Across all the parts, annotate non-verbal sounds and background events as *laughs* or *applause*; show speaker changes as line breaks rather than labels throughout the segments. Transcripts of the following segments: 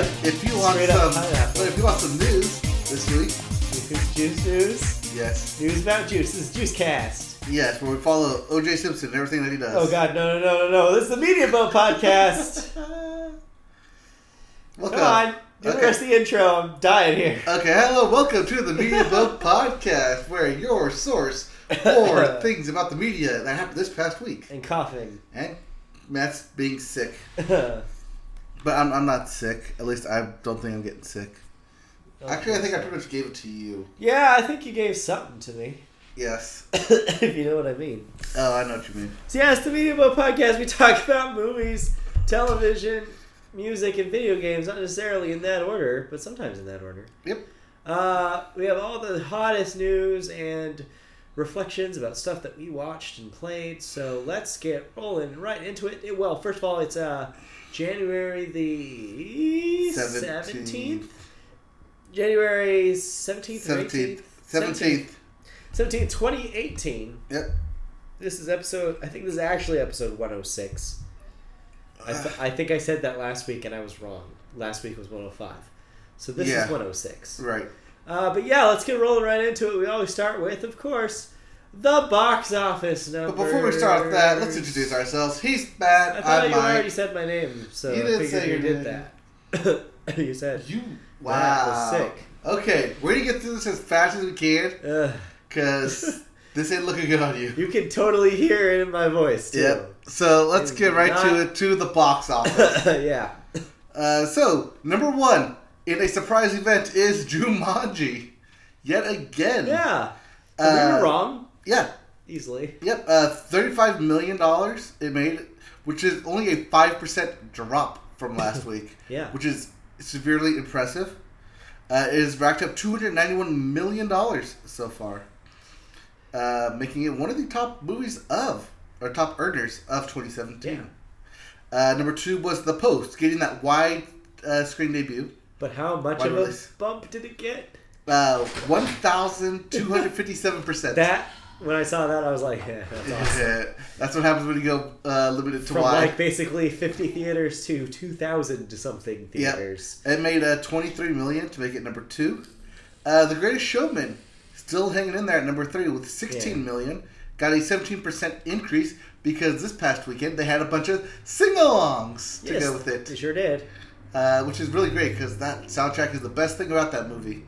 want
Straight up
some,
pineapple.
but if you want some news this week,
Juice news.
yes,
News about juice. This is Juice Cast.
yes, where we follow O.J. Simpson and everything that he does.
Oh God, no, no, no, no, no! This is the Media Boat
*laughs*
Podcast.
Welcome.
Come on, do
Okay.
the rest of the intro. I'm dying here.
Okay, hello, welcome to the Media
*laughs*
Boat Podcast, where your source for things about the media that happened this past week.
And coughing. *laughs*
And Matt's being sick,
Okay.
but I'm, I'm not sick. At least I don't think I'm getting sick. Actually, I think I pretty much gave it to you.
Yeah, I think you gave something to me, *laughs*
Yes.
if you know what I mean.
Oh, I know what you mean.
So yeah, it's the Media Boat Podcast. We talk about movies, television, music, and video games. Not necessarily in that order, but sometimes in that order.
Yep.
Uh, we have all the hottest news and reflections about stuff that we watched and played. So let's get rolling right into it. It- well, first of all, it's uh, January the seventeenth. January seventeenth.
Seventeenth. Seventeenth.
Seventeenth, twenty eighteen.
Yep.
This is episode. I think this is actually episode one hundred six. I,
Ah.
th- I think I said that last week and I was wrong. Last week was one hundred five. So this
Yeah.
is one hundred six.
*sighs* Right.
Uh, but yeah, let's get rolling right into it. We always start with, of course, the box office number.
But before we start with that, let's introduce ourselves. He's Matt.
I thought
I'm
you
Mike.
already said my name, so
You
I
didn't
figured
say
you
your
did
name.
that. *laughs* you said.
You wow.
That was sick.
Okay, we're gonna get through this as fast as we can,
Ugh. *laughs*
cause this ain't looking good on you.
you can totally hear it in my voice too.
Yep. So let's
It's
get right to
not-
it to the
*laughs*
box office.
yeah.
uh, so number one in a surprise event is Jumanji, yet again.
Yeah. we
*laughs* Uh,
were wrong
Yeah.
easily.
Yep. Uh, Thirty-five million dollars it made, which is only a five percent drop
*laughs*
from last week.
Yeah.
Which is severely impressive. Uh, it has racked up two hundred ninety-one million dollars so far, uh, making it one of the top movies of or top earners of twenty seventeen. Uh, number two was The Post, getting that wide uh, screen debut.
But how much
Wide
of
release.
a bump did it get?
Uh, one thousand two hundred fifty-seven percent.
That when I saw that, I was like, yeah,
*laughs*
that's awesome.
That's what happens when you go uh, limited to
From
wide.
like basically 50 theaters to 2,000 to something
Yep.
theaters.
It made uh, 23 million to make it number two. Uh, the Greatest Showman still hanging in there at number three with 16
Yeah.
million. Got a 17% increase because this past weekend they had a bunch of sing-alongs to
Yes,
go with
They
it,
sure did.
uh, which is really great because that soundtrack is the best thing about that movie.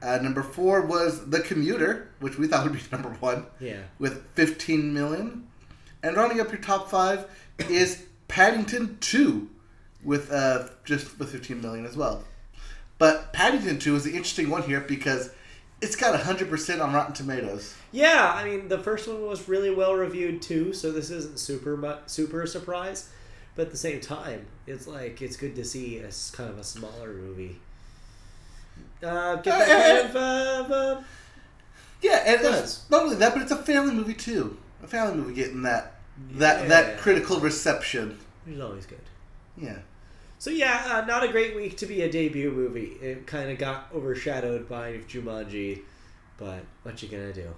Uh, number four was The Commuter, which we thought would be *laughs* number one,
Yeah.
with 15 million. And rounding up your top five is Paddington 2 with uh, just with 15 million as well. But Paddington 2 is the interesting one here because it's got 100% on Rotten Tomatoes.
Yeah, I mean the first one was really well reviewed too, so this isn't super mu- super a surprise. But at the same time, it's like it's good to see a s- kind of a smaller movie. Uh, get that kind
*laughs*
of uh, uh,
Yeah, and
Nice.
it's not only that, but it's a family movie too. A family movie getting that that
Yeah.
that critical reception.
which is always good.
Yeah.
So yeah, uh, not a great week to be a debut movie. It kind of got overshadowed by Jumanji, but what you gonna do?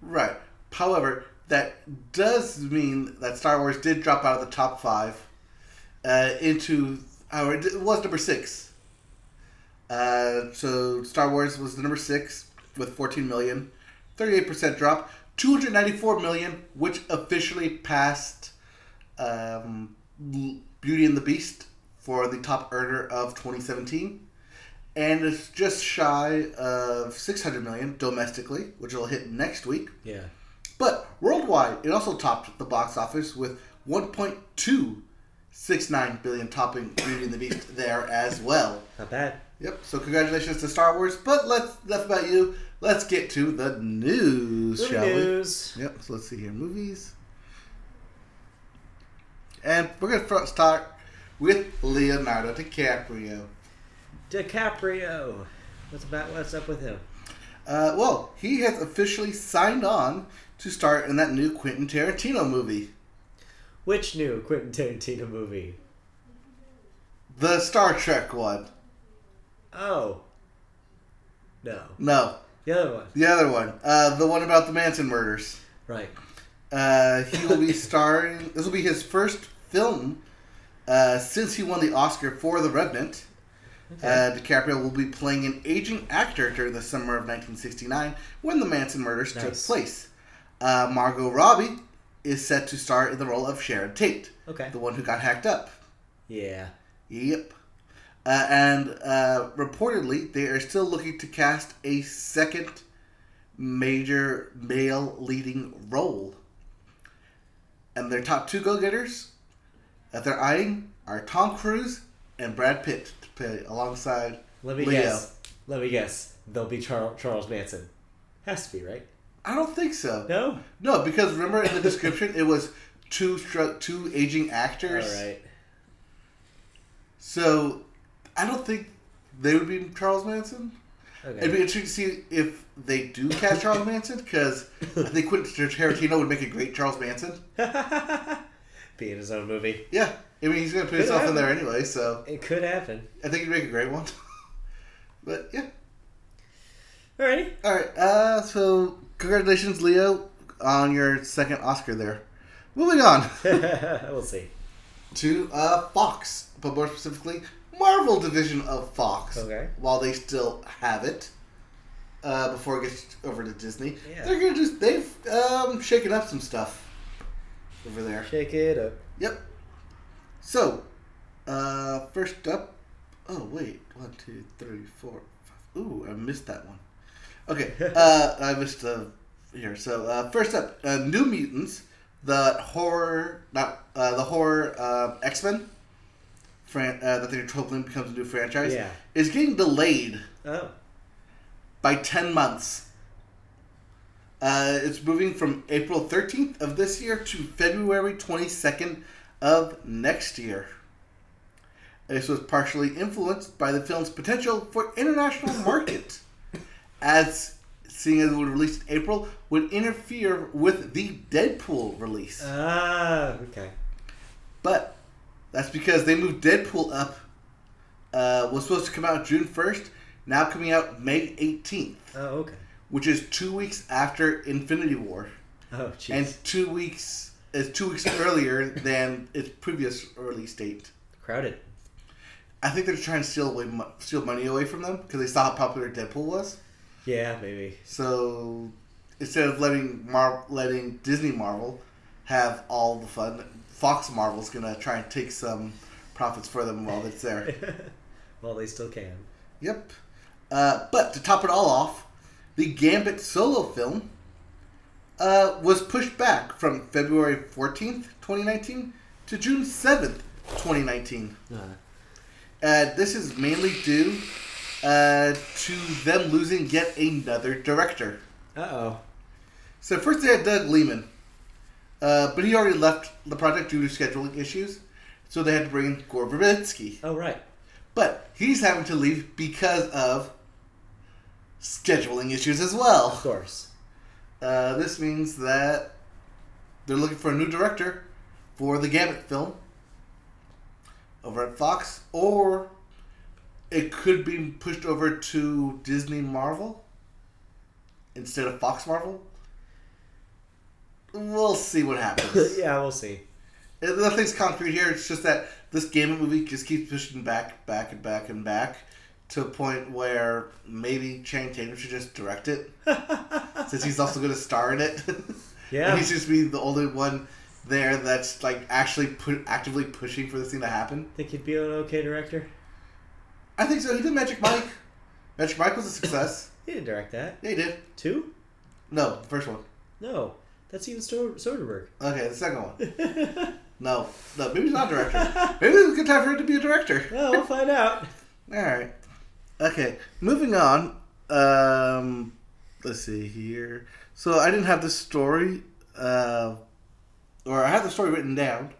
Right. However, that does mean that Star Wars did drop out of the top five uh, into our. It was number six. Uh, so Star Wars was the number six with 14 million, 38% drop, 294 million, which officially passed um, Beauty and the Beast for the top earner of 2017 and it's just shy of 600 million domestically, which will hit next week.
Yeah,
But worldwide, it also topped the box office with 1.269 billion, topping Beauty and the Beast there as well.
not bad.
Yep. So congratulations to Star Wars. But let's enough about you. Let's get to the news,
Movie
shall
news.
we? Yep. So let's see here, movies, and we're gonna front start with Leonardo DiCaprio.
DiCaprio. What's about? What's up with him?
Uh, well, he has officially signed on to start in that new Quentin Tarantino movie,
Which new Quentin Tarantino movie?
the Star Trek one.
Oh. No.
No,
The other one.
the other one, uh, the one about the Manson murders.
Right.
Uh, he will be starring. This will be his first film uh, since he won the Oscar for The Revenant, Uh, DiCaprio will be playing an aging actor during the summer of 1969 when the Manson murders took
Nice.
place. Uh, Margot Robbie is set to star in the role of Sharon Tate,
Okay.
the one who got hacked up.
Yeah.
Yep. Uh, and uh, reportedly, they are still looking to cast a second major male leading role. And their top two go getters that they're eyeing are Tom Cruise and Brad Pitt to play alongside.
Let me
Leo.
guess. Let me guess. They'll be Char- Charles Manson. Has to be right.
I don't think so.
No.
No, because
*laughs*
remember in the description it was two stru- two aging actors.
All right.
So I don't think they would be Charles Manson. It'd be
Okay.
interesting to see if they do cast Charles Manson because I think Quentin Tarantino would make a great Charles Manson.
*laughs* be in his own movie.
Yeah, I mean he's gonna put himself in there anyway, so
It could happen.
I think he'd make a great one. *laughs* but yeah,
Alrighty.
all right. Uh, so congratulations, Leo, on your second Oscar there. Moving on
*laughs* we'll see.
to uh, Fox, but more specifically, Marvel division of Fox.
Okay.
While they still have it. Uh, before it gets over to Disney,
Yeah.
they're gonna just they've um, shaken up some stuff over there.
Shake it up.
Yep. So, uh, first up. Oh wait, one, two, three, four, five. Ooh, I missed that one. Okay, uh, I missed uh, here. So uh, first up, uh, New Mutants, the horror, not uh, the horror uh, X Men, fran- uh, that they're hoping becomes a new franchise,
Yeah.
is getting delayed
Oh.
by 10 months. Uh, it's moving from April 13th of this year to February 22nd of next year. This was partially influenced by the film's potential for international market, as seeing as it was released in April would interfere with the Deadpool release.
Ah. Okay.
But that's because they moved Deadpool up. Uh, was supposed to come out June 1st, now coming out May 18th
Oh. Okay.
which is two weeks after Infinity War,
Oh. Jeez.
and two weeks is two weeks earlier than its previous release date.
Crowded.
I think they're trying to steal away mo- steal money away from them because they saw how popular Deadpool was.
Yeah. Maybe.
So instead of letting Mar- letting Disney Marvel have all the fun, Fox Marvel's gonna try and take some profits for them while it's there.
*laughs* well, they still can.
Yep. Uh, but to top it all off, the Gambit solo film uh, was pushed back from February 14th, 2019 to June 7th, 2019. Uh, this is mainly due uh, to them losing yet another director.
Uh oh.
So first they had Doug Lehman, uh, but he already left the project due to scheduling issues, so they had to bring in Gore Verbinski.
Oh right.
But he's having to leave because of scheduling issues as
Of
well.
course.
Uh, this means that they're looking for a new director for the Gambit film over at Fox, or it could be pushed over to Disney Marvel instead of Fox Marvel. We'll see what
*laughs*
happens.
yeah. We'll see.
Uh, Nothing's concrete here. It's just that this Gambit movie just keeps pushing back, back, and back, and back to a point where maybe Channing Tatum should just direct it, since he's also going to star in it. *laughs*
Yeah.
and he's just being the only one there that's like actually put actively pushing for this thing to happen.
Think you'd be an okay director?
I think so. He did Magic Mike. Magic Mike was a success.
He didn't direct that.
Yeah, he did.
Two?
No, the first one.
No. That's even Stor- Soderbergh. *laughs*
Okay, the second one. No, no, maybe he's not a director. Maybe it's a good time for him to be a director.
well, we'll find out.
All right. Okay. Moving on. Um, let's see here. So I didn't have the story, uh, or I have the story written down.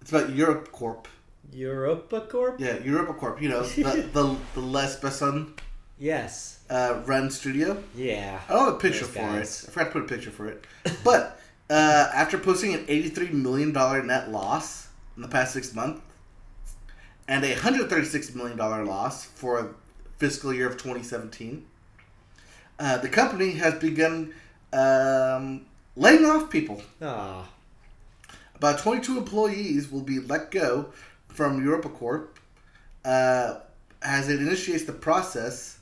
It's about Europe Corp.
Europa Corp?
Yeah, Europa Corp. You know, the the, the Les Besson
Yes.
uh, run studio.
Yeah.
I don't have a picture
Those
for
guys.
it. I forgot to put a picture for it. But uh, after posting an $83 million net loss in the past six months and a $136 million loss for fiscal year of 2017, uh, the company has begun um, laying off people.
Ah.
About 22 employees will be let go from Europa Corp. Uh, as it initiates the process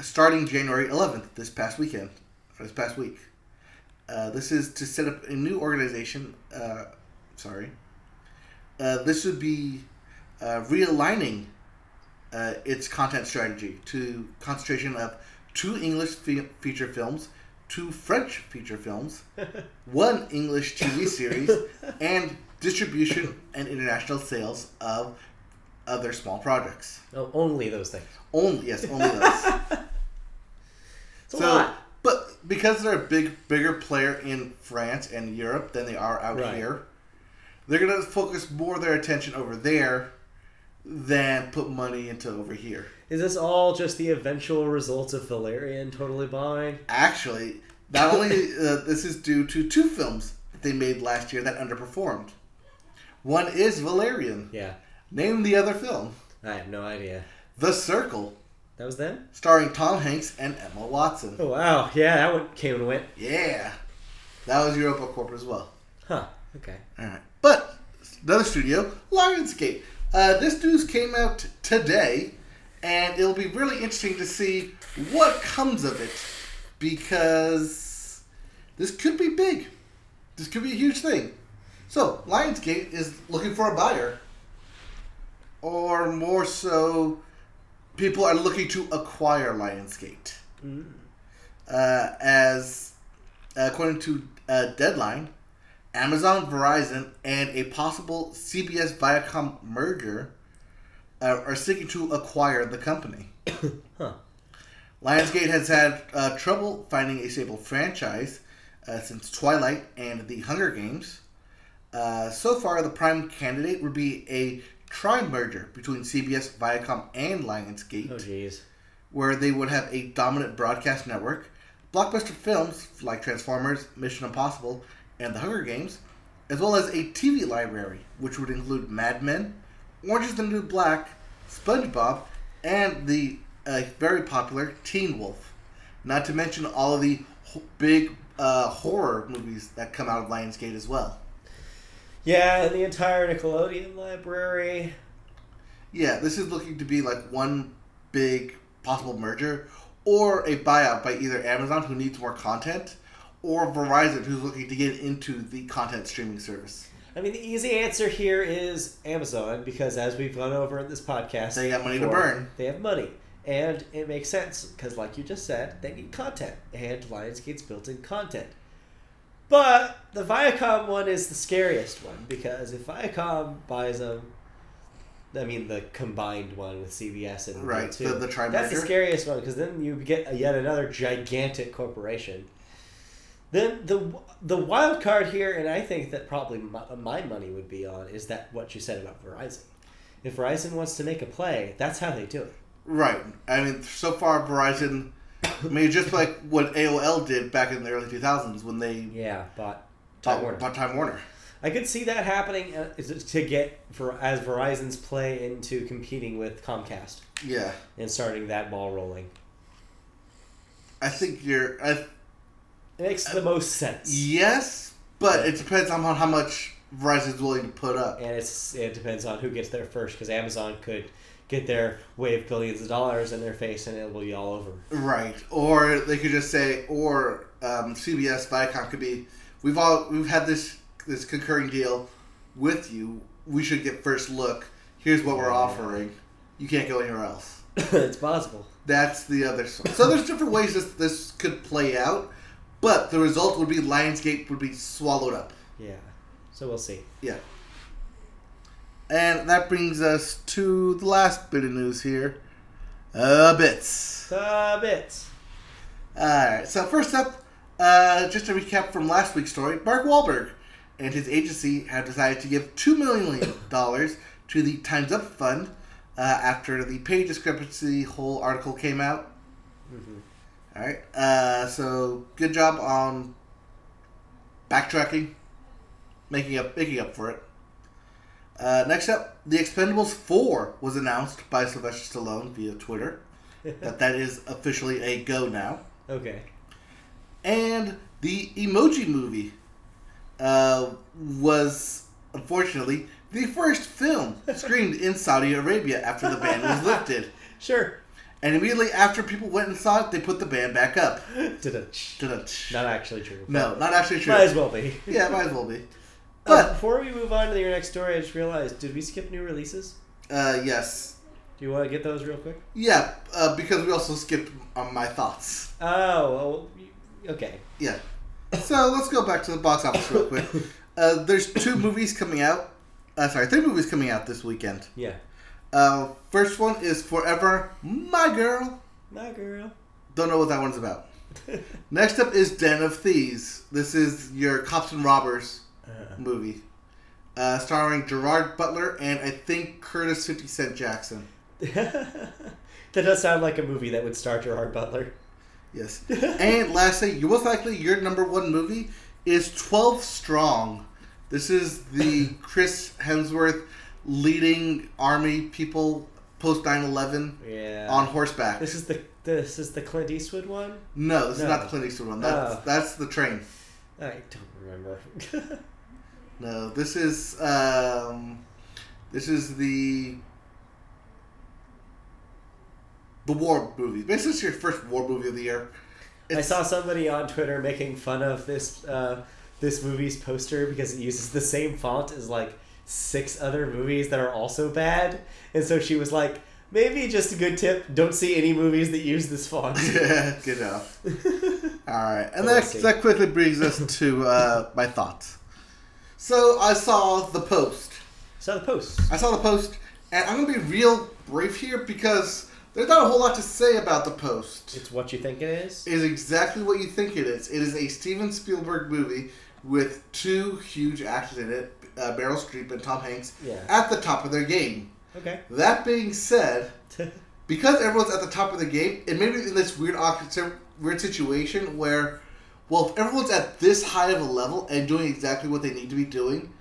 starting January 11th, this past weekend, or this past week. Uh, this is to set up a new organization. Uh, sorry. Uh, this would be uh, realigning uh, its content strategy to concentration of two English fe- feature films, two French feature films, one English
*laughs*
TV series, and distribution and international sales of other small projects.
No, only those things.
Only yes, only those.
*laughs* It's a lot.
But because they're a big, bigger player in France and Europe than they are out
Right.
here, they're gonna focus more of their attention over there than put money into over here.
Is this all just the eventual results of Valerian totally bombing?
Actually, not only
*laughs*
uh, this is due to two films that they made last year that underperformed. One is Valerian.
Yeah,
Name the other film.
I have no idea.
The Circle,
That was them?
starring Tom Hanks and Emma Watson.
Oh, wow. Yeah, that one came and went.
Yeah, that was Europa Corp as well.
Huh. Okay.
Alright. But another studio, Lionsgate. Uh, this news came out today, and it'll be really interesting to see what comes of it because this could be big. This could be a huge thing. So, Lionsgate is looking for a buyer, or more so, people are looking to acquire Lionsgate. Uh, as according to uh, Deadline, Amazon, Verizon, and a possible CBS Viacom merger uh, are seeking to acquire the company.
*coughs* Huh.
Lionsgate has had uh, trouble finding a stable franchise uh, since Twilight and The Hunger Games. Uh, so far, the prime candidate would be a tri merger between CBS, Viacom, and Lionsgate
Oh, jeez.
where they would have a dominant broadcast network, blockbuster films like Transformers, Mission Impossible, and The Hunger Games, as well as a TV library, which would include Mad Men, Orange is the New Black, SpongeBob, and the uh, very popular Teen Wolf. Not to mention all of the ho- big uh, horror movies that come out of Lionsgate as well.
Yeah, and the entire Nickelodeon library.
Yeah, this is looking to be like one big possible merger or a buyout by either Amazon, who needs more content, or Verizon, who's looking to get into the content streaming service.
I mean, the easy answer here is Amazon because, as we've gone over in this podcast,
They got money to
before,
burn.
They have money, and it makes sense because, like you just said, they need content, and Lionsgate's built-in content. But the Viacom one is the scariest one because if Viacom buys them, I mean the combined one with CBS and
Right,
too,
the- the tri-merger.
That's the scariest one because then you get a, yet another gigantic corporation. Then the the wild card here, and I think that probably my, my money would be on is that what you said about Verizon. If Verizon wants to make a play, that's how they do it.
Right. I mean, so far, Verizon, I mean, just like what AOL did back in the early 2000s when they
Yeah, but
bought, bought Time Warner.
I could see that happening uh, is it to get for as Verizon's play into competing with Comcast
Yeah.
and starting that ball rolling.
I think you're. I,
It makes the most sense,
yes, but it depends on how much Verizon's willing to put up.
and it's it depends on who gets there first because Amazon could get their wave billions of dollars in their face and it will be all
*coughs*
over.
Right, or they could just say, or um, CBS Viacom could be, we've all we've had this this concurring deal with you. We should get first look. Here's what we're offering. You can't go anywhere else.
it's possible.
That's the other side. So there's different ways this this could play out, but the result would be Lionsgate would be swallowed up.
Yeah. So we'll see.
Yeah. And that brings us to the last bit of news here. Uh, bits.
The bits.
Alright, so first up, uh, just a recap from last week's story Mark Wahlberg and his agency have decided to give $2 million to the Time's Up Fund uh, after the pay discrepancy whole article came out. Alright, uh, so good job on backtracking, making up, making up for it. Uh, next up, The Expendables 4 was announced by Sylvester Stallone via Twitter. that that is officially a go now
Okay.
and the Emoji Movie uh, was
*laughs*
unfortunately the first film screened in Saudi Arabia after the ban was lifted.
Sure.
And immediately after people went and saw it, they put the ban back up.
Not
Dun-dun-tsh.
actually true.
No, not actually true.
Might as well be.
Yeah, might as well be.
But
But
before we move on to your next story, I just realized did we skip new releases?
uh, yes,
Do you want to get those real quick?
yeah, uh, because we also skipped on my thoughts.
Oh, well, you- okay.
Yeah. So let's go back to the box office
*laughs*
real quick. Uh, there's two movies coming out. Uh, sorry, three movies coming out this weekend.
Yeah.
Uh, first one is Forever My Girl.
My girl.
Don't know what that one's about. Next up is Den of Thieves. This is your cops and robbers
Uh,
movie, uh, starring Gerard Butler and I think Curtis Fifty Cent Jackson.
*laughs* that does sound like a movie that would star Gerard Butler. *laughs*
Yes. and lastly, you most likely your number one movie is Twelve Strong. This is
*laughs*
the Chris Hemsworth leading army people post 9-11
Yeah.
on horseback.
This is the this is the Clint Eastwood one.
no, this
No.
is not the Clint Eastwood one. That's,
Oh.
that's the train.
I don't remember. *laughs*
No, this is um, this is the the war movie. Basically, it's your first war movie of the year.
I
It's-
saw somebody on Twitter making fun of this uh, this movie's poster because it uses the same font as like six other movies that are also bad, and so she was like, maybe just a good tip: don't see any movies that use this
*laughs*
font. *laughs*
Good enough. All right, and that,
Let's see.
that quickly brings us to uh, my thoughts. So I saw the post.
saw the post.
I saw the post, and I'm gonna be real brief here because there's not a whole lot to say about the post.
It's what you think it is.
is exactly what you think it is. It is a Steven Spielberg movie with two huge actors in it, uh, Meryl Streep and Tom Hanks,
Yeah.
at the top of their game. *laughs*
Okay. *laughs*
That being said, because everyone's at the top of the game, it made me in this weird, awkward, si- weird situation where, well, if everyone's at this high of a level and doing exactly what they need to be doing,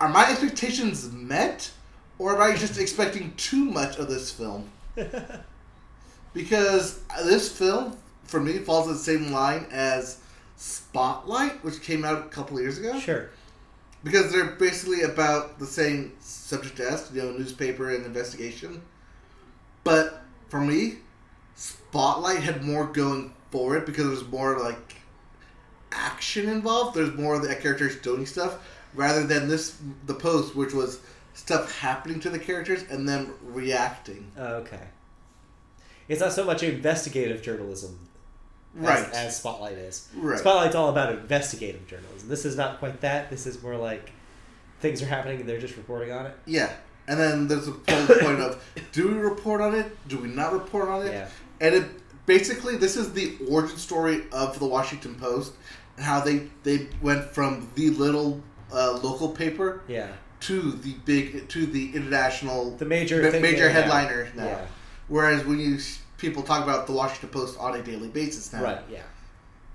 are my expectations met, or am I just expecting too much of this film? because this film for me falls in the same line as Spotlight, which came out a couple years ago.
sure.
Because they're basically about the same subject as you know, newspaper and investigation. But for me, Spotlight had more going for it because there's more like action involved. There's more of the characters doing stuff rather than this the post, which was stuff happening to the characters and them reacting.
Oh, Okay. It's not so much investigative journalism as,
Right.
as Spotlight is.
Right.
Spotlight's all about investigative journalism. This is not quite that. This is more like things are happening and they're just reporting on it.
Yeah, and
*laughs*
then there's a point point of do we report on it? Do we not report on it?
Yeah.
And it basically this is the origin story of the Washington Post and how they they went from the little uh, local paper
Yeah.
to the big to the international
The major
ma-
thing
major
they have.
headliner now.
Yeah.
Whereas when you s- people talk about the Washington Post on a daily basis now,
Right. Yeah.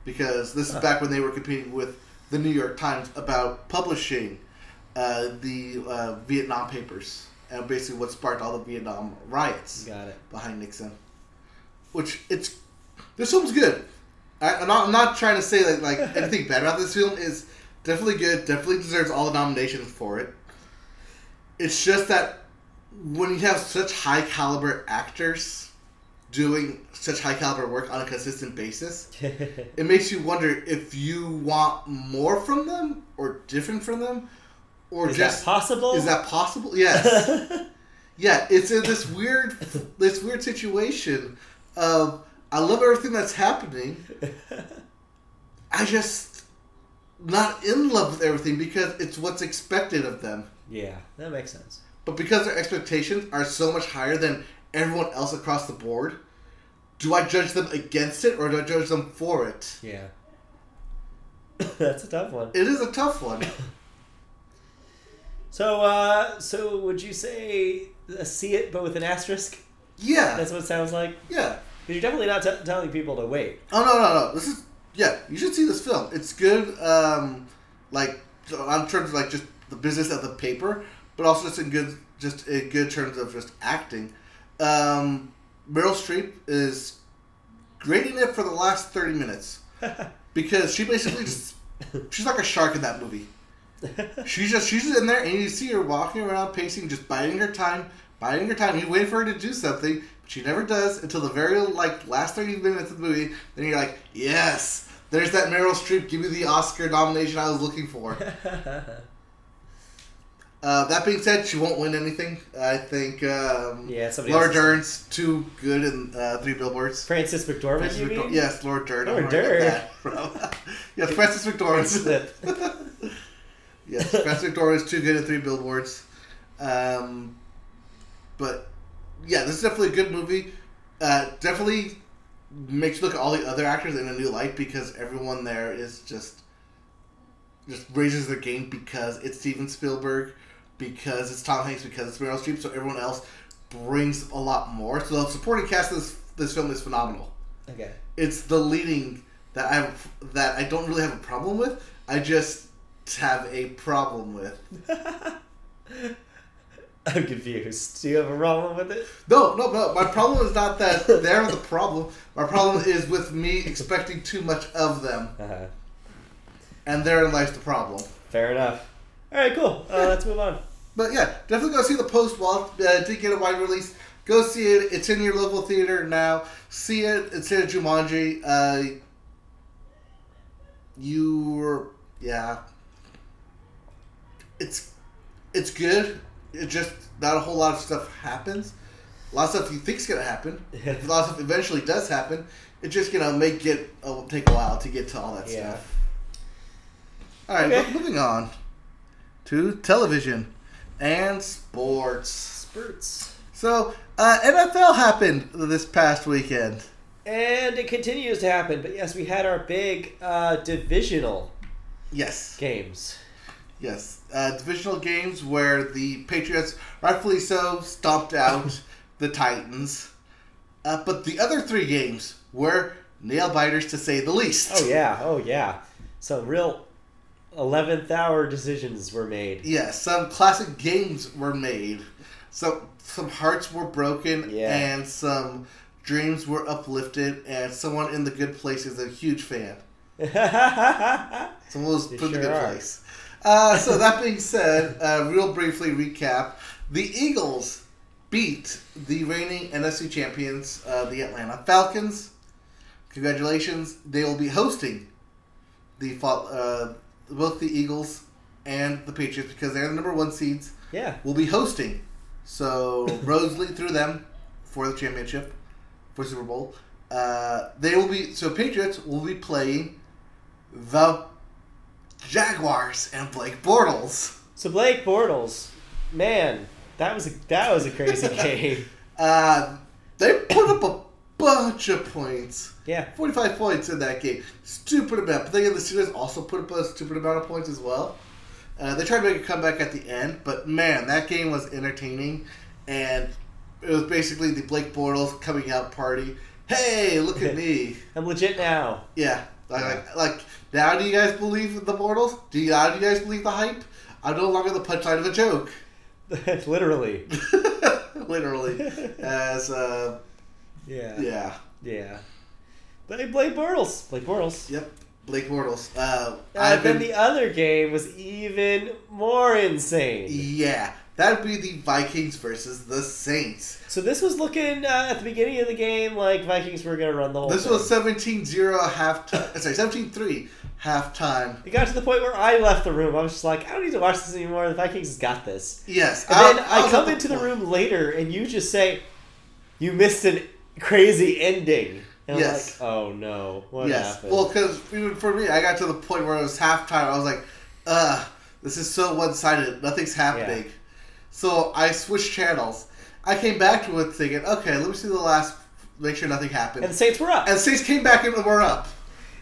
because this is back when they were competing with the New York Times about publishing uh, the uh, Vietnam papers and basically what sparked all the Vietnam riots
Got it.
behind Nixon. Which it's this film's good. I, I'm, not, I'm not trying to say that like anything bad about this film is definitely good. Definitely deserves all the nominations for it. It's just that when you have such high caliber actors doing such high caliber work on a consistent basis, it makes you wonder if you want more from them or different from them
*laughs*
or
is
just
that possible?
is that possible yes yeah it's in this weird this weird situation of i love everything that's happening i just not in love with everything because it's what's expected of them
*laughs* yeah.
*laughs*
That makes sense.
but because their expectations are so much higher than everyone else across the board do i judge them against it or do i judge them for it
Yeah. *laughs* That's a tough one.
it is a
*laughs*
tough one
So, uh, so would you say uh, see it but with an asterisk?
yeah
That's what it sounds like.
yeah
Because you're definitely not t- telling people to wait. *laughs*
Oh no no no! This is yeah. You should see this film. It's good. Um, like on terms of like just the business of the paper, but also just in good just in good terms of just acting. Um, Meryl Streep is great in it for the last thirty minutes because she basically just she's like a shark in that movie. She's just she's just in there, and you see her walking around, pacing, just biding her time, biding her time. You wait for her to do something, but She never does until the very like last thirty minutes of the movie. Then you're like, yes, there's that Meryl Streep. Give me the Oscar nomination I was looking
*laughs*
for. Uh, that being said, she won't win anything. I think um,
Yeah, somebody
Laura
else's-
Dern's too good in uh, Three Billboards.
Francis McDormand,
Frances
you
McDor-
mean?
Yes, Laura Dern. I
Laura
don't know where I
Dern.
got that from. *laughs* yes, Francis McDormand. yes, *laughs* Francis McDormand's too good at Three Billboards. Um, but yeah, this is definitely a good movie. Uh, definitely makes you look at all the other actors in a new light because everyone there is just just raises their game because it's Steven Spielberg, because it's Tom Hanks, because it's Meryl Streep. So everyone else brings a lot more. So the supporting cast of this this film is phenomenal
*laughs* Okay.
it's the leading that I that I don't really have a problem with. I just have a problem with.
I'm confused. Do you have a problem with it?
No, no, no. My problem is not that they're the problem. My problem is with me expecting too much of them,
Uh-huh.
and therein lies the problem.
Fair enough. All right, cool. Uh, let's move on.
But yeah, definitely go see the post wall. Uh, it did get a wide release. Go see it. It's in your local theater now. See it. It's in Jumanji. Uh, you were yeah. It's it's good. It just not a whole lot of stuff happens. A lot of stuff you think's gonna happen.
Yeah.
A lot of stuff eventually does happen. It's just gonna make it uh, take a while to get to all
*laughs*
that
Yeah.
stuff. All right,
Okay.
mo- moving on to television and sports.
Spurts.
So, uh, NFL happened this past weekend.
And it continues to happen. But yes, we had our big uh, divisional
Yes,
games.
yes. Uh, divisional games where the Patriots, rightfully so,
*laughs*
stomped out the Titans. Uh, but the other three games were nail biters to say the least.
Oh, yeah. Oh, yeah. Some real 11th hour decisions were made. *laughs*
Yeah, some classic games were made. Some some hearts were broken
Yeah.
and some dreams were uplifted and someone in the good place is a huge fan. Someone was
They
put in the
sure
good
are.
place. Uh, so that being said, uh, real briefly recap: the Eagles beat the reigning NFC champions, uh, the Atlanta Falcons. Congratulations! They will be hosting the fal- uh, both the Eagles and the Patriots because they're the number one seeds.
yeah.
Will be hosting, so roads lead through them for the championship, for Super Bowl. Uh, they will be so Patriots will be playing the Jaguars and Blake Bortles.
So Blake Bortles, man, that was a, that was a
*laughs*
crazy game.
Uh, they put up a bunch of points.
Yeah.
45 points in that game. Stupid amount. But then the Steelers also put up a stupid amount of points as well. Uh, they tried to make a comeback at the end, but man, that game was entertaining. And it was basically the Blake Bortles coming out party. Hey, look at me.
I'm legit now. *laughs*
Yeah. Like, like, like, now do you guys believe the Bortles? Do you, now do you guys believe the hype? I'm no longer the punchline of a joke. *laughs*
Literally.
Literally. As, uh,
Yeah.
yeah.
Yeah. But hey, Blake Bortles. Blake Bortles.
Yep. Blake Bortles. Uh,
Uh, then the other game was even more insane.
Yeah, that would be the Vikings versus the Saints.
So this was looking uh, at the beginning of the game like Vikings were going to run the whole
This
thing.
was 17 0 halftime. uh, Sorry, 17 3 halftime.
It got to the point where I left the room. I was just like, I don't need to watch this anymore. The Vikings has got this.
Yes.
And
I'll-
then
I'll
I come
get
into the
point.
room later, and you just say, "You missed a crazy ending." And
Yes.
I'm like, "Oh no, what
yes.
happened?"
Well, because even for me, I got to the point where it was halftime. I was like, ugh, this is so one sided. Nothing's happening. So I switched channels. I came back to it thinking, okay, let me see the last, make sure nothing happened.
and the Saints were up,
And the Saints came back and were up.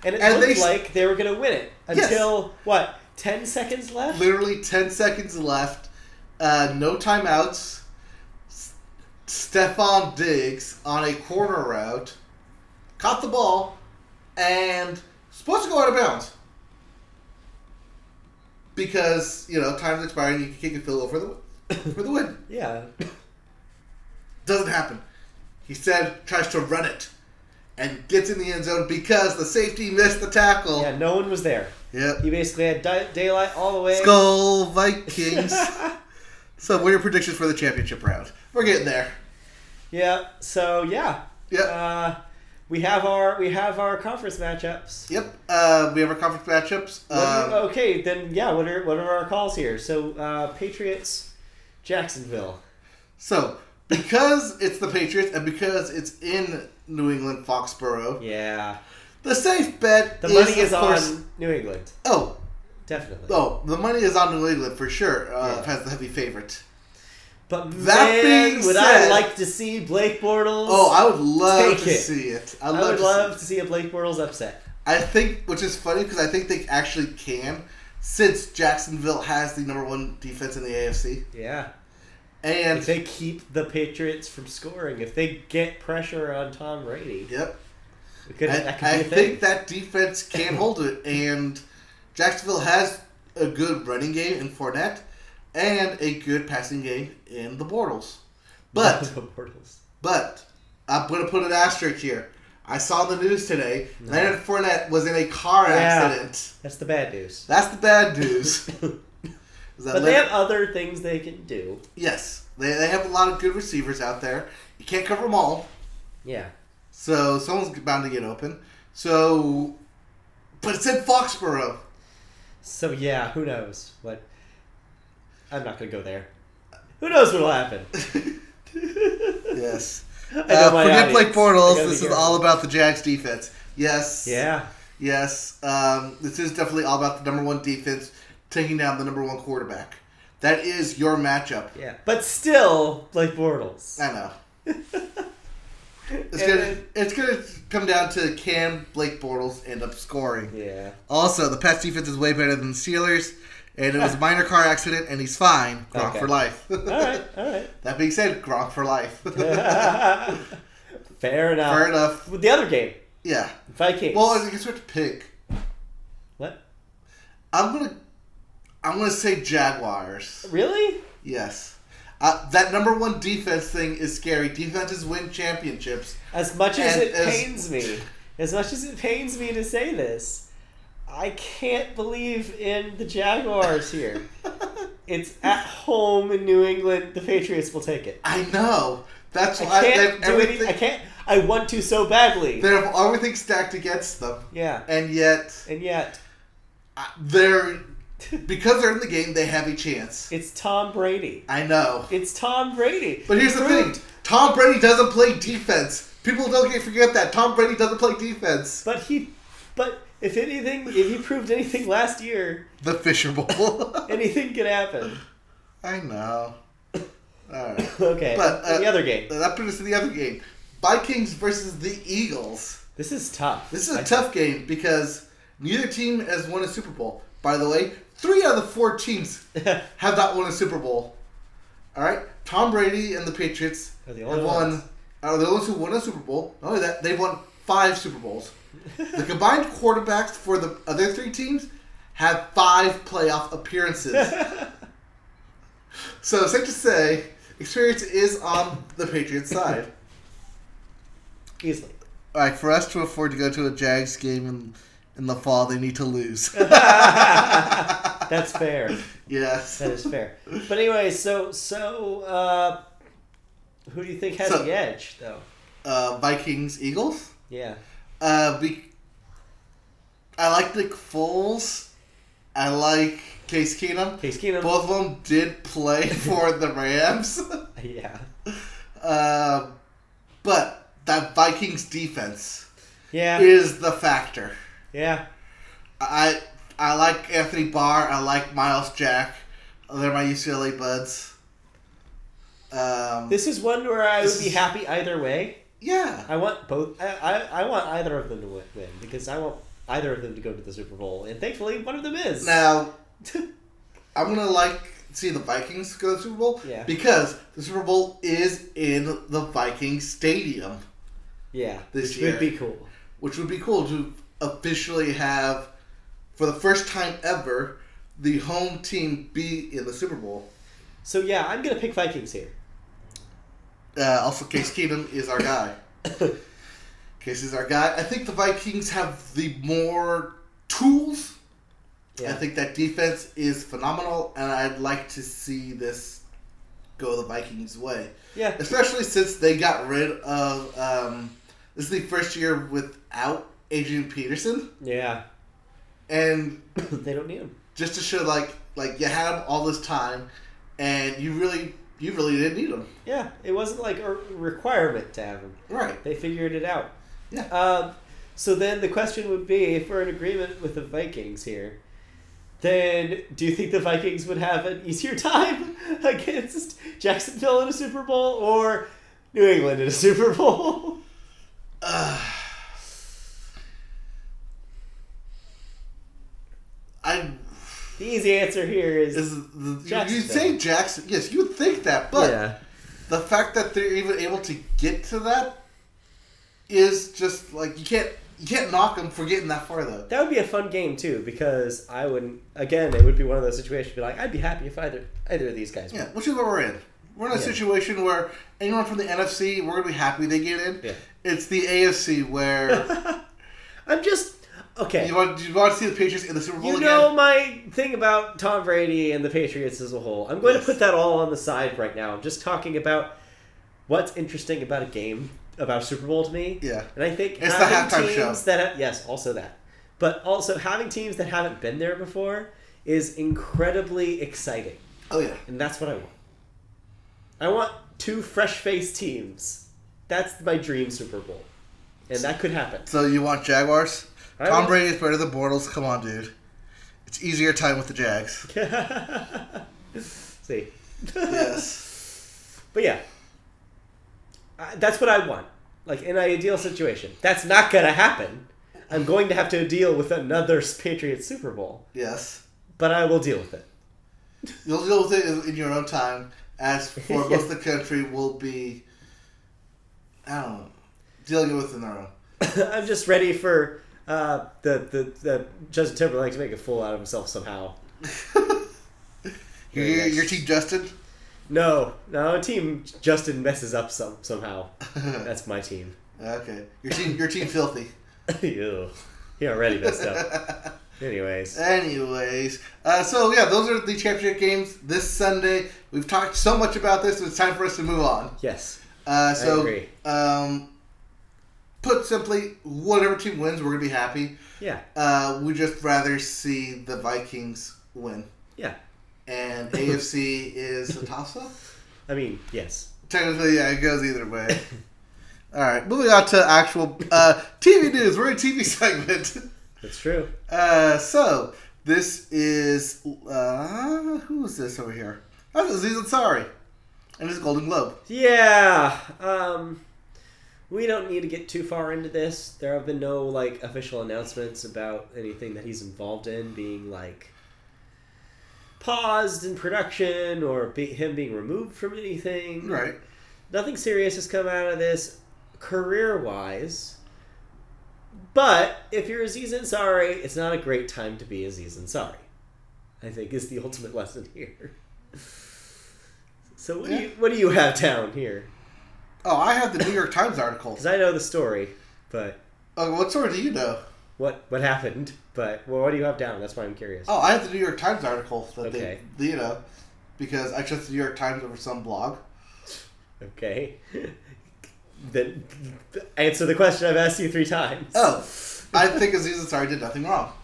and it
and
looked
they-
like they were going to win it
Yes.
until what? Ten seconds left.
literally 10 seconds left. Uh, no timeouts. S- Stefan Diggs on a corner route caught the ball and supposed to go out of bounds because you know time's expiring. You can kick a field goal for the *coughs* for the win.
Yeah.
Doesn't happen. He said tries to run it and gets in the end zone because the safety missed the tackle.
Yeah. No one was there.
Yep.
You basically had di- daylight all the way.
Skull
*laughs*
Vikings. so, what are your predictions for the championship round? We're getting there.
Yeah. So yeah.
Yep.
Uh, we have our we have our conference matchups.
Yep. Uh, we have our conference matchups.
What are-
Um,
okay, then yeah. What are what are our calls here? So uh, Patriots, Jacksonville.
so, because it's the Patriots and because it's in New England, Foxborough,
Yeah.
the safe bet
The
is,
money is
of course,
on New England,
Oh,
definitely.
oh, the money is on New England for sure. Uh,
Yeah.
Has the heavy favorite.
But man,
That being
would I
said-
like to see Blake Bortles?
Oh, I would love
Take
to
it.
see it.
I,
I'd love
would
to
love
See
to see a Blake Bortles upset.
I think, which is funny because I think they actually can, since Jacksonville has the number one defense in the AFC,
Yeah.
and
If they keep the Patriots from scoring, if they get pressure on Tom Brady,
yep,
it could,
I,
that could
I
be a thing.
think that defense
*laughs*
can hold it, and Jacksonville has a good running game in Fournette and a good passing game in the Bortles.
*laughs*
But
The Bortles.
but I'm gonna put an asterisk here. I saw the news today. Leonard Fournette was in a car
Yeah.
accident.
That's the bad news.
*laughs* That's the bad
*laughs*
news. Is
but
that
they
Leonard-
have other things they can do.
Yes, they, they have a lot of good receivers out there. You can't cover them all,
Yeah.
so someone's bound to get open. So, but it's in Foxborough. *laughs*
So yeah, who knows what? I'm not gonna go there. Who knows what'll happen? *laughs*
Yes.
I know
Uh,
my
forget
audience.
Blake
I
Bortles.
gotta be
This is
careful.
all about the Jags defense. Yes.
Yeah.
Yes. Um, this is definitely all about the number one defense taking down the number one quarterback. That is your matchup.
Yeah. But still, Blake *laughs* Bortles.
I know.
And
It's gonna
then-
it's gonna come down to can Blake Bortles end up scoring.
Yeah.
Also, the Pats defense is way better than the Steelers, and
*laughs*
it was a minor car accident, and he's fine. Gronk
Okay.
for life. *laughs*
All right. All *laughs* right.
That being said, Gronk for life.
Fair enough.
*laughs* Fair enough.
With the other game,
Yeah.
Vikings.
Well, I guess we have to pick.
what?
I'm gonna, I'm gonna say Jaguars.
Really?
Yes. Uh, that number one defense thing is scary. Defenses win championships.
As much as
And
it
as-
pains me, as much as it pains me to say this, I can't believe in the Jaguars
*laughs*
here. it's at home in New England. The Patriots will take it.
I know. That's
I
why they
can't
have
do anything.
everything.
I can't. I want to so badly.
They have everything stacked against them,
Yeah.
and yet
And yet,
uh, they're because they're in the game. They have a chance.
it's Tom Brady.
I know.
It's Tom Brady.
But here's
He
the
proved-
thing: Tom Brady doesn't play defense. People don't get forget that Tom Brady doesn't play defense.
But he, but if anything, if he proved anything last year,
The Fisher Bowl. *laughs*
anything could happen.
I know. All right.
Okay.
But, uh,
the other game.
That put us to the other game: Vikings versus the Eagles.
This is tough.
This is a
I-
tough game because neither team has won a Super Bowl. By the way, three out of the four
*laughs*
teams
They're
have not won a Super Bowl. All right, Tom Brady and the Patriots
the
have
only
won.
ones.
Are the ones who won a Super Bowl? Not only that, they've won five
*laughs*
Super Bowls. The combined quarterbacks for the other three teams have five
*laughs*
playoff appearances. *laughs* so, safe to say, experience is on the Patriots' side.
Easily.
All right, for us to afford to go to a Jags game in, in the fall, they need
*laughs*
to lose.
That's fair.
yes.
That is fair. But anyway, so so uh, who do you think has
So-
the edge though?
Uh, Vikings, Eagles.
Yeah.
Uh, be- I like Nick Foles. I like Case Keenum.
Case Keenum.
Both of them did play
*laughs*
for the Rams.
yeah.
Uh, but that Vikings defense
Yeah.
is the factor.
Yeah.
I I like Anthony Barr. I like Miles Jack. They're my UCLA buds. Um,
This is one where I would
This
be
is-
happy either way.
yeah,
I want both. I, I, I want either of them to win win, because I want either of them to go to the Super Bowl, and thankfully one of them is.
Now, I'm gonna like see the Vikings go to the Super Bowl
Yeah.
because the Super Bowl is in the Viking Stadium,
*laughs* yeah,
This
which
year.
would be cool.
which would be cool to officially have, for the first time ever, the home team be in the Super Bowl.
So yeah, I'm gonna pick Vikings here.
Uh, also,
*laughs*
Case Keenum is our guy. Case is our guy. I think the Vikings have the more tools.
Yeah.
I think that defense is phenomenal, and I'd like to see this go the Vikings' way.
Yeah.
Especially since they got rid of. Um, this is the first year without Adrian Peterson,
Yeah.
and
they don't need him.
just to show like like you had him all this time, and you really you really didn't need him,
Yeah. It wasn't like a requirement to have him.
right? *sighs*
They figured it out.
Yeah.
Um, so then the question would be if we're in agreement with the Vikings here, then do you think the Vikings would have an easier *laughs* time against Jacksonville in a Super Bowl or New England in a *laughs* Super Bowl?
Uh, I
the easy answer here is.
is the, you
Jacksonville.
say Jackson. Yes, you would think that, but
yeah.
the fact that they're even able to get to that is just like you can't you can't knock them for getting that far though.
That would be a fun game too, because I wouldn't. Again, it would be one of those situations. Be like, I'd be happy if either either of these guys.
Yeah, which is what we're in. We're in a
Yeah.
situation were anyone from the NFC, we're gonna be happy they get in.
Yeah.
It's the AFC where
*laughs* won. I'm just okay.
you want you want to see the Patriots in the Super Bowl
You
again.
know my thing about Tom Brady and the Patriots as a whole. I'm going
Yes.
to put that all on the side right now. I'm just talking about what's interesting about a game about a Super Bowl to me.
Yeah.
And I think
It's the
having
halftime show.
teams that have, yes, also that, but also having teams that haven't been there before is incredibly exciting,
Oh yeah.
and that's what I want. I want two fresh-faced teams. That's my dream Super Bowl, and that could happen. *laughs*
So you want Jaguars?
I
Tom
want-
Brady is better than Bortles. Come on, dude. It's easier time with the Jags.
See.
Yes.
But yeah, I, that's what I want. Like in an ideal situation, that's not gonna happen. I'm going to have to deal with another Patriots Super Bowl,
Yes.
but I will deal with it. *laughs*
You'll deal with it in your own time.
*laughs*
As for most of the country, will be, I don't know, dealing with it in their own. *laughs*
I'm just ready for uh, the, the the Justin Timberlake to make a fool out of himself somehow.
Your,
Very
your,
nice.
your team, Justin. *laughs*
No, no, team Justin messes up some somehow. That's my team. *laughs*
okay. Your team, your team, filthy.
Ew. He already messed up. Anyways,
Anyways, uh, so yeah, those are the championship games this Sunday. We've talked so much about this, it's time for us to move on.
yes,
Uh, so,
agree.
Um, put simply, whatever team wins, we're gonna be happy.
yeah,
Uh, we just rather see the Vikings win,
yeah. *laughs*
and AFC is a toss-up.
I mean, yes.
Technically, yeah, it goes either way.
*laughs*
All right, moving on to actual uh, TV news. We're in TV segment. *laughs*
That's true.
Uh, so this is uh, who is this over here? Oh, this is Ansari, and it's Golden Globe.
Yeah. Um, we don't need to get too far into this. There have been no like official announcements about anything that he's involved in being like paused in production or be- him being removed from anything.
Right.
Nothing serious has come out of this career wise. But if you're Aziz Ansari, it's not a great time to be Aziz Ansari. I think is the *laughs* ultimate lesson here. So what do you what do you have down here?
Oh, I have the New York Times article.
Because I know the story, but
Oh, what story do you know?
what what happened? But well, what do you have down? That's why I'm curious.
Oh, I have the New York Times article that
Okay.
they, you know, because I trust the New York Times over some blog.
Okay. *laughs* then answer the question I've asked you three times.
Oh, I think Aziz Ansari did nothing wrong.
*laughs*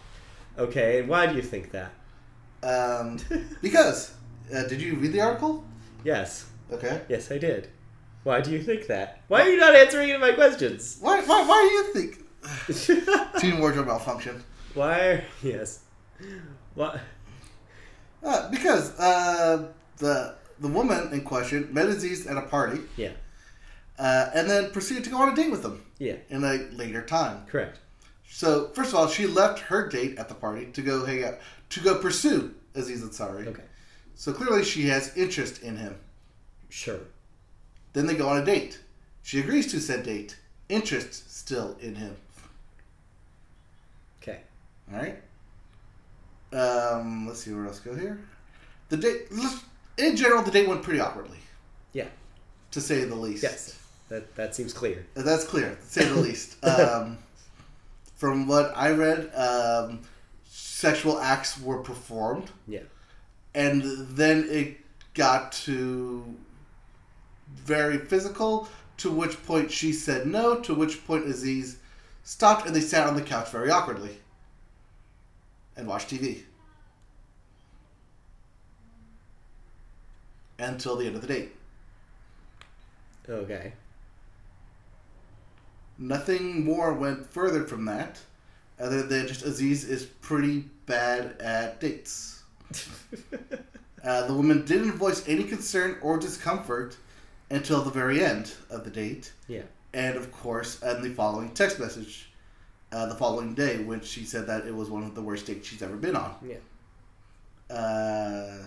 Okay, and why do you think that?
Um, because uh, did you read the article?
Yes.
Okay.
Yes, I did. Why do you think that? Why are you not answering any of my
*laughs*
questions?
Why? Why? Why do you think *sighs* teen wardrobe malfunction?
why? Are, yes. Why?
Uh, because uh, the the woman in question met Aziz at a party,
Yeah.
uh, and then proceeded to go on a date with him
Yeah.
in a later time.
Correct.
So first of all, she left her date at the party to go hang out to go pursue Aziz Ansari.
Okay.
So clearly, she has interest in him.
Sure.
Then they go on a date. She agrees to said date. Interest still in him.
Okay.
All right. Um, let's see where else go here. The date, in general, the date went pretty awkwardly,
Yeah.
to say the least.
Yes. That that seems clear.
Uh, That's clear, to say the least. Um, from what I read, um, sexual acts were performed,
Yeah.
and then it got to very physical, to which point she said no, to which point Aziz stopped and they sat on the couch very awkwardly and watched TV. Until the end of the date.
Okay. *laughs*
Nothing more went further from that, other than just Aziz is pretty bad at dates. Uh, the woman didn't voice any concern or discomfort until the very end of the date,
yeah.
and of course, in the following text message uh, the following day when she said that it was one of the worst dates she's ever been on.
Yeah.
Uh,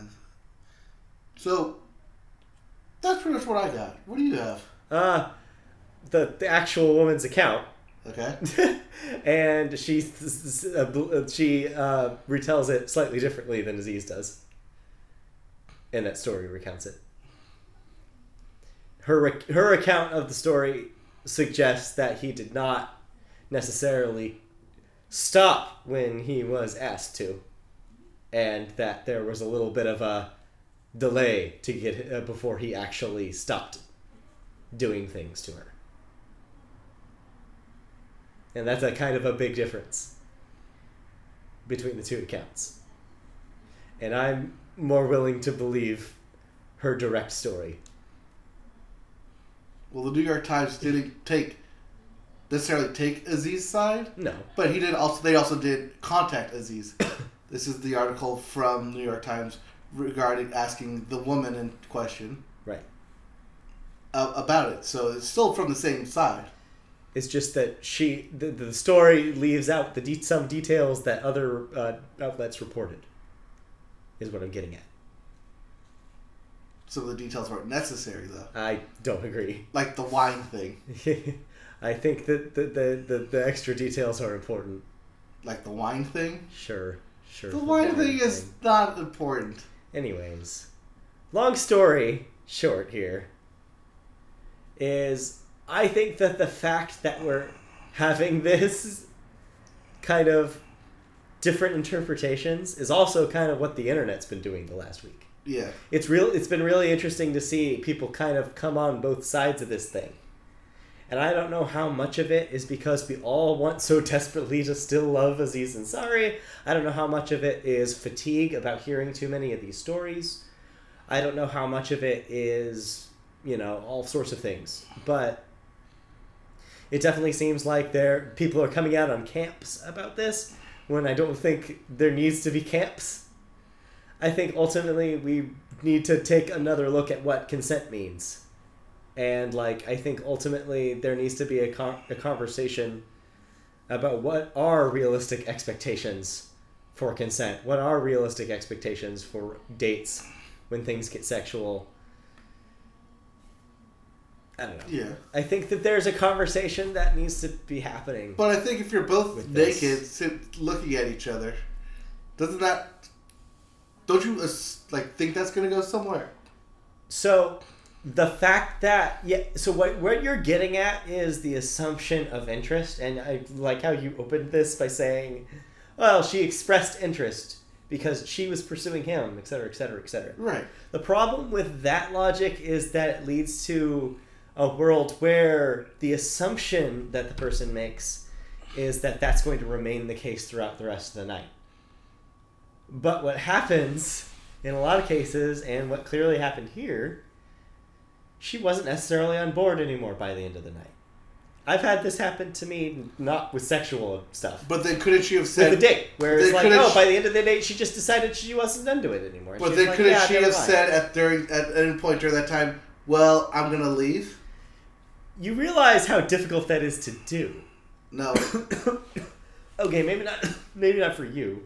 so that's pretty much what I got. What do you have?
Uh, the, the actual woman's account.
Okay.
*laughs* and she s- s- uh, bl- uh, she uh, retells it slightly differently than Aziz does. And that story recounts it. Her rec- her account of the story suggests that he did not necessarily stop when he was asked to, and that there was a little bit of a delay to get uh, before he actually stopped doing things to her. And that's a kind of a big difference between the two accounts. And I'm more willing to believe her direct story.
Well, the New York Times didn't take necessarily take Aziz's side,
No.
but he did also. They also did
*coughs*
contact Aziz. this is the article from New York Times regarding asking the woman in question
Right.
uh, about it. So it's still from the same side.
It's just that she the, the story leaves out the de- some details that other uh, outlets reported. Is what I'm getting at.
Some of the details weren't necessary though,
I don't agree. *laughs*
like the wine thing,
I think that the, the, the, the extra details are important.
like the wine thing.
Sure, sure.
The
for
wine
the
thing is
thing.
not important.
Anyways, long story short here is I think that the fact that we're having this kind of different interpretations is also kind of what the internet's been doing the last week.
Yeah.
It's real it's been really interesting to see people kind of come on both sides of this thing. And I don't know how much of it is because we all want so desperately to still love Aziz Ansari. I don't know how much of it is fatigue about hearing too many of these stories. I don't know how much of it is, you know, all sorts of things. But it definitely seems like there people are coming out on camps about this when I don't think there needs to be camps. I think ultimately we need to take another look at what consent means and like i think ultimately there needs to be a, con- a conversation about what are realistic expectations for consent what are realistic expectations for dates when things get sexual i don't know
Yeah.
i think that there's a conversation that needs to be happening
But I think if you're both
With this.
naked, sit, looking at each other, doesn't that? Don't you uh, s- like think that's gonna go somewhere?
so the fact that yeah so what, what you're getting at is the assumption of interest and i like how you opened this by saying well she expressed interest because she was pursuing him et cetera, et cetera, et cetera.
Right.
the problem with that logic is that it leads to a world where the assumption that the person makes is that that's going to remain the case throughout the rest of the night but what happens in a lot of cases, and what clearly happened here, she wasn't necessarily on board anymore by the end of the night. I've had this happen to me, not with sexual stuff,
But then couldn't she have
with
said?
a date, where it's
then
like,
couldn't
oh,
she-
by the end of the date, she just decided she wasn't into it anymore. And
But
she's
then
like,
couldn't
"Yeah,
she
never
have
mind."
said at during at any point during that time? Well, I'm gonna leave.
You realize how difficult that is to do. *coughs*
No,
okay, maybe not *coughs* maybe not for you,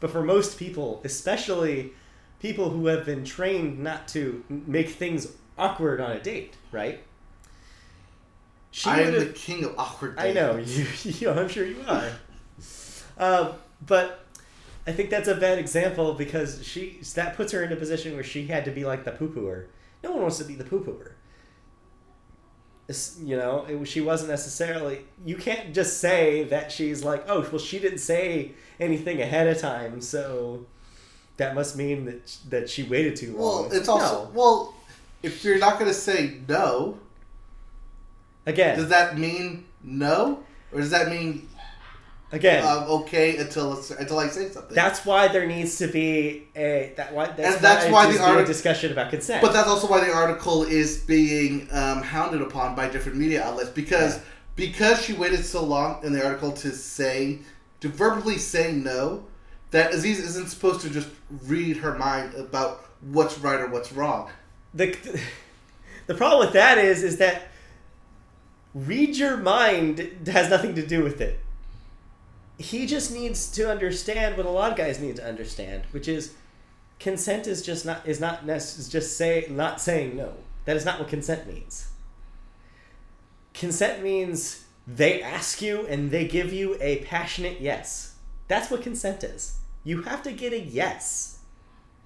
but for most people, especially people who have been trained not to m- make things awkward on a date, right? She
I am the
would've-
king of awkward.
I
dates.
know you, you. *laughs* I'm sure you are. um, but I think that's a bad example because she that puts her in a position where she had to be like the poo pooer. No one wants to be the poo pooer. It's- You know, it, was- she wasn't necessarily. You can't just say that she's like, oh, well, she didn't say anything ahead of time, so that must mean that that she waited too long.
Well, it's also
No.
well. If you're not going to say no,
again
does that mean no, or does that mean
again.
um, okay until it's- until I say something?
that's why there needs to be a that why that's,
And that's
why,
why
it needs
the
to be a
artic-
discussion about consent.
But that's also why the article is being um, hounded upon by different media outlets because because she waited so long in the article to say to verbally say no, that Aziz isn't supposed to just read her mind about what's right or what's wrong.
the *laughs* the problem with that is is that read your mind has nothing to do with it. He just needs to understand what a lot of guys need to understand, which is consent is just not is not nec- is just say not saying no. That is not what consent means. Consent means they ask you and they give you a passionate yes. That's what consent is. You have to get a yes.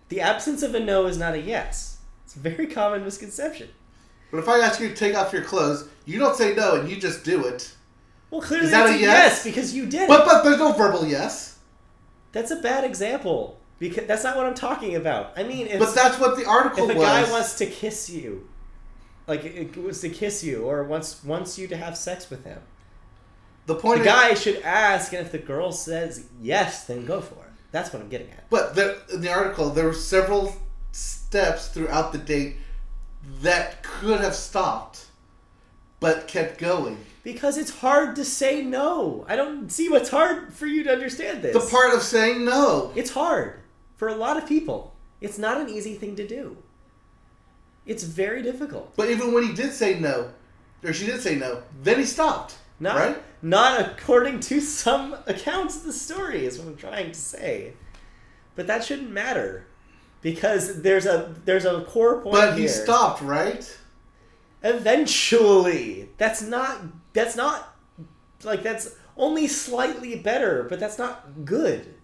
The absence of a no is not a yes. It's a very common misconception.
But if I ask you to take off your clothes, you don't say no and you just do it.
Well, clearly
Is that
that's
a
a
yes?
yes? because you did.
But
it.
but there's no verbal yes.
That's a bad example because that's not what I'm talking about. I mean, if,
But that's what the article
if a
was.
guy wants to kiss you, like it it wants to kiss you or wants wants you to have sex with him,
the
the
point is-
guy should ask, and if the girl says yes, then go for it. That's what I'm getting at.
But the, in the article, there were several steps throughout the date that could have stopped, but kept going.
Because it's hard to say no. I don't see what's hard for you to understand this.
The part of saying no.
It's hard for a lot of people. It's not an easy thing to do. It's very difficult.
But even when he did say no, or she did say no, then he stopped.
Not,
Right?
not according to some accounts of the story is what I'm trying to say. But that shouldn't matter because there's a there's a core point.
But he
here.
stopped, right?
Eventually, that's not that's not like that's only slightly better, but that's not good.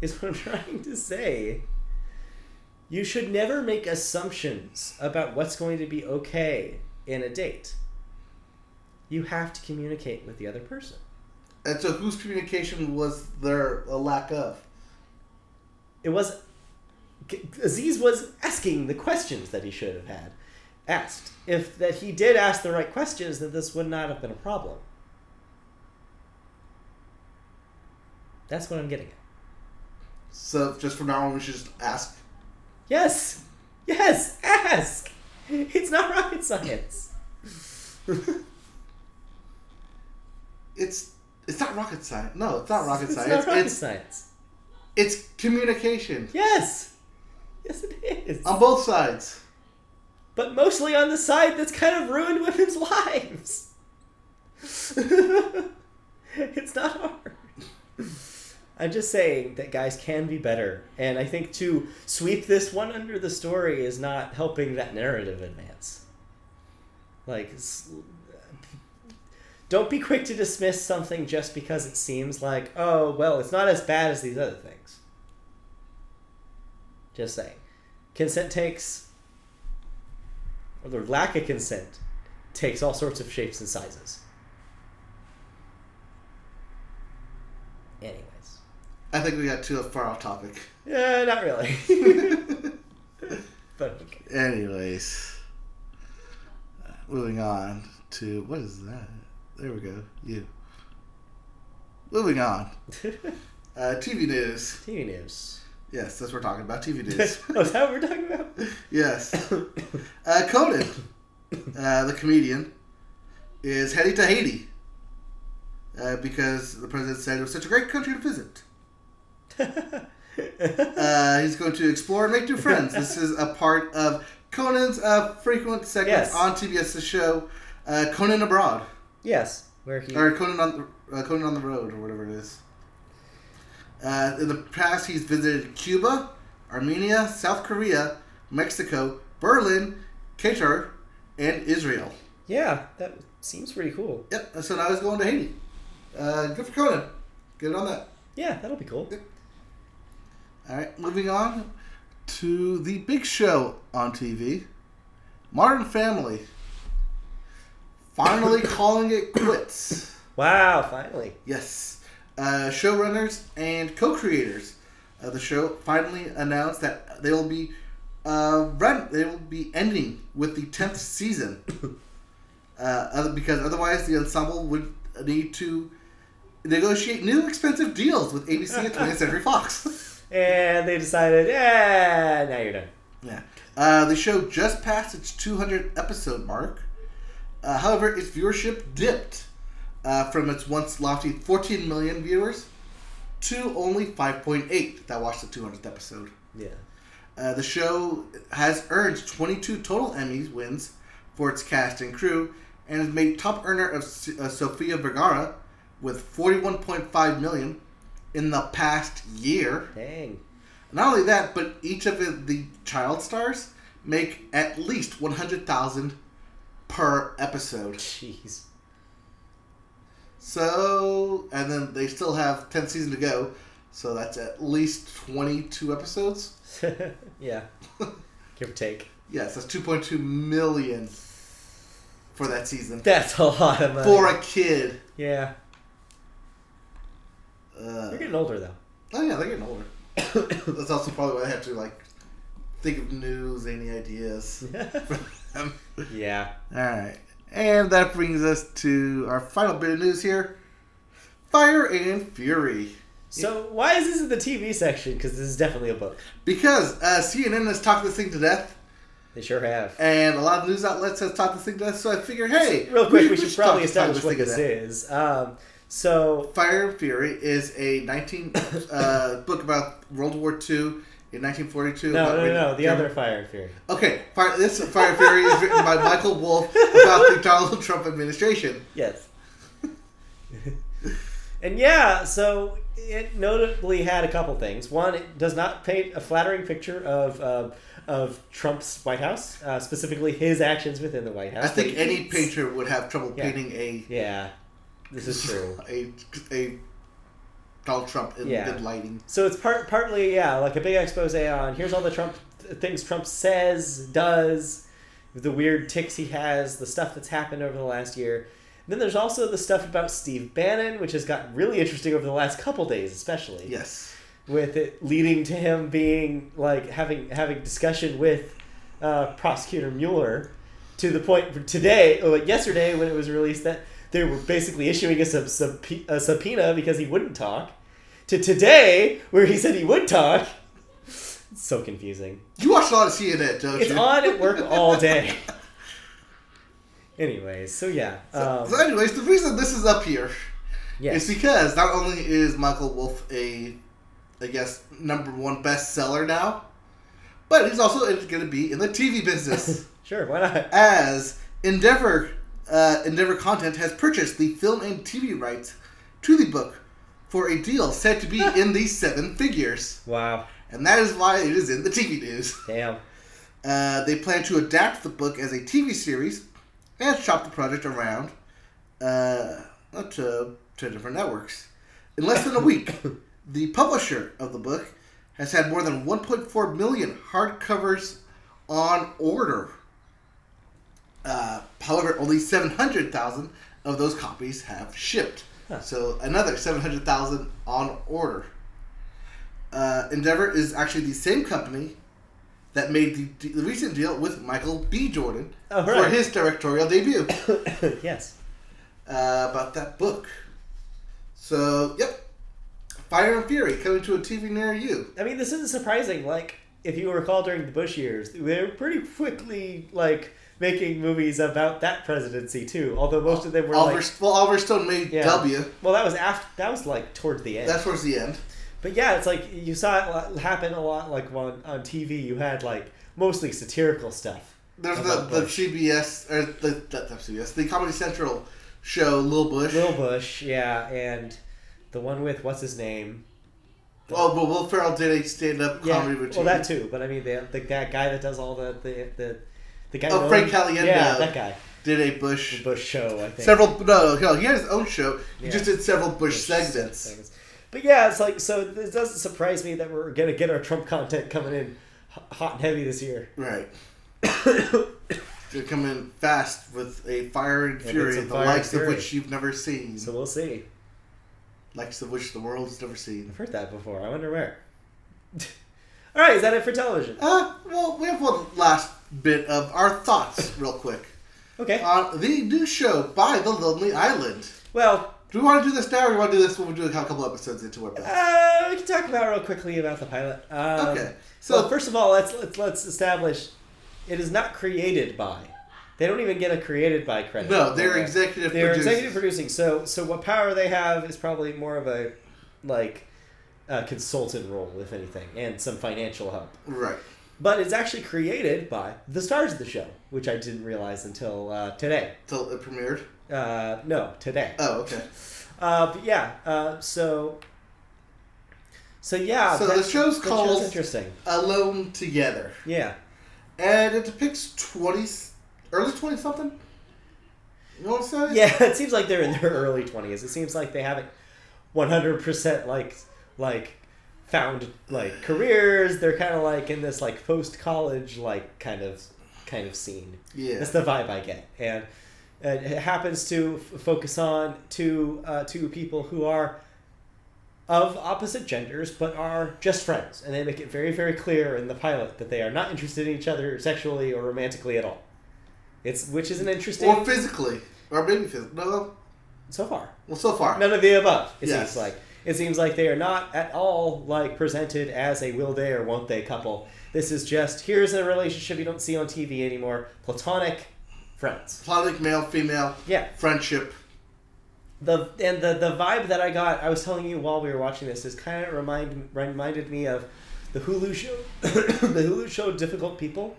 Is what I'm *laughs* trying to say. You should never make assumptions about what's going to be okay in a date. You have to communicate with the other person.
And so whose communication was there a lack of?
it was Aziz was asking the questions that he should have had asked. If that he did ask the right questions, then this would not have been a problem. That's what I'm getting at.
So just from now on, we should just ask.
Yes, yes, ask. It's not rocket science.
It's it's not rocket science. No, it's not rocket science.
*laughs* It's not rocket
it's,
science.
it's communication
Yes, yes, it is.
on both sides.
but mostly on the side that's kind of ruined women's *laughs* lives. it's not hard. I'm just saying that guys can be better, and I think to sweep this one under the story is not helping that narrative advance. Like, s- don't be quick to dismiss something just because it seems like, oh, well, it's not as bad as these other things. Just saying. Consent takes or their lack of consent takes all sorts of shapes and sizes. Anyways.
I think we got too far off topic.
Yeah, Eh, not really. but okay.
Anyways, moving on to what is that? There we go. You. Moving on.
*laughs*
Uh, TV news.
TV news.
Yes, that's what we're talking about. TV news. *laughs*
oh, *laughs* is that what we're talking about?
yes. Uh, Conan, uh, the comedian, is heading to Haiti uh, because the president said it was such a great country to visit. *laughs* Uh, he's going to explore and make new friends. this is a part of Conan's uh, frequent segments
Yes.
on TBS's show, uh, Conan Abroad
*laughs* yes. Where he
or Conan on the, uh, Conan on the Road or whatever it is. Uh, in the past, he's visited Cuba, Armenia, South Korea, Mexico, Berlin, Qatar, and Israel.
Yeah, that seems pretty cool.
Yep. So now he's going to Haiti. Uh, good for Conan. Good on that.
Yeah, that'll be cool.
All right, moving on to the big show on TV, Modern Family. Finally calling it quits.
Wow, finally.
Yes, uh, showrunners and co-creators uh, the show finally announced that they will be uh, run. They will be ending with the tenth season, uh, other- because otherwise the ensemble would need to negotiate new expensive deals with ABC and 20th Century Fox.
And they decided, yeah, now you're done.
yeah, uh, the show just passed its 200 episode mark. Uh, however, its viewership dipped uh, from its once lofty 14 million viewers to only 5.8 that watched the 200th episode.
Yeah.
Uh, the show has earned 22 total Emmys wins for its cast and crew, and has made top earner of S- uh, Sofia Vergara with 41.5 million in the past year.
Dang.
Not only that, but each of the- the child stars make at least 100,000 per episode.
Jeez. *laughs*
So, and then they still have 10 season to go, so that's at least 22 episodes.
yeah. Give or take.
Yes, that's 2.2 million for that season
*laughs* That's a lot of money.
for a kid.
yeah.
Uh,
You're getting older, though.
oh yeah, they're getting older. *coughs* That's also probably why I have to like think of new zany ideas. for them.
yeah.
All right, and that brings us to our final bit of news here: Fire and Fury.
So why is this in the TV section? Because this is definitely a book.
Because uh, CNN has talked this thing to death,
They sure have.
and a lot of news outlets has talked this thing to death. So I figure, hey,
Real quick, we should
talk-
probably
talk
establish
thing
what
to
this
death.
is. Um, so
Fire and Fury is a 19 uh, book about World War II in 1942.
no, no,
about
no,
Red-
no, the
German-
other Fire and Fury.
Okay, Fire, this Fire and Fury is written by Michael Wolff about the Donald Trump administration.
Yes. *laughs* and yeah, so it notably had a couple things. One, it does not paint a flattering picture of uh, of Trump's White House, uh, specifically his actions within the White House.
I think
But-
any painter would have trouble
Yeah.
painting a
Yeah, this
*laughs*
is true.
a a Donald Trump in
Yeah.
good lighting.
So it's part partly yeah, like a big expose on here's all the Trump th- things Trump says, does, the weird ticks he has, the stuff that's happened over the last year. And then there's also the stuff about Steve Bannon, which has gotten really interesting over the last couple days, especially *laughs*
Yes,
with it leading to him being like having having discussion with uh, prosecutor Mueller to the point for today, or like yesterday when it was released that they were basically issuing a, sub, subpe- a subpoena because he wouldn't talk. To today, where he said he would talk. It's so confusing.
you watch a lot of CNN, don't
It's
you?
on at
*laughs*
work all day. Anyways, so yeah, um,
so, anyways, the reason this is up here
yeah,
It's because not only is Michael Wolf a, I guess, number one bestseller now, but he's also going to be in the
*laughs*
TV business
sure, why not?
as Endeavor uh, Endeavor Content has purchased the film and TV rights to the book for a deal said
*laughs*
to be in the seven figures,
Wow,
and that is why it is in the TV news.
damn, *laughs*
Uh, they plan to adapt the book as a TV series and shop the project around uh, to, to different networks. In less than a week,
*laughs*
the publisher of the book has had more than 1.4 million hardcovers on order. Uh, however, only 700,000 of those copies have shipped. So another 700,000 on order. Uh, Endeavor is actually the same company that made the, the recent deal with Michael B. Jordan
Oh,
for
right.
his directorial debut
yes,
uh, about that book. So, yep. Fire and Fury coming to a TV near you.
I mean, this isn't surprising. Like, if you recall during the Bush years, they were pretty quickly like making movies about that presidency too. Although most of them were
Oliver,
like,
well, Oliver Stone made
Yeah.
W.
well, that was after that was like towards the end.
That's towards the end.
But yeah, it's like you saw it lo- happen a lot. Like on on TV, you had like mostly satirical stuff.
There's the,
about
the
Bush.
CBS, or the, the, the CBS, the Comedy Central show, Lil Bush.
Lil Bush, yeah, and the one with what's his name.
Oh, but Will Ferrell did a stand-up
Yeah,
comedy routine.
well, that too. But I mean, the, the that guy that does all the the the, the guy.
Oh,
known-
Frank Caliendo.
Yeah, that guy.
Did a Bush,
Bush show, I think.
several, no, no, he had his own show. He
Yeah.
just did several Bush, segments.
segments. But yeah, it's like so. It doesn't surprise me that we're gonna get our Trump content coming in h- hot and heavy this
*coughs*
year.
Right. They come in fast with a fire and
Yeah,
fury,
it's a
the
fire and
likes
fury.
of which you've never seen,
So we'll see.
likes of which the world's never seen.
I've heard that before. I wonder where. *laughs* All right, is that it for television?
Uh, well, we have one last bit of our thoughts, *laughs* real quick,
Okay.
on the new show by The Lonely Island.
Well,
Do we want to do this now, or do we want to do this when we do a couple episodes into it?
uh, we can talk about real quickly about the pilot. Um,
Okay,
So
so-
first of all, let's, let's let's establish it is not created by. They don't even get a created by credit.
No, they're
Okay.
executive
They're
producers.
executive producing. So so what power they have is probably more of a like a consultant role, if anything, and some financial help.
Right.
But it's actually created by the stars of the show, which I didn't realize until uh, today.
Till it premiered.
Uh, no, today.
Oh, okay.
Uh, but yeah, uh, so. So yeah,
So
that-
the show's
that
called-
interesting.
Alone Together.
Yeah,
And it depicts 20, early 20 something? You want to
*laughs*
say?
yeah. It seems like they're in their early twenties. It seems like they haven't one hundred percent like like found like careers. They're kind of like in this like post college like kind of kind of scene.
Yeah.
That's the vibe I get, and and it happens to f- focus on two uh, two people who are of opposite genders but are just friends, and they make it very very clear in the pilot that they are not interested in each other sexually or romantically at all. It's which is an interesting
Or physically. Or maybe physically. No,
so far.
well, so far.
None of the above. It
Yes.
seems like it seems like they are not at all like presented as a will they or won't they couple. This is just here's a relationship you don't see on TV anymore, platonic friends.
Platonic male, female,
Yeah.
friendship.
the and the the vibe that I got, I was telling you while we were watching this, is kind of remind reminded me of the Hulu show, *coughs* the Hulu show Difficult People,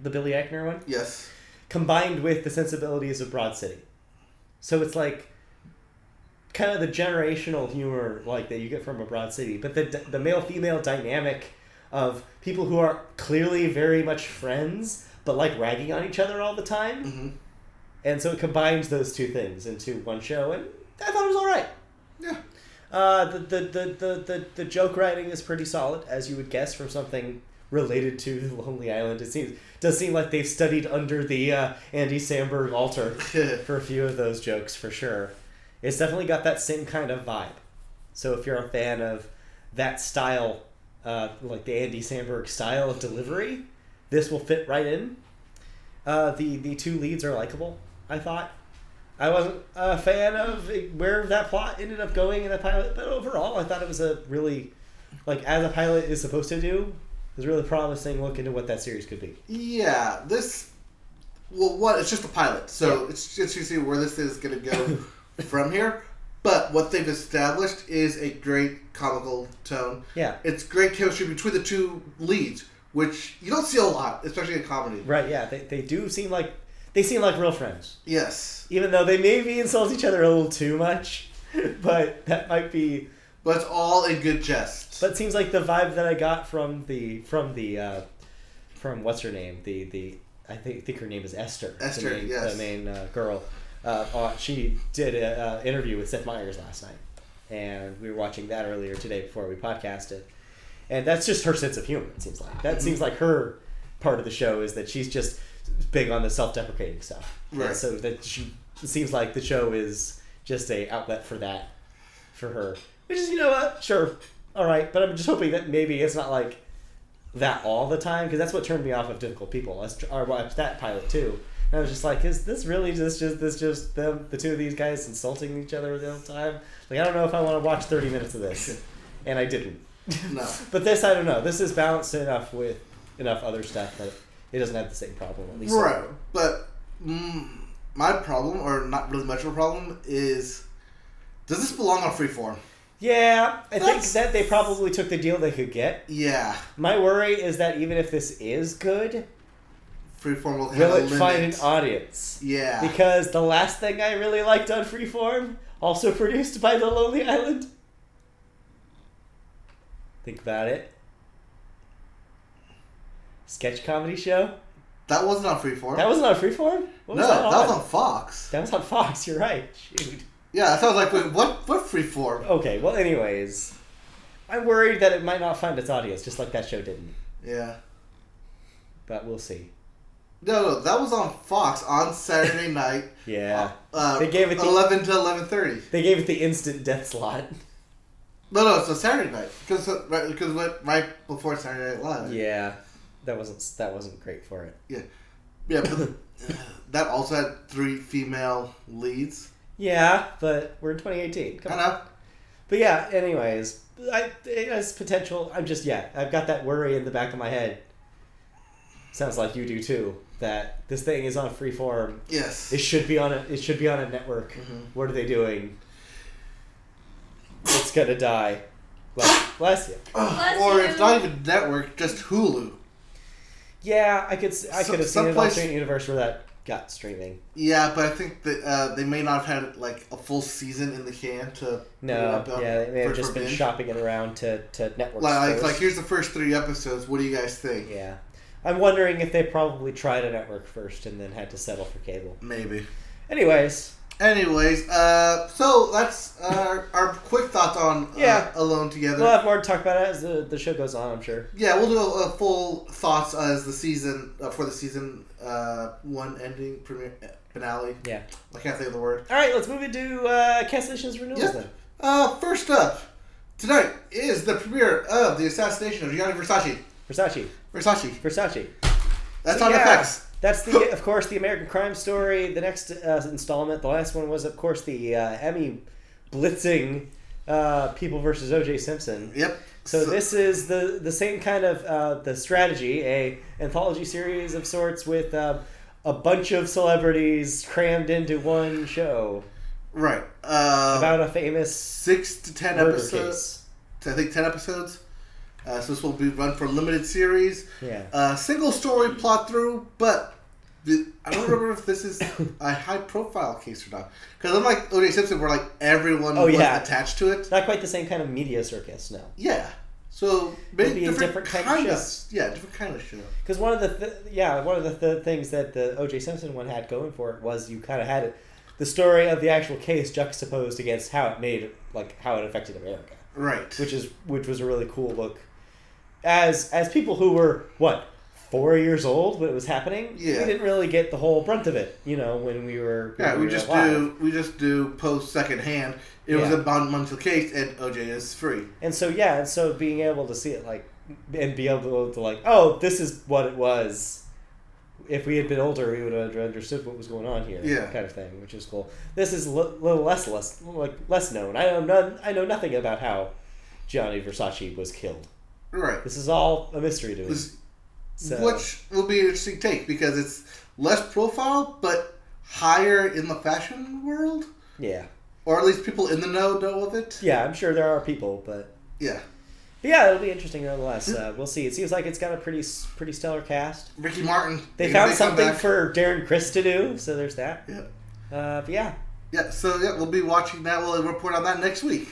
the Billy Eichner one,
Yes.
combined with the sensibilities of Broad City. So it's like kind of the generational humor like that you get from a Broad City, but the the male female dynamic of people who are clearly very much friends but like ragging on each other all the time.
hmm
And so it combines those two things into one show, and I thought it was all right.
Yeah.
Uh, the, the, the, the, the, the joke writing is pretty solid, as you would guess from something related to *laughs* the Lonely Island. It seems does seem like they've studied under the uh, Andy Samberg altar for a few of those jokes for sure. It's definitely got that same kind of vibe. So if you're a fan of that style, uh, like the Andy Samberg style of delivery, this will fit right in. Uh, the the two leads are likable. I thought I wasn't a fan of where that plot ended up going in the pilot, but overall, I thought it was a really like as a pilot is supposed to do. It was a really promising look into what that series could be.
yeah. This. Well, what? It's just a pilot. So
Yeah.
it's just to see where this is going to go *laughs* from here. But what they've established is a great comical tone.
Yeah.
It's great chemistry between the two leads, which you don't see a lot, especially in comedy.
Right, yeah, they, they do seem like they seem like real friends,
Yes.
even though they maybe insult each other a little too much. *laughs* But that might be.
But it's all in good jest.
But it seems like the vibe that I got from the from the uh, from what's her name the the I think think her name is Esther. the
Esther,
main-
yes.
the main uh, girl. Uh, uh, she did an uh, interview with Seth Meyers last night, and we were watching that earlier today before we podcasted. and that's just her sense of humor. It seems like
Mm-hmm.
that seems like her part of the show is that she's just big on the self-deprecating stuff. And
Right.
so that she it seems like the show is just a outlet for that for her, which is you know what, sure, all right. But I'm just hoping that maybe it's not like that all the time because that's what turned me off of difficult people. I st- or watched that pilot too. And I was just like, is this really just just this just them the two of these guys insulting each other the whole time? Like I don't know if I want to watch thirty minutes of this,
*laughs*
and I didn't.
No.
*laughs* But this, I don't know. This is balanced enough with enough other stuff that it doesn't have the same problem. At least,
Right, but mm, my problem, or not really much of a problem, is does this belong on freeform?
Yeah, I think
That's-
that they probably took the deal they could get.
Yeah,
My worry is that even if this is good,
freeform will have
will
a
it
limit.
find an audience?
yeah,
Because the last thing I really liked on Freeform, also *laughs* produced by The Lonely Island. Think about it. Sketch comedy show.
that wasn't on freeform.
That wasn't on Freeform. What was that,
no, that,
on?
was on Fox.
That was on Fox. *laughs* You're right. Shoot.
Yeah, that sounds like wait, what? What freeform?
Okay, well, anyways, I'm worried that it might not find its audience, just like that show didn't.
Yeah,
But we'll see.
no, no, that was on Fox
*laughs*
on Saturday night.
Yeah,
uh,
They gave it the-
eleven to eleven thirty.
they gave it the instant death slot.
No, no, it's on Saturday night because right, because what right before Saturday Night Live.
Yeah, that wasn't that wasn't great for it.
Yeah, but
*laughs*
uh, that also had three female leads.
Yeah, but we're in 2018. Come
I
on.
know.
But yeah, anyways, I it has potential. I'm just yeah, I've got that worry in the back of my head. Sounds like you do too. That this thing is on freeform.
Yes.
It should be on a it should be on a network.
Mhm.
What are they doing? It's gonna die. Bless, bless you.
Ugh,
Bless
or
you.
it's not even network, just Hulu.
Yeah, I could s- I
So-
could have seen an
someplace-
alternate universe where that got streaming.
Yeah, but I think that uh, they may not have had like a full season in the can to put it
No,
up on-
yeah, they may
for-
have just
for
been
binge.
shopping it around to to networks.
Like, like,
first.
like, here's the first three episodes. What do you guys think?
Yeah. I'm wondering if they probably tried a network first and then had to settle for cable.
Maybe.
Anyways,
Anyways, uh, so that's uh, our quick thoughts on uh,
Yeah.
Alone Together.
we'll have more to talk about it as the, the show goes on, I'm sure.
yeah, we'll do a, a full thoughts as the season uh, for the season uh, one ending premiere uh, finale.
Yeah.
I can't think of the word.
All right, let's move into uh, cancellations renewals
Yep.
then.
Uh, first up tonight is the premiere of the assassination of Gianni Versace.
Versace.
Versace.
Versace.
That's
So,
on
yeah,
FX.
That's
*laughs*
the, of course, the American Crime Story. The next uh, installment, the last one was, of course, the uh, Emmy blitzing uh, People versus O.J. Simpson.
Yep.
So this is the the same kind of uh, the strategy, a anthology series of sorts with um, a bunch of celebrities crammed into one show
right uh,
about a famous
six to ten
murder
episodes.
case.
I think ten episodes. Uh, so this will be run for a limited series.
Yeah,
Uh, single story plot through, but the, I don't remember if this is
*coughs*
a high profile case or not. Because unlike O.J. Simpson, where like everyone
Oh,
was
yeah.
attached to it.
not quite the same kind of media circus, no.
Yeah. So maybe
be a
different,
different
kind,
kind of
of,
show.
yeah, different kind of show.
Because one of the th- yeah one of the th- things that the O.J. Simpson one had going for it was you kind of had it, the story of the actual case juxtaposed against how it made like how it affected America.
Right.
which is which was a really cool look. As as people who were what four years old when it was happening,
Yeah.
we didn't really get the whole brunt of it. You know, when we were when
yeah, we
were
just
alive.
do we just do post second hand. It was
Yeah.
a bond monthly case, and OJ is free.
and so yeah, and so being able to see it like and be able to like, oh, this is what it was. If we had been older, we would have understood what was going on here,
Yeah.
kind of thing, which is cool. This is a little less less like less known. I know none. I know nothing about how Gianni Versace was killed.
Right.
This is all a mystery to me.
This-
So-
Which will be an interesting take because it's less profile but higher in the fashion world,
yeah.
or at least people in the know know of it.
Yeah, I'm sure there are people, but,
Yeah,
but yeah, it'll be interesting nonetheless. Uh, we'll see. It seems like it's got a pretty s- pretty stellar cast.
Ricky Martin.
They
making a
found
big
something
comeback.
for Darren Chris to do, so there's that.
Yeah.
Uh, but yeah,
Yeah, so yeah, we'll be watching that. We'll report on that next week.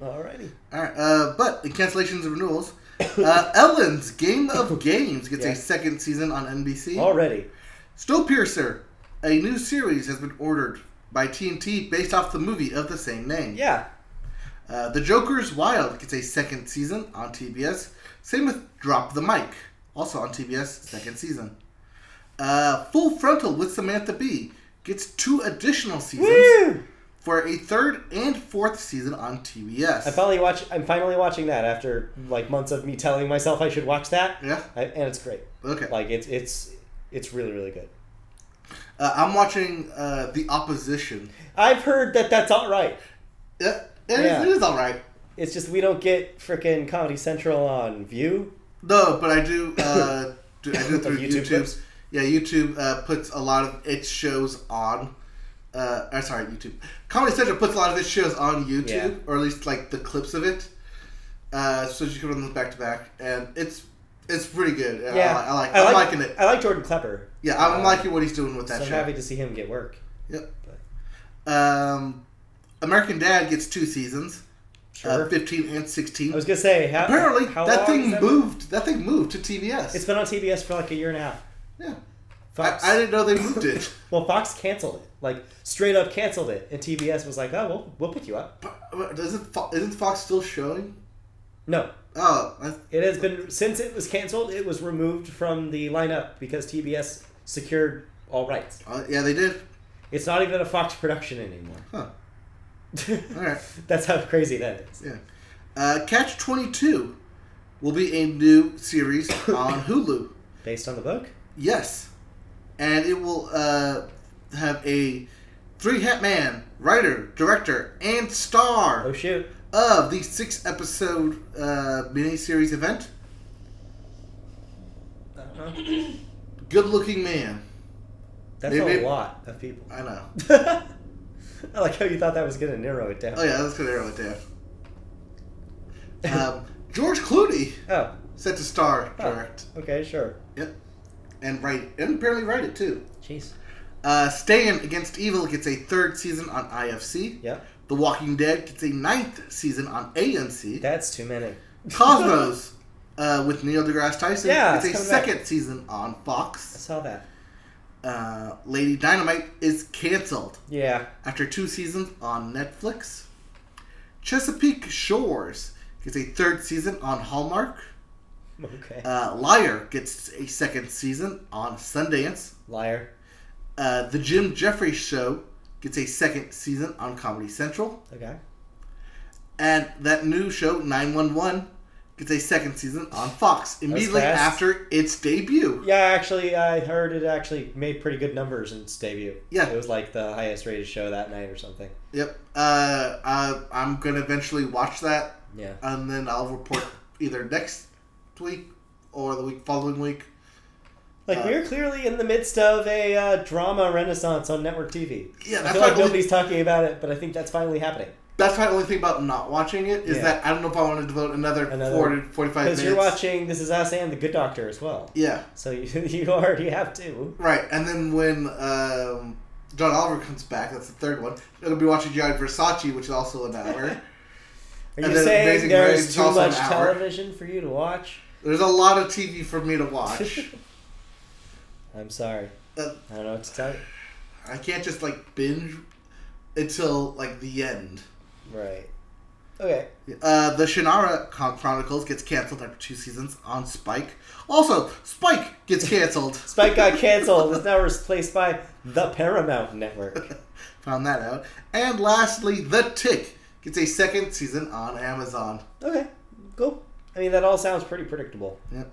alrighty.
All right, uh, but in cancellations and
*coughs*
renewals, uh, Ellen's
*laughs*
Game of Games gets
Yeah.
a second season on NBC.
Already.
Snowpiercer, a new series has been ordered by TNT based off the movie of the same name.
Yeah.
Uh, the Joker's Wild gets a second season on TBS. Same with Drop the Mic, also on TBS, second season. Uh, Full Frontal with Samantha Bee gets two additional seasons
Woo!
for a third and fourth season on TBS.
I finally watch I'm finally watching that after like months of me telling myself I should watch that.
yeah,
I, and it's great.
okay.
Like it's it's it's really really good.
Uh, I'm watching uh, The Opposition.
I've heard that that's all right.
Yeah, it is
Yeah.
it is all right.
It's just we don't get frickin' Comedy Central on View.
No, but I do. Uh, do I do it
Of
through
YouTube
YouTube.
clips?
Yeah, YouTube uh, puts a lot of its shows on. Uh, or sorry, YouTube. Comedy Central puts a lot of its shows on YouTube,
Yeah.
or at least like the clips of it. Uh, so you can run them back to back, and it's it's pretty good. and
Yeah,
I, like. I like. I'm liking it.
I like Jordan Klepper.
Yeah, I'm
uh,
liking what he's doing with that
so I'm
show.
happy to see him get work.
Yep. Um, American Dad gets two seasons,
Sure.
uh, fifteen and sixteen.
I was gonna say how,
Apparently,
how
that
long
thing
has that been?
moved. That thing moved to TBS.
It's been on TBS for like a year and a half.
yeah, I,
Fox,
I didn't know they
*laughs*
moved it.
well, Fox canceled it, like straight up canceled it, and TBS was like, "Oh, we'll we'll pick you up."
But Isn't Fo- isn't Fox still showing?
No,
Oh, I,
it has been since it was canceled. It was removed from the lineup because TBS secured all rights.
uh, yeah, they did.
It's not *laughs* even a Fox production anymore.
Huh. All right.
That's how crazy that is.
Yeah. Uh, Catch 22 will be a new series on Hulu.
Based on the book?
Yes. And it will uh, have a three hat man, writer, director, and
Oh,
star
shoot.
of the six episode uh, miniseries event
Uh-huh.
Good Looking Man.
That's
Maybe-
a lot of people. *laughs*
I know.
I like how you thought that was going to narrow it down.
Oh, yeah, that's going to narrow it down. Um, George Clooney
oh,
set to star,
Oh.
direct,
okay, sure.
and write, and apparently write it too.
Jeez.
Uh, Stand Against Evil gets a third season on IFC.
Yep.
The Walking Dead gets a ninth season on AMC.
That's too many.
Cosmos uh, with Neil deGrasse Tyson
Yeah,
gets a
it's coming back.
second season on
*laughs* I
Fox.
saw that.
Uh, Lady Dynamite is canceled
Yeah.
after two seasons on Netflix. Chesapeake Shores gets a third season on Hallmark.
Okay.
Uh, Liar gets a second season on Sundance.
Liar.
Uh, the Jim Jeffries Show gets a second season on Comedy Central.
Okay.
And that new show, 911, gets a second season on Fox immediately
fast.
after its debut.
Yeah, actually, I heard it actually made pretty good numbers in its debut.
Yeah.
It was like the highest rated show that night or something.
Yep. Uh, uh, I'm going to eventually watch that,
Yeah.
and then I'll report either next week or the week following week.
Like,
Uh,
we're clearly in the midst of a uh, drama renaissance on network TV.
Yeah,
I
that's
feel
my,
like
only,
nobody's talking about it, but I think that's finally happening.
that's my only thing about not watching it is
Yeah.
that I don't know if I want to devote another,
Another-
40 45
Because
minutes.
you're watching This Is Us and The Good Doctor as well.
Yeah.
So *laughs* you, you already have two.
Right, and then when um, John Oliver comes back, that's the third one. It'll be watching Giant Versace, which is also
*laughs*
an hour.
Are
And
you
then
saying
Amazing Grace
there's
is
too
also
much
an hour.
television for you to watch?
There's a lot of TV for me
*laughs*
to watch.
I'm sorry.
Uh,
I don't know what to tell you.
I can't just like binge until like the end.
Right. Okay.
Uh, the Shannara Con- Chronicles gets canceled after two seasons on Spike. Also, Spike gets
*laughs*
canceled.
Spike got canceled. It's now replaced by the Paramount
*laughs*
Network.
*laughs* Found that out. And lastly, The Tick gets a second season on Amazon.
Okay. Cool. I mean, that all sounds pretty predictable.
All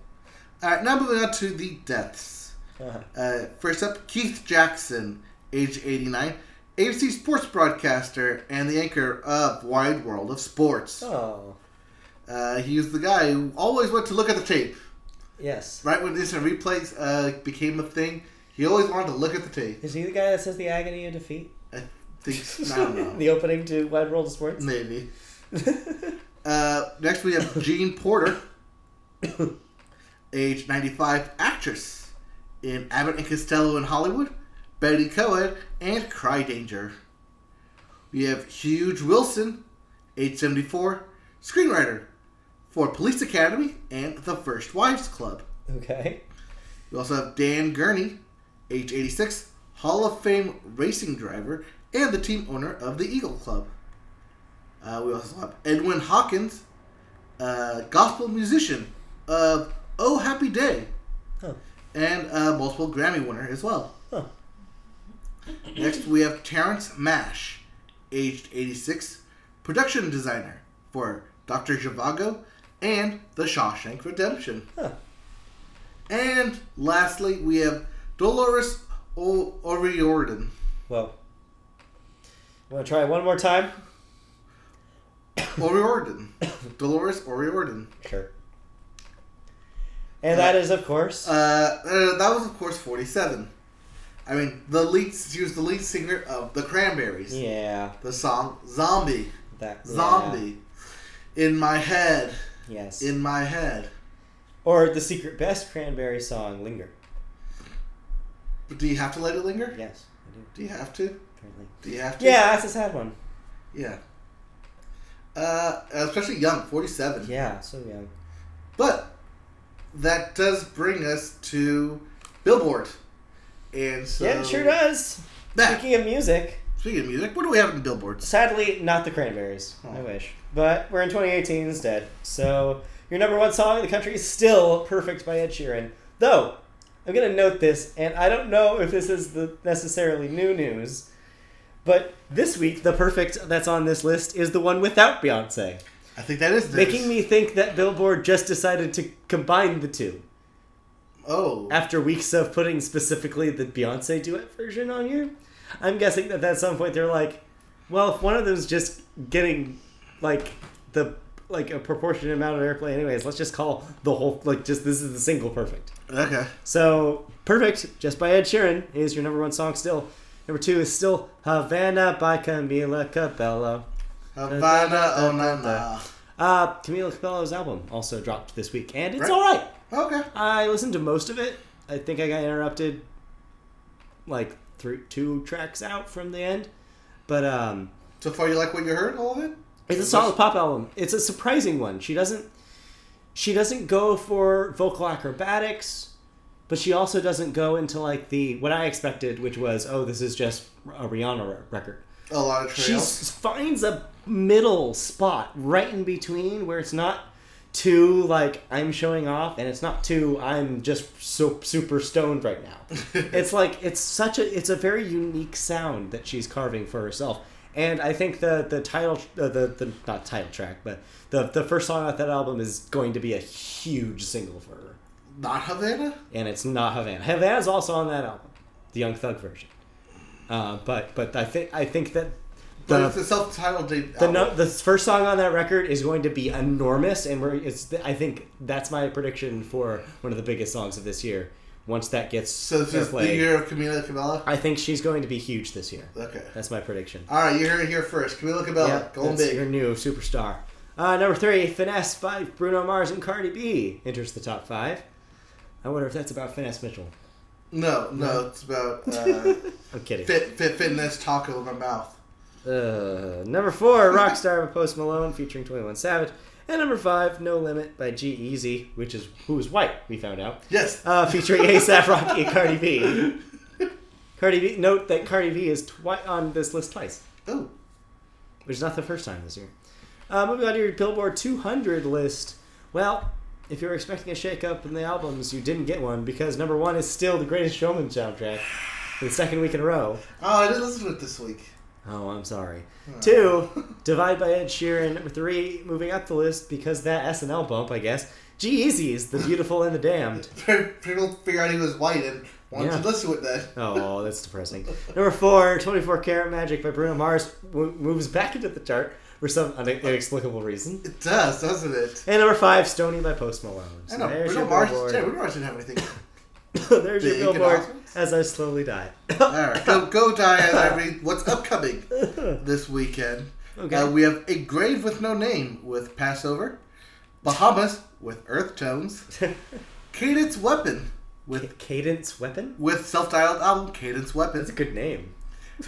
right, now moving on to the deaths.
Uh,
Uh, first up, Keith Jackson, age 89, ABC sports broadcaster and the anchor of Wide World of Sports.
oh.
Uh, he was the guy who always went to look at the tape.
Yes.
Right when instant replays uh, became a thing, he always wanted to look at the tape.
Is he the guy that says the agony of defeat?
I think, I don't
*laughs*
know,
the opening to Wide World of Sports?
maybe. Uh, next, we have Jean Porter, age 95, actress in Abbott and Costello in Hollywood, Betty Cohen, and Cry Danger. We have Huge Wilson, age 74, screenwriter for Police Academy and The First Wives Club.
*laughs* okay.
We also have Dan Gurney, age 86, Hall of Fame racing driver and the team owner of the Eagle Club. Uh, we also have Edwin Hawkins, uh, gospel musician of Oh Happy Day,
Huh.
and a multiple Grammy winner as well.
Huh.
Next, we have Terrence Mash, aged 86, production designer for Dr. Zhivago and The Shawshank Redemption.
Huh.
And lastly, we have Dolores o- O'Riordan.
Whoa. Want to try it one more time? *coughs*
O'Riordan. Dolores O'Riordan.
Sure. And that is, of course,
Uh, uh, that was, of course, 47. I mean, the lead, she was the lead singer of The Cranberries.
yeah,
The song Zombie.
that yeah.
Zombie. In my head.
Yes,
In my head.
or the secret best cranberry song, "Linger."
But do you have to let it linger?
Yes, I do
Do you have to?
apparently.
Do you have to?
Yeah, that's a sad one.
Yeah. Uh, especially young, 47.
Yeah, so young.
But that does bring us to Billboard. And so.
yeah, it sure does.
That,
Speaking of music,
speaking of music, what do we have in Billboards?
sadly, not the Cranberries. I
Oh.
wish, but we're in 2018 instead. So your number one song in the country is still "Perfect" by Ed Sheeran. Though I'm gonna note this, and I don't know if this is the necessarily new news, but this week the perfect that's on this list is the one without Beyonce.
I think that is news.
making me think that Billboard just decided to combine the two
Oh,
after weeks of putting specifically the Beyonce duet version on here. I'm guessing that at some point they're like, well, if one of them's just getting like the like a proportionate amount of airplay, anyways, let's just call the whole like just this is the single perfect.
okay.
So perfect, just by Ed Sheeran is your number one song still. Number two is still Havana by Camila Cabello.
Havana, oh na na.
Uh, Camila Cabello's album also dropped this week, and it's
Right.
all right.
Okay.
I listened to most of it. I think I got interrupted like three, two tracks out from the end, but um,
So far, you like what you heard, all of it?
it's a solid pop album. It's a surprising one. She doesn't she doesn't go for vocal acrobatics, but she also doesn't go into like the what I expected, which was oh this is just a Rihanna re- record.
A lot of
She
trails.
s- finds a middle spot right in between where it's not too like I'm showing off and it's not too I'm just so super stoned right
*laughs*
now. it's like it's such a it's a very unique sound that she's carving for herself. And I think the the title uh, the the not title track but the the first song off that album is going to be a huge single for her.
Not Havana?
And it's not Havana. Havana's also on that album, the Young Thug version. Uh, but but I think I think that
But
the-
it's a self titled debut.
the
album.
no, the first song on that record is going to be enormous, and we're it's I think that's my prediction for one of the biggest songs of this year. Once that gets
so this is the
airplay.
year of Camila Cabello?
I think she's going to be huge this year.
Okay.
That's my prediction.
All right, you heard it here first. Camila Cabello,
Yep,
going
that's
big.
your new superstar. Uh, number three, Finesse by Bruno Mars and Cardi B enters the top five. I wonder if that's about Finesse Mitchell.
No, no, it's
*laughs*
about uh,
I'm kidding.
fit, fit, fitness, taco in my mouth.
Uh, number four, Rockstar by Post Malone featuring 21 Savage. And number five, No Limit by G Easy, which is who's white, we found out.
Yes.
Uh, featuring ASAP Rocky and Cardi B. Cardi B, note that Cardi B is twi- on this list twice,
oh,
which is not the first time this year. Uh, moving on to your Billboard 200 list. Well, if you were expecting a shakeup in the albums, you didn't get one because number one is still the Greatest Showman soundtrack for the second week in a row.
oh, I didn't listen to it this week. *laughs*
Oh, I'm sorry.
Uh.
Two, Divide by Ed Sheeran. Number three, moving up the list because that SNL bump, I guess. G Easy is The Beautiful and the Damned.
People figured out he was white and wanted
Yeah.
to listen to it then.
Oh, that's depressing. Number four, 24 Karat Magic by Bruno Mars w- moves back into the chart for some un- inexplicable reason.
*laughs* It does, doesn't it?
And number five, Stony by Post Malone.
I
So
know.
there's
Bruno
your
Mars, yeah,
billboard.
Bruno Mars didn't have anything.
*laughs* there's your
big
billboard
announcements.
as I slowly die.
All right,
*laughs*
go, go die as I read what's upcoming this weekend.
Okay.
Uh, we have A Grave with No Name with Passover, Bahamas with Earth Tones, Cadence Weapon with
Cadence Weapon?
with self-titled album Cadence
That's
Weapon,
a good name.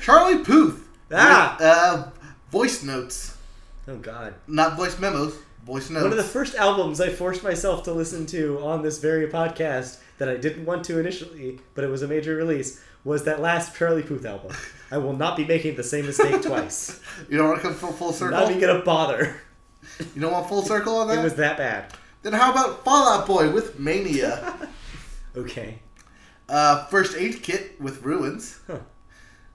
Charlie Puth
Ah!
with uh, voice notes,
Oh, God.
not voice memos, voice notes.
One of the first albums I forced myself to listen to on this very podcast that I didn't want to initially, but it was a major release, was that last Charlie Puth album. I will not be making the same mistake twice.
you don't want to come full, full circle.
Not even gonna bother.
you don't want full circle on
It
that.
was that bad.
Then how about Fallout Boy
*laughs*
with Mania?
Okay.
Uh, First Aid Kit with Ruins.
Huh.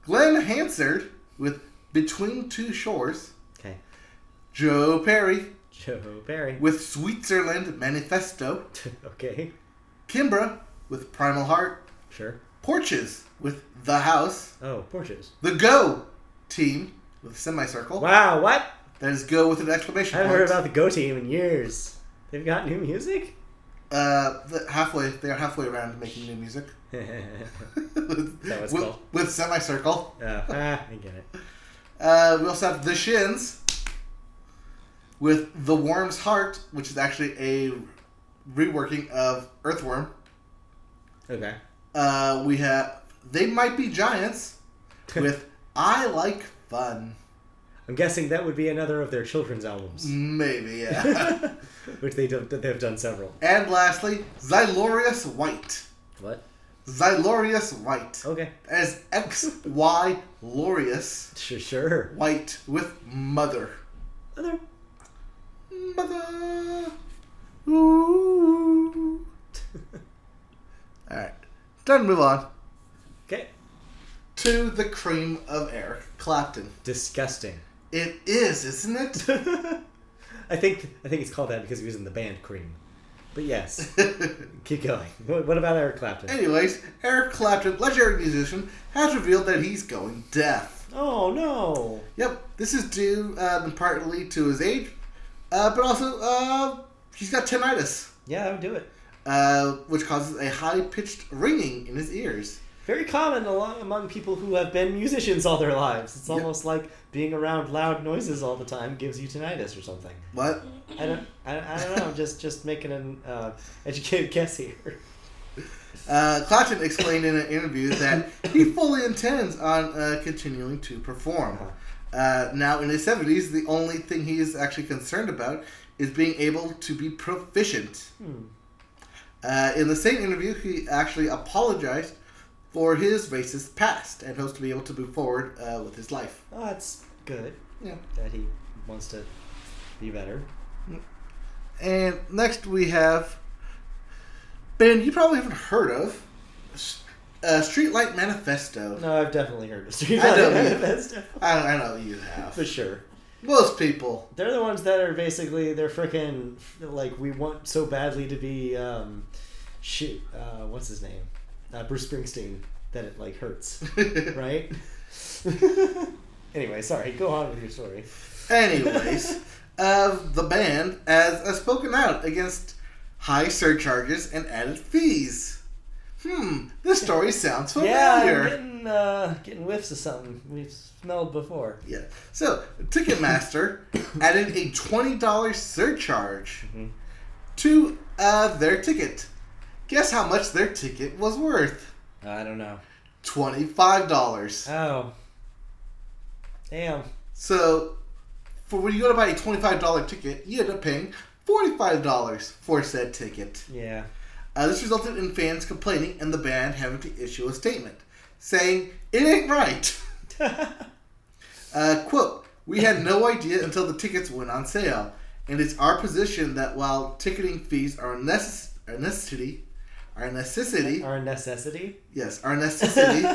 Glenn Hansard with Between Two Shores.
Okay.
Joe Perry
Joe Barry. *laughs*
with Switzerland Manifesto.
okay.
Kimbra with Primal Heart.
Sure.
Porches with The House.
Oh, Porsches.
The Go team with Semicircle.
Wow, what?
That is Go with an exclamation
I haven't
point.
heard about the Go Team in years. They've got new music? *laughs*
uh, the, halfway, they are halfway around making new music. *laughs*
Oh, That was
with,
cool.
with Semicircle.
Uh, ah, I get it.
Uh, we also have The Shins with The Worm's Heart, which is actually a reworking of Earthworm.
Okay.
Uh, we have They Might Be Giants with I Like Fun.
I'm guessing that would be another of their children's albums.
Maybe, yeah. *laughs*
which they do, they've done several.
and lastly, Xylorius White.
What?
Xylorius White.
Okay.
As XY Lorius
Sure. sure.
White with Mother.
Other.
Mother. Ooh. Alright. Done, move on.
*laughs* okay.
To the cream of Eric Clapton.
Disgusting.
It is, isn't it?
I *laughs* I think I think it's called that because he was in the band Cream. But *laughs* yes, keep going. What, what about Eric Clapton?
*laughs* Anyways, Eric Clapton, legendary musician, has revealed that he's going deaf.
Oh no!
Yep, this is due uh, partly to his age, uh, but also uh, he's got tinnitus,
Yeah, that would do it.
uh, which causes a high pitched ringing in his ears.
Very common along, among people who have been musicians all their lives. It's
Yep.
almost like being around loud noises all the time gives you tinnitus or something.
What?
I don't, I, I don't know. I'm just just making an uh, educated guess here.
Uh, Clapton explained in an interview that he fully intends on uh, continuing to perform. Uh, now, in his 70s, the only thing he is actually concerned about is being able to be proficient.
Hmm.
Uh, in the same interview, he actually apologized for his racist past and hopes to be able to move forward uh, with his life.
Oh, that's good
Yeah.
that he wants to be better.
And next we have Ben, you probably haven't heard of uh, Streetlight Manifesto.
No, I've definitely heard *laughs* of Street
I know you-
Manifesto.
I, I know you have.
For sure.
Most people. *laughs*
They're the ones that are basically they're freaking like we want so badly to be um, shoot uh, what's his name uh, Bruce Springsteen that it like hurts
*laughs*
right. anyway, sorry. Go on with your story.
Anyways, uh, the band has uh, spoken out against high surcharges and added fees. Hmm, this story sounds familiar.
*laughs* *laughs* yeah, I'm getting uh, getting whiffs of something we've smelled before.
Yeah. So
*laughs*
Ticketmaster added a twenty dollar surcharge
Mhm.
to uh, their ticket. Guess how much their ticket was worth?
I don't know.
Twenty five dollars.
Oh, damn.
So for when you go to buy a twenty five dollar ticket, you end up paying forty five dollars for said ticket.
Yeah.
Uh, this resulted in fans complaining and the band having to issue a statement saying it ain't right. *laughs* Uh, quote, we had no idea until the tickets went on sale, and it's our position that while ticketing fees are a necess- are a necessity, are a necessity,
Our necessity.
yes, are
*laughs*
a necessity,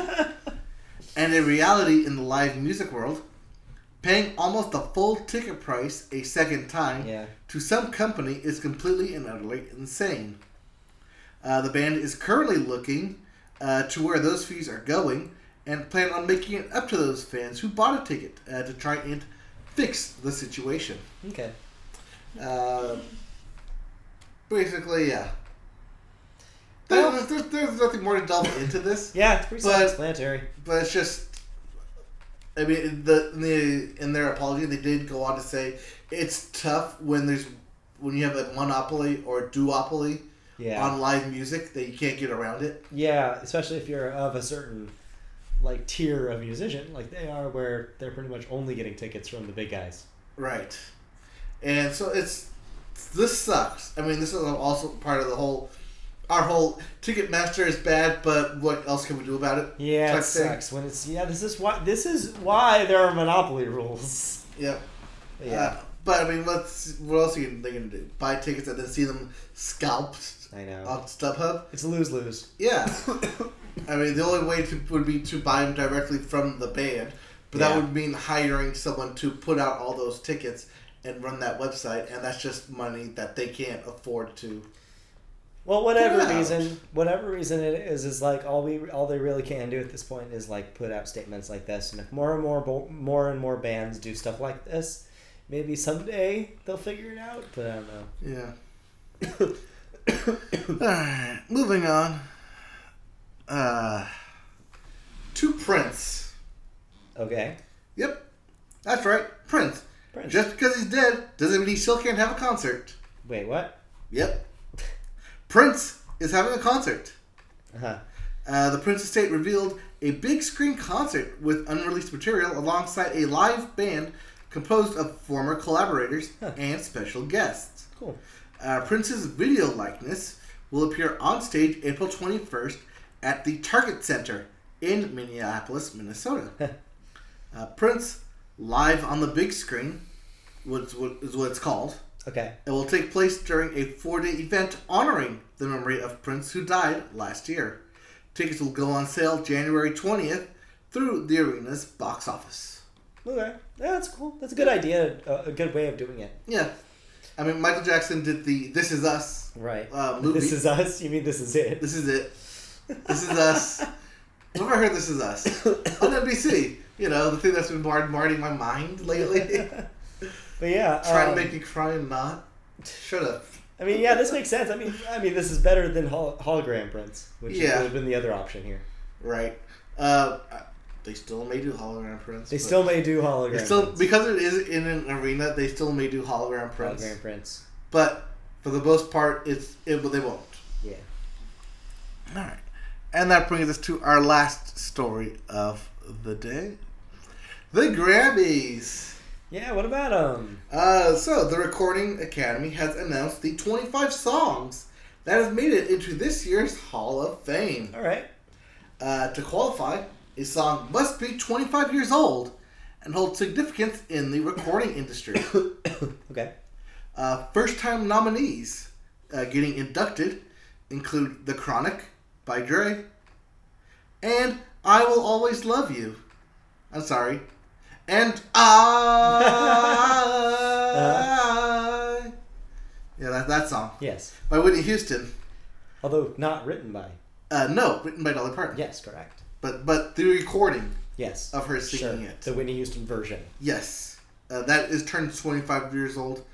and a reality in the live music world, paying almost the full ticket price a second time
yeah.
to some company is completely and utterly insane. Uh, the band is currently looking uh, to where those fees are going and plan on making it up to those fans who bought a ticket uh, to try and fix the situation.
Okay.
Uh, basically, yeah.
Well-
There's, there's, there's nothing more to delve into this,
Yeah, it's pretty
But-
self-explanatory.
but it's just. I mean, the, the in their apology, they did go on to say it's tough when there's when you have a monopoly or duopoly
Yeah.
on live music that you can't get around it.
Yeah, especially if you're of a certain like tier of musician, like they are, where they're pretty much only getting tickets from the big guys.
Right. And so it's this sucks. I mean, this is also part of the whole our whole Ticketmaster is bad, but what else can we do about it?
Yeah,
Type
it
thing.
sucks when it's yeah. This is why this is why there are monopoly
*laughs*
rules.
Yeah.
Yeah,
Uh, but I mean, what's what else are you, they gonna do? Buy tickets and then see them scalped
I know.
on StubHub?
it's a lose lose.
Yeah. *coughs* I mean, the only way to, would be to buy them directly from the band, but that
Yeah.
would mean hiring someone to put out all those tickets and run that website, and that's just money that they can't afford to.
Well, whatever
Yeah.
reason, whatever reason it is, is like all we all they really can do at this point is like put out statements like this, and if more and more bo- more and more bands do stuff like this, maybe someday they'll figure it out. But I don't know.
Yeah. *coughs* all right, moving on. Uh, to Prince.
Okay,
Yep, that's right, Prince.
Prince.
Just because he's dead doesn't mean he still can't have a concert.
Wait, what?
Yep. Prince is having a concert.
Uh-huh.
Uh, the Prince Estate revealed a big screen concert with unreleased material alongside a live band composed of former collaborators
Huh.
and special guests.
Cool.
Uh, Prince's video likeness will appear on stage April 21st at the Target Center in Minneapolis, Minnesota. uh, Prince Live on the Big Screen was- was- is what it's called.
Okay.
It will take place during a four day event honoring the memory of Prince who died last year. Tickets will go on sale January 20th through the arena's box office.
Okay. Yeah, that's cool. That's a good idea. A, a good way of doing it.
Yeah. I mean, Michael Jackson did the "This Is Us"
Right.
uh, movie.
this is us. You mean this is it?
This is it. This
*laughs*
is us. Whenever I heard "This Is Us" on NBC, you know the thing that's been bombarding my
*laughs*
mind lately,
but yeah,
trying
um,
to make me cry and not. Shut up.
I mean, yeah, this makes sense. I mean, I mean, this is better than hol- hologram prints, which
Yeah.
would have been the other option here.
Right. Uh, they still may do hologram prints.
They
but-
still may do hologram.
They still
prints.
because it is in an arena. They still may do hologram prints,
hologram prints.
but for the most part, it's it. But they won't.
Yeah.
All right. And that brings us to our last story of the day the Grammys.
Yeah. What about um?
Uh, so, the Recording Academy has announced the 25 songs that have made it into this year's Hall of Fame.
All right. *coughs*
Uh, to qualify, a song must be 25 years old and hold significance in the recording industry.
Okay.
Uh, first time nominees uh, getting inducted include The Chronic by Dre and I Will Always Love You. I'm sorry. And I. yeah, that, that song
Yes.
by Whitney Houston.
Although not written by.
Uh, no, written by Dolly Parton.
Yes. Correct.
But but the recording
Yes.
of her
sure.
singing it.
The Whitney Houston version.
Yes. Uh, that is turned 25 years old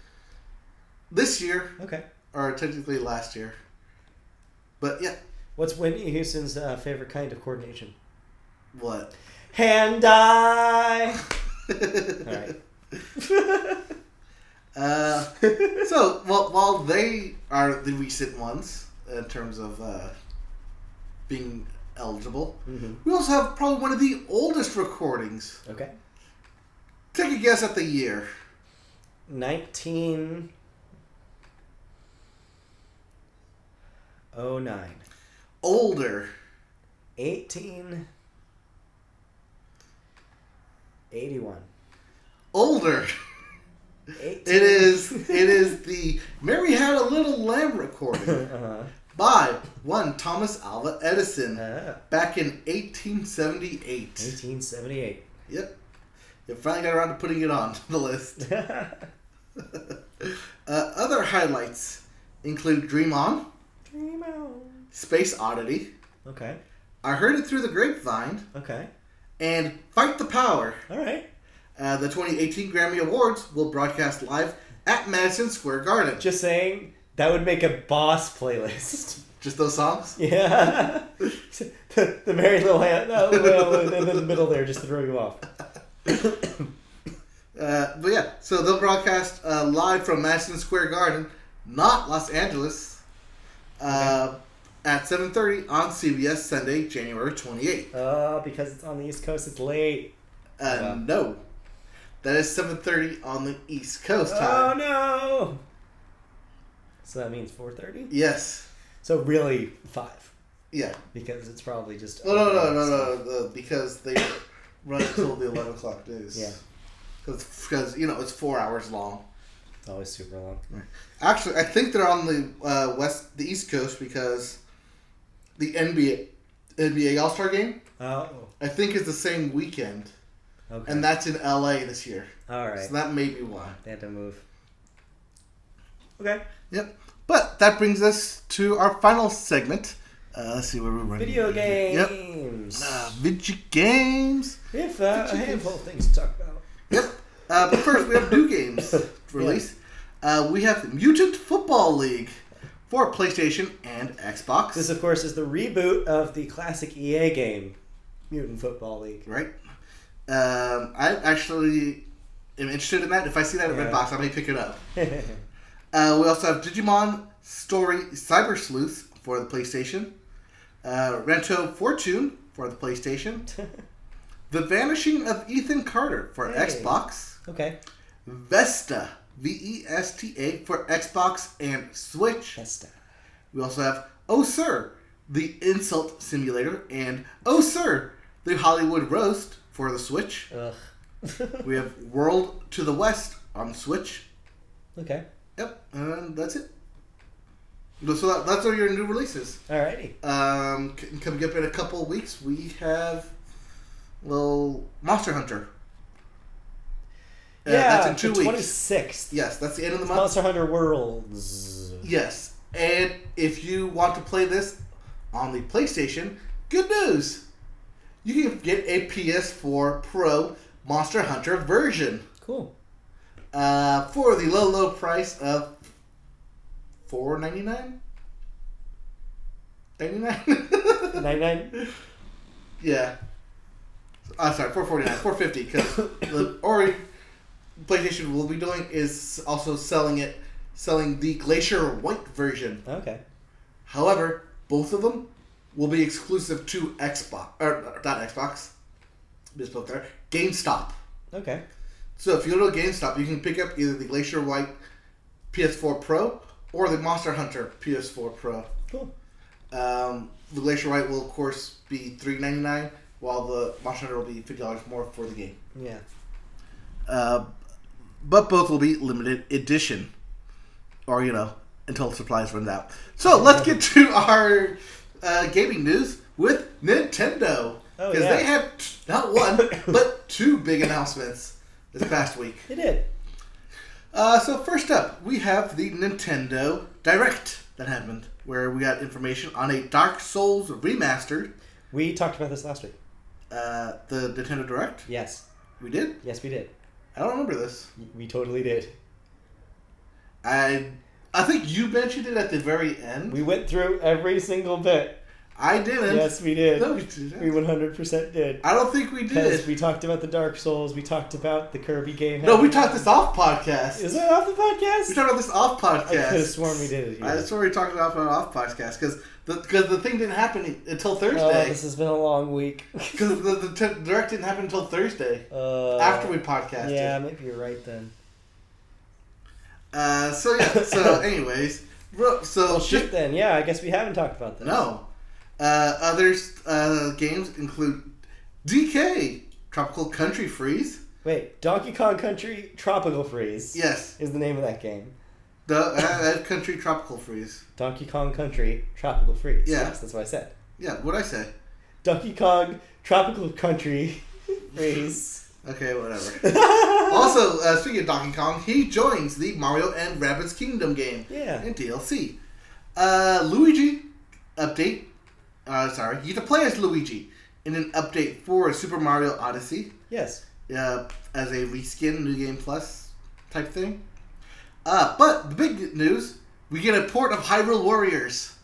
this year,
Okay.
or technically last year. But yeah,
What's Whitney Houston's uh, favorite kind of coordination?
what?
Hand
*laughs*
*laughs* eye. All right.
uh,
Mm-hmm.
so while while they are the recent ones in terms of uh, being eligible,
Mhm.
we also have probably one of the oldest recordings.
Okay.
Take a guess at the year.
1909. oh
Older.
1881.
Older.
18.
It is. It is the "Mary Had a Little Lamb"
*laughs*
recording
uh-huh.
by one Thomas Alva Edison
Ah,
back in 1878.
*laughs* 1878.
Yep, you finally got around to putting it on the list. Uh, other highlights include Dream On,
Dream on.
Space Oddity,
Okay.
I Heard It Through the Grapevine,
Okay.
and Fight the Power.
All right.
Uh, the 2018 Grammy Awards will broadcast live at Madison Square Garden.
Just saying, that would make a boss playlist. *laughs*
Just those songs?
Yeah. *laughs* the, the very little hand. No, well, in the middle there, just to throw you off.
Uh, but yeah, so they'll broadcast uh, live from Madison Square Garden, not Los Angeles, uh, at 7.30 on CBS Sunday, January 28th.
Uh, because it's on the East Coast, it's late.
Uh,
Wow.
No. That is 7.30 on the East Coast
Oh
time.
no! So that means four thirty.
Yes.
So really five,
Yeah.
because it's probably just.
Oh, no, no, no, no, no, because they run until the 11 o'clock news.
Yeah.
Because, you know, it's four hours long.
It's always super long.
Actually, I think they're on the uh, west, the East Coast because the NBA, NBA All Star game,
Oh,
I think, is the same weekend.
okay.
And that's in LA this year.
All right,
So that may be why.
they had to move. Okay,
Yep. But that brings us to our final segment. Uh, let's see where we're running.
video
Yep.
games.
Uh, video games.
We have uh, a
video
handful of things to talk about.
Yep. Uh, but first, we have
*laughs*
new games release. Uh, we have Mutant Football League for PlayStation and Xbox.
This, of course, is the reboot of the classic EA game, Mutant Football League.
right. Um, I actually am interested in that. If I see that at
Yeah.
Redbox, I may pick it up.
*laughs*
Uh, we also have Digimon Story Cyber Sleuth for the PlayStation, uh, Rento Fortune for the PlayStation, The Vanishing of Ethan Carter for
Hey.
Xbox,
okay,
Vesta V E S T A for Xbox and Switch.
Vesta.
We also have Oh Sir, the Insult Simulator, and Oh Sir, the Hollywood Roast for the Switch.
Ugh. *laughs*
We have World to the West on Switch.
okay.
Yep, and that's it. So that, that's all your new releases.
Alrighty.
Um, c- coming up in a couple of weeks, we have well Monster Hunter. Uh,
yeah,
that's in two
the
weeks.
26th.
Yes, that's the end of the month.
Monster Hunter Worlds.
Yes, and if you want to play this on the PlayStation, good news! You can get a PS4 Pro Monster Hunter version
Cool.
uh, for the low, low price of four ninety nine. Ninety nine.
99.
*laughs* Yeah. I'm sorry, 449, 450, because the Ori PlayStation will be doing is also selling it, selling the Glacier White version.
Okay.
However, both of them will be exclusive to Xbox, or not Xbox, misspoke there, GameStop.
Okay.
So if you go to GameStop, you can pick up either the Glacier White PS4 Pro or the Monster Hunter PS4 Pro.
Cool.
Um, the Glacier White will, of course, be three ninety nine, while the Monster Hunter will be fifty dollars more for the game.
Yeah.
Uh, but both will be limited edition, or you know, until supplies runs out. So let's get to our uh, gaming news with Nintendo
Oh,
because
yeah.
they had
*coughs*
not one but two big announcements this past week.
They did.
Uh, so first up, we have the Nintendo Direct that happened, where we got information on a Dark Souls remastered.
We talked about this last week.
Uh, the Nintendo Direct
Yes.
we did.
Yes, we did.
I don't remember this.
We totally did.
I I think you mentioned it at the very end.
We went through every single bit.
I didn't.
Yes, we did.
No, we didn't.
We 100% did.
I don't think we
Because
did.
we talked about the Dark Souls, we talked about the Kirby game.
no, we talked this off podcast.
Is that off the
we
podcast?
talked about this off
I could
podcast.
have sworn we did it.
I
yeah.
swear we talked about it off podcast because the, 'cause the thing didn't happen until
Oh,
Thursday.
this has been a long week.
Because the, the t- direct didn't happen until Thursday
Uh,
after we podcasted.
Yeah, maybe you're right then.
Uh, so yeah.
*laughs*
So anyways, ro- so
Well, shit then. Yeah, I guess we haven't talked about that.
No. Uh, other uh, games include DK, Tropical Country Freeze.
Wait, Donkey Kong Country Tropical Freeze
Yes,
is the name of that game.
the uh, uh, Country Tropical Freeze.
Donkey Kong Country Tropical Freeze.
Yeah.
Yes, that's what I said.
Yeah, what I say?
Donkey Kong Tropical Country
*laughs*
Freeze. *laughs*
Okay, whatever. also, uh, speaking of Donkey Kong, he joins the Mario and Rabbids Kingdom game
yeah.
in DLC. Uh, Luigi update. Uh, sorry, you get to play as Luigi in an update for Super Mario Odyssey.
Yes.
uh, as a reskin, New Game Plus type thing. Uh, but the big news we get a port of Hyrule Warriors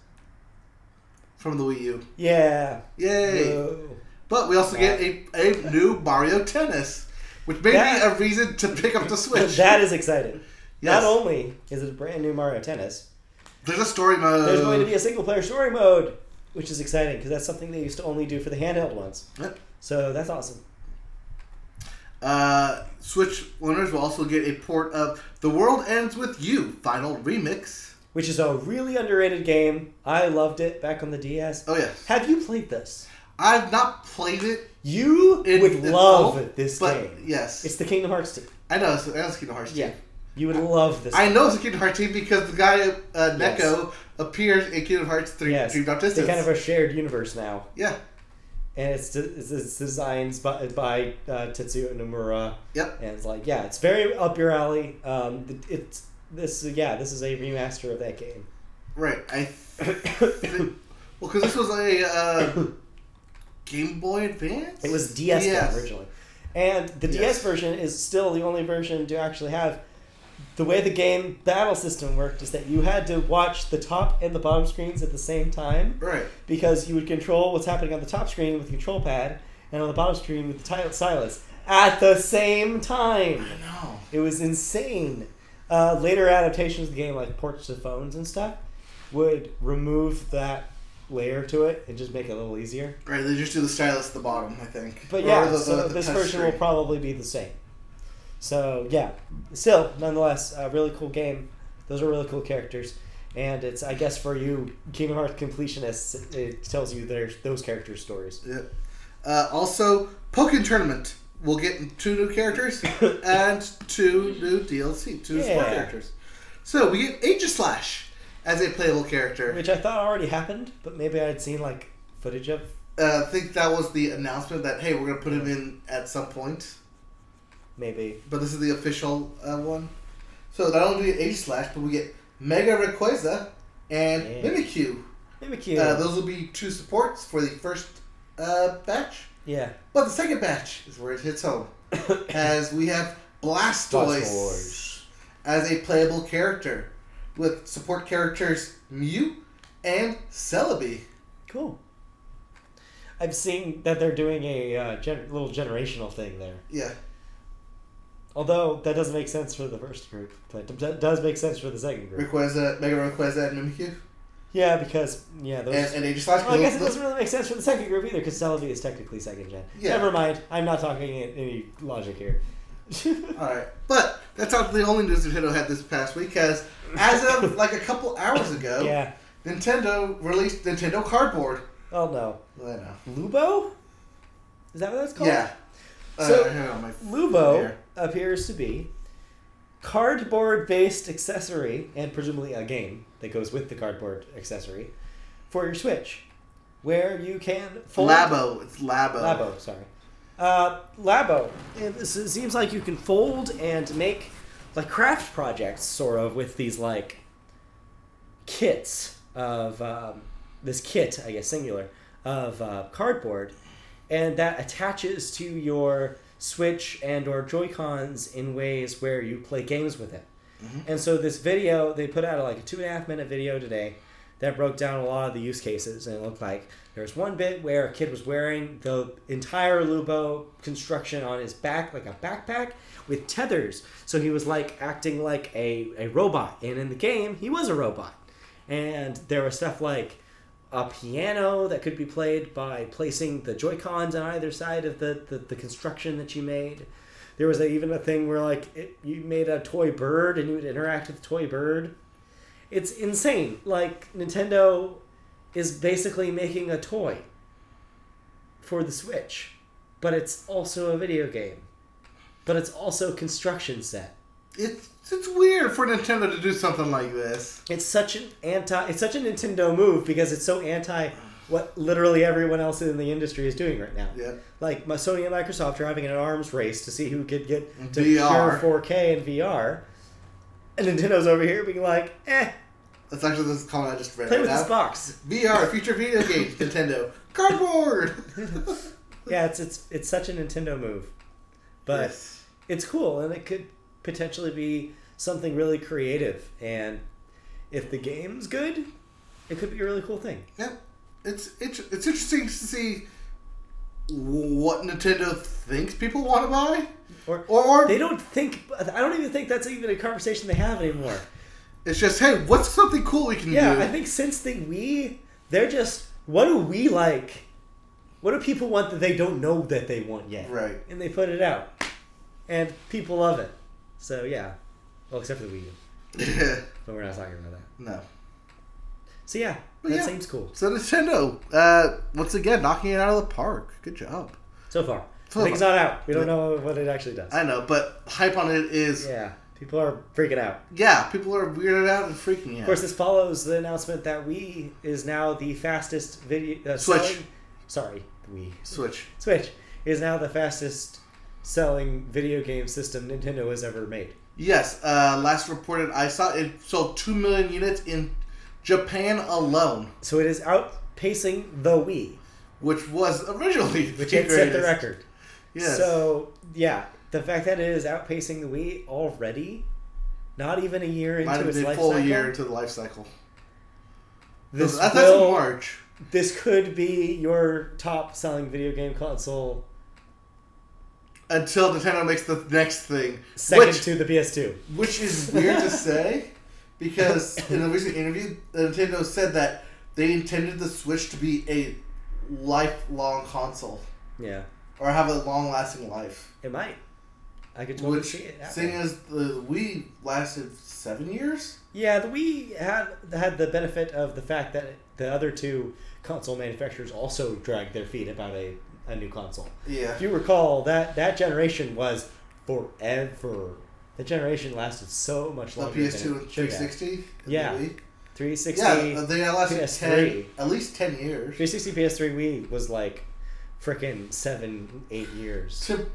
from the Wii U.
Yeah.
Yay!
Whoa.
But we also get a, a new Mario Tennis, which may
That-
be a reason to pick up the Switch.
that is exciting.
Yes.
Not only is it a brand new Mario Tennis,
There's a story mode.
there's going to be a single player story mode, which is exciting because that's something they used to only do for the handheld ones.
Yep.
So that's awesome.
Uh, Switch owners will also get a port of The World Ends With You Final Remix.
Which is a really underrated game. I loved it back on the DS.
Oh, yes.
Have you played this?
I've not played it.
You
in
would
its
love
full,
this
but
game.
Yes.
It's the Kingdom Hearts team.
I know. It's, it's Kingdom Hearts 2.
You would love this.
I know it's a Kingdom Hearts team because the guy uh,
Yes.
Neko appears in Kingdom Hearts Three:
yes.
Dream Drop
They
Distance.
kind of a shared universe now.
yeah,
And it's, it's, it's designed by, by uh, Tetsuya Nomura.
yep.
And it's like, yeah, it's very up your alley. Um, th- it's this, yeah, this is a remaster of that
*laughs*
game.
Right.
*coughs*
I think, well, because this was a uh, Game Boy Advance.
It was DS game
Yes.
originally, and the
Yes.
DS version is still the only version to actually have. The way the game battle system worked is that you had to watch the top and the bottom screens at the same time
Right.
because you would control what's happening on the top screen with the control pad and on the bottom screen with the ti- stylus at the same time.
No.
It was insane. Uh, later adaptations of the game, like ports to phones and stuff, would remove that layer to it and just make it a little easier.
Right. They just do the stylus at the bottom, I think.
But
Or
yeah,
the-
so
the- the
this
touch
version will
screen.
probably be the same. So yeah, still, nonetheless, a really cool game. Those are really cool characters, and it's I guess for you Kingdom Hearts completionists, it tells you their those characters' stories.
Yep. Uh, also, Pokken Tournament. We'll get two new
*laughs*
characters and two new DLC, two support
Yeah.
characters. So we get Aegislash as a playable character.
Which I thought already happened, but maybe I'd seen like footage of.
uh, I think that was the announcement that hey, we're gonna put him in at some point.
Maybe.
But this is the official uh, one. So not only do we get 80 Slash, but we get Mega Rayquaza and
Yeah.
Mimikyu.
Maybe cute.
Uh, those will be two supports for the first uh, batch.
yeah. *coughs*
But the second batch is where it
*laughs*
hits home, as we have Blastoise
Blastoise.
as a playable character, with support characters Mew and Celebi.
Cool. I'm seeing that they're doing a uh, gen- little generational thing there.
Yeah,
Although that doesn't make sense for the first group, but it d- does make sense for the second group.
Rayquaza, Mega Rayquaza, and Mimikyu,
Yeah, because yeah, those.
and, and Age Slash.
well, I guess it doesn't really make sense for the second group either, because Celebi is technically second gen.
Yeah.
Never mind. I'm not talking a- any logic here. *laughs*
All right, but that's not the only news Nintendo had this past week. As as of like a couple hours ago,
*laughs* Yeah.
Nintendo released Nintendo Cardboard.
Oh no.
I know.
Lubo. Is that what that's called?
Yeah.
So-
uh, hang on, my
Lubo
Here.
appears to be cardboard-based accessory and presumably a game that goes with the cardboard accessory for your Switch, where you can fold
Labo. It's Labo.
Labo, sorry. Uh, Labo. It s- it seems like you can fold and make like craft projects, sort of, with these like kits of um, this kit, I guess, singular of uh, cardboard, and that attaches to your Switch and or Joy Cons in ways where you play games with it. And so this video they put out like a two and a half minute video today that broke down a lot of the use cases, and it looked like there was one bit where a kid was wearing the entire Lubo construction on his back, like a backpack with tethers. So he was like acting like a, a robot, and in the game he was a robot. And there was stuff like a piano that could be played by placing the Joy Cons on either side of the, the, the construction that you made. There was a, even a thing where like it, you made a toy bird and you would interact with the toy bird. It's insane. Like Nintendo is basically making a toy for the Switch, but it's also a video game. But it's also construction set.
It's it's weird for Nintendo to do something like this.
It's such an anti. It's such a Nintendo move because it's so anti what literally everyone else in the industry is doing right now.
Yeah.
Like my- Sony and Microsoft are having an arms race to see who could get to
VR.
pure 4K and VR, and Nintendo's over here being like, "Eh,
That's actually this comment I just read.
play
right
with this
now.
box."
VR future video games Nintendo cardboard.
Yeah, it's it's it's such a Nintendo move, *laughs* but
Yes.
it's cool and it could potentially be something really creative. And if the game's good, it could be a really cool thing.
yeah, it's it's it's interesting to see what Nintendo thinks people want to buy.
Or
Or, or
They don't think. I don't even think that's even a conversation they have anymore.
it's just hey, what's something cool we can
Yeah,
do?
I think since the Wii, they're just what do we like? What do people want that they don't know that they want yet?
right.
And they put it out, and people love it. So yeah, well except for the Wii U, but we're not talking about that.
*laughs* no.
So yeah,
But
that
yeah.
seems cool
So Nintendo, uh, once again, knocking it out of the park. Good job.
so far.
So
the thing's
far.
not out. We don't
Yeah.
know what it actually does.
I know, but hype on it is yeah.
yeah, people are freaking out.
people are weirded out and freaking out.
Of course, this follows the announcement that Wii is now the fastest video uh,
Switch.
selling- sorry, Wii.
Switch.
Switch is now the fastest selling video game system Nintendo has ever made.
Yes, uh, last reported I saw it sold 2 million units in Japan alone,
So it is outpacing the Wii,
which was originally *laughs* the
which it set the
greatest.
record.
Yes.
So yeah, the fact that it is outpacing the Wii already, not even a year
Might
into
have
its
been a
life
full
cycle,
year into the life cycle.
this
that's, that's in
will,
March.
this could be your top selling video game console
Until Nintendo makes the next thing.
second
which,
to the PS2.
which is weird
*laughs*
to say, because in a recent interview, uh, Nintendo said that they intended the Switch to be a lifelong console,
Yeah,
or have a long lasting life.
it might. I could totally
Which,
see it. happening.
Seeing as the Wii lasted seven years?
Yeah, the Wii had had the benefit of the fact that the other two console manufacturers also dragged their feet about a, a new console.
Yeah.
If you recall, that that generation was forever. The generation lasted so much
The
longer. than it
PS2 and
should have.
360? and the
Yeah.
Wii.
360,
Yeah, uh, they lasted
PS3.
10, at least 10 years.
360, PS3, Wii was like freaking seven, eight years.
To,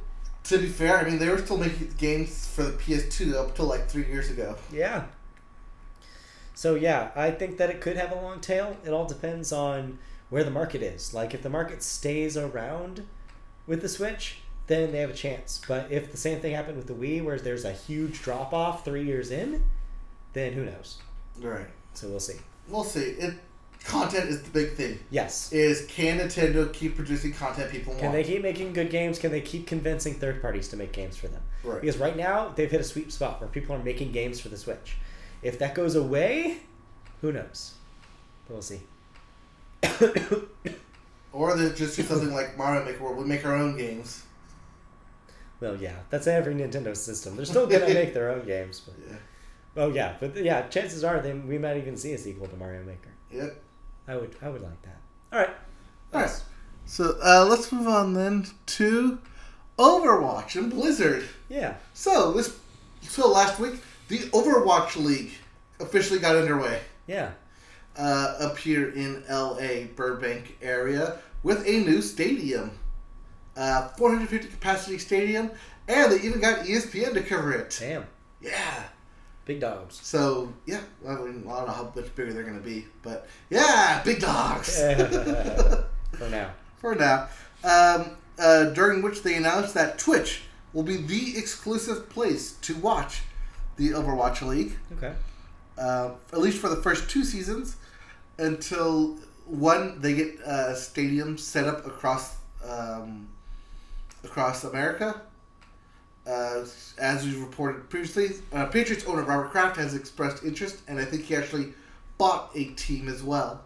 To be fair, I mean they were still making games for the PS2 up till like three years ago.
Yeah. So yeah, I think that it could have a long tail. It all depends on where the market is. Like if the market stays around with the Switch, then they have a chance. But if the same thing happened with the Wii, where there's a huge drop off three years in, then who knows?
Right.
So we'll see.
We'll see. It content is the big thing.
Yes.
Is can Nintendo keep producing content people
Can
want?
they keep making good games? Can they keep convincing third parties to make games for them?
Right.
Because right now they've hit a sweet spot where people are making games for the Switch. If that goes away, who knows? But we'll see. *coughs*
Or they just do something like Mario Maker where we make our own games.
well, yeah, that's every Nintendo system. They're still gonna make their
*laughs*
own games. But,
Yeah.
oh yeah, but yeah, chances are then we might even see a sequel to Mario Maker.
Yep.
I would, I would like that. All right.
All right. So uh, let's move on then to Overwatch and Blizzard.
Yeah.
So this so last week the Overwatch League officially got underway
Yeah.
uh, up here in L.A. Burbank area with a new stadium, uh, 450 capacity stadium, and they even got E ESPN to cover it.
Damn.
Yeah.
Big dogs.
*laughs* So yeah, I, mean, I don't know how much bigger they're gonna be, but yeah, big dogs.
*laughs* For now.
for now. Um, uh, during which they announced that Twitch will be the exclusive place to watch the Overwatch League, *coughs*
Okay.
uh, at least for the first two seasons, until one they get a stadium set up across um, across America. Uh, as we reported previously, uh, Patriots owner Robert Kraft has expressed interest, and I think he actually bought a team as well.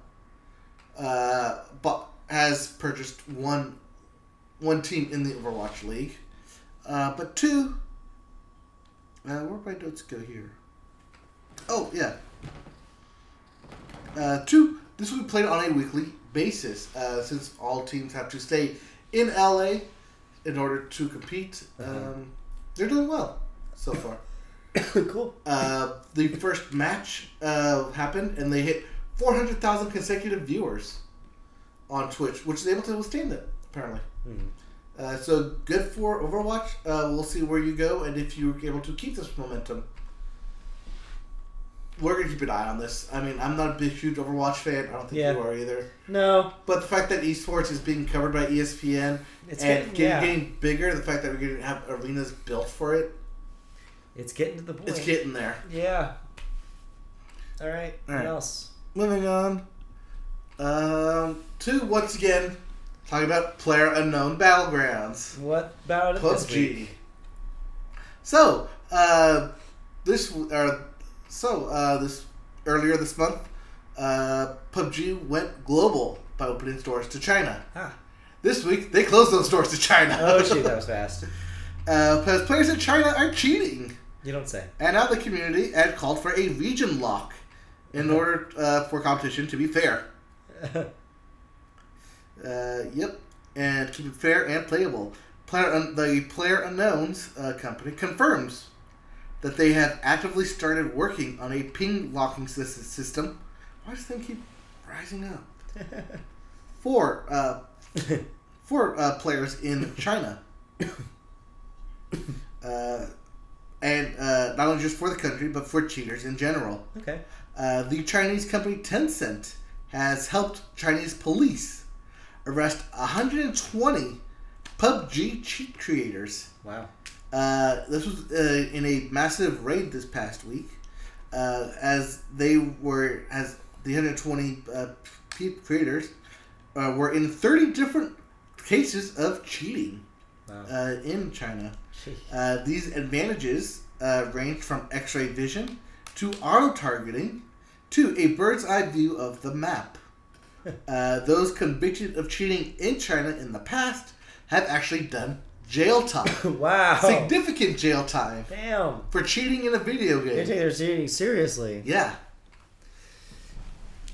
Uh, but has purchased one one team in the Overwatch League, uh, but two. Uh, where do my notes go here? Oh yeah. Uh, two. This will be played on a weekly basis uh, since all teams have to stay in LA in order to compete. Um, they're doing well so far.
cool.
Uh, the first match uh, happened, and they hit 400,000 consecutive viewers on Twitch, which is able to withstand it, apparently.
Mhm.
Uh, so good for Overwatch. Uh, we'll see where you go and if you're able to keep this momentum. We're going to keep an eye on this. I mean, I'm not a big, huge Overwatch fan. I don't think
Yeah.
you are either.
No,
But the fact that esports is being covered by E ESPN
It's getting-
and getting,
yeah.
getting bigger, the fact that we're going to have arenas built for it,
it's getting to the point.
it's getting there.
Yeah. All right.
All
What
right.
else?
Moving on. Um, to once again talking about player unknown battlegrounds.
What about it this
PUBG.
week?
So, uh, this or so uh, this earlier this month, uh, PUBG went global by opening stores to China. *laughs*
Ah.
This week they closed those stores to China.
Oh, shoot, *laughs* that was fast.
*laughs* uh, because players in China are cheating.
You don't
*laughs*
say.
And now the community had called for a region lock in order uh, for competition to be fair. Uh, yep, and keep it fair and playable. Player un- the Player Unknowns uh, company confirms that they have actively started working on a ping locking sys- system. Why does thing keep rising up? For uh, for uh, players in China, uh, and uh, not only just for the country but for cheaters in general.
okay.
Uh, the Chinese company Tencent has helped Chinese police arrest 120 PUBG cheat creators.
Wow.
Uh, this was uh, in a massive raid this past week, uh, as they were as the 120 uh, p- creators uh, were in 30 different cases of cheating
Wow.
uh, in China.
Gee.
Uh, these advantages uh, range from x ray vision to auto targeting to a bird's eye view of
*laughs*
the map. Uh, those convicted of cheating in China in the past have actually done jail
*laughs*
time.
wow.
Significant jail time
Damn.
for cheating in a video
They take
game.
their cheating seriously.
Yeah.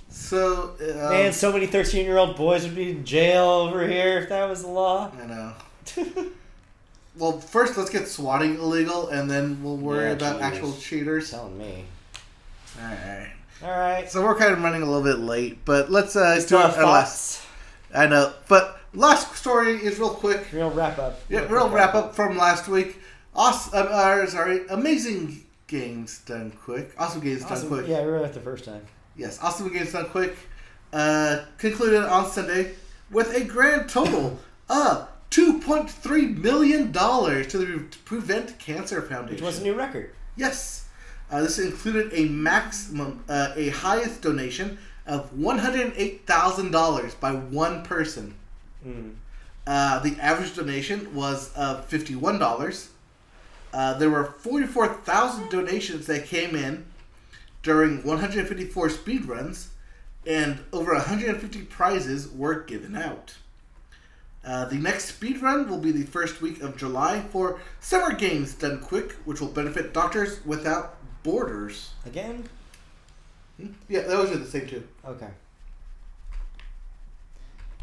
So, uh,
Man, so many 13 year old boys would be in jail over here if that was the law. *laughs*
I know. Well, first let's get swatting illegal, and then we'll worry
Yeah,
about
cheaters.
actual cheaters. All
Telling me.
right.
All right.
So we're kind of running a little bit late, but let's uh, do
Still
our
have
last.
thoughts?
I know, but Last story is real quick.
Real wrap up.
Yeah, real wrap up from last week. Awesome, um, uh, sorry, amazing games done quick. Awesome games
Awesome.
done quick.
Yeah, we were at the first time.
Yes, awesome games done quick. Uh, concluded on Sunday with a grand total of two point three million dollars to the Prevent Cancer Foundation.
Which was a new record.
Yes. Uh, this included a maximum, uh, a highest donation of $108,000 by one person.
Mm.
Uh, the average donation was uh, $51. Uh, there were 44,000 donations that came in during 154 speedruns, and over 150 prizes were given out. Uh, the next speedrun will be the first week of July for Summer Games Done Quick, which will benefit Doctors Without Borders.
Again?
Hmm? Yeah, those are the same two.
Okay.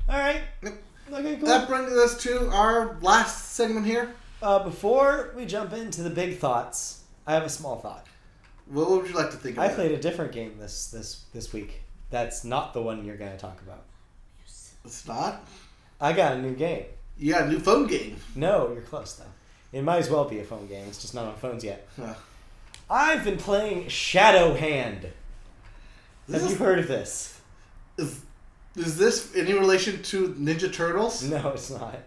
All right.
Yep.
Okay, cool.
That brings us to our last segment here.
Uh, before we jump into the big thoughts, I have a small thought.
What would you like to think about?
I played a different game this this this week. That's not the one you're going to talk about.
It's not.
I got a new game.
You got a new phone game.
No, you're close though. It might as well be a phone game. It's just not on phones yet.
Huh.
I've been playing Shadow Hand.
This
Have you
is-
heard of this?
Is, is this any relation to Ninja Turtles?
No, it's not.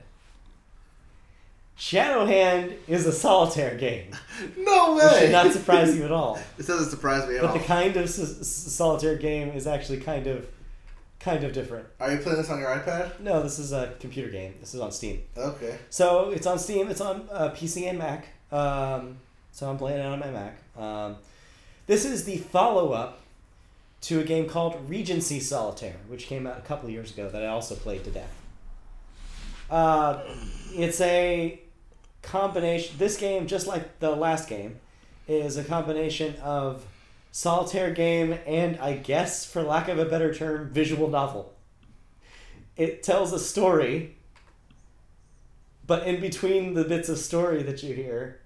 Shadow Hand is a solitaire game.
No way!
It should not surprise you at all.
*laughs* It doesn't surprise me at
But
all.
the kind of s- s- solitaire game is actually kind of, kind of different.
Are you playing this on your iPad?
No, this is a computer game. This is on Steam.
Okay.
So it's on Steam. It's on uh, PC and Mac. Um, so I'm playing it on my Mac. Um, this is the follow up to a game called Regency Solitaire, which came out a couple of years ago that I also played to death. Uh, it's a combination. This game, just like the last game, is a combination of solitaire game and I guess, for lack of a better term, visual novel. It tells a story but in between the bits of story that you hear,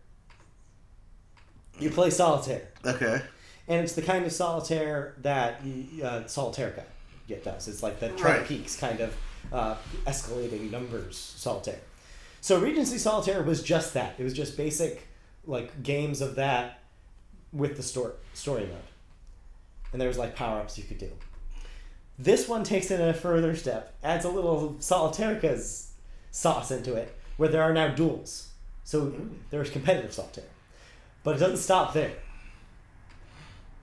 you play solitaire,
Okay.
and it's the kind of solitaire that you, uh, Solitaireca get does. It's like the Twin
Right.
Peaks kind of uh, escalating numbers solitaire. So Regency Solitaire was just that. It was just basic like games of that with the story story mode, and there was like power ups you could do. This one takes it a further step, adds a little Solitaireca's sauce into it, where there are now duels. So there's competitive solitaire. But it doesn't stop there.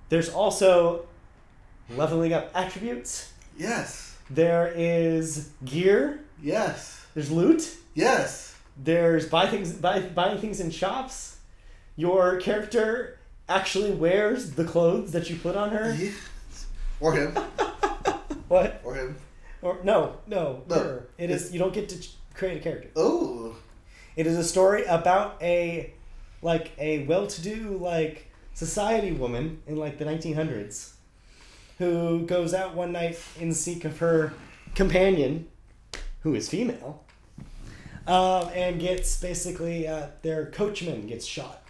There's also leveling up attributes.
Yes.
There is gear.
Yes.
There's loot.
Yes.
There's buy things buy, buying things in shops. Your character actually wears the clothes that you put on her.
Yes. Or him.
*laughs* What?
Or him.
Or no, no,
No,
her. It is
it's-
you don't get to ch- create a character.
Oh.
It is a story about a like a well-to-do like society woman in like the 1900s who goes out one night in seek of her companion who is female um, and gets basically uh, their coachman gets shot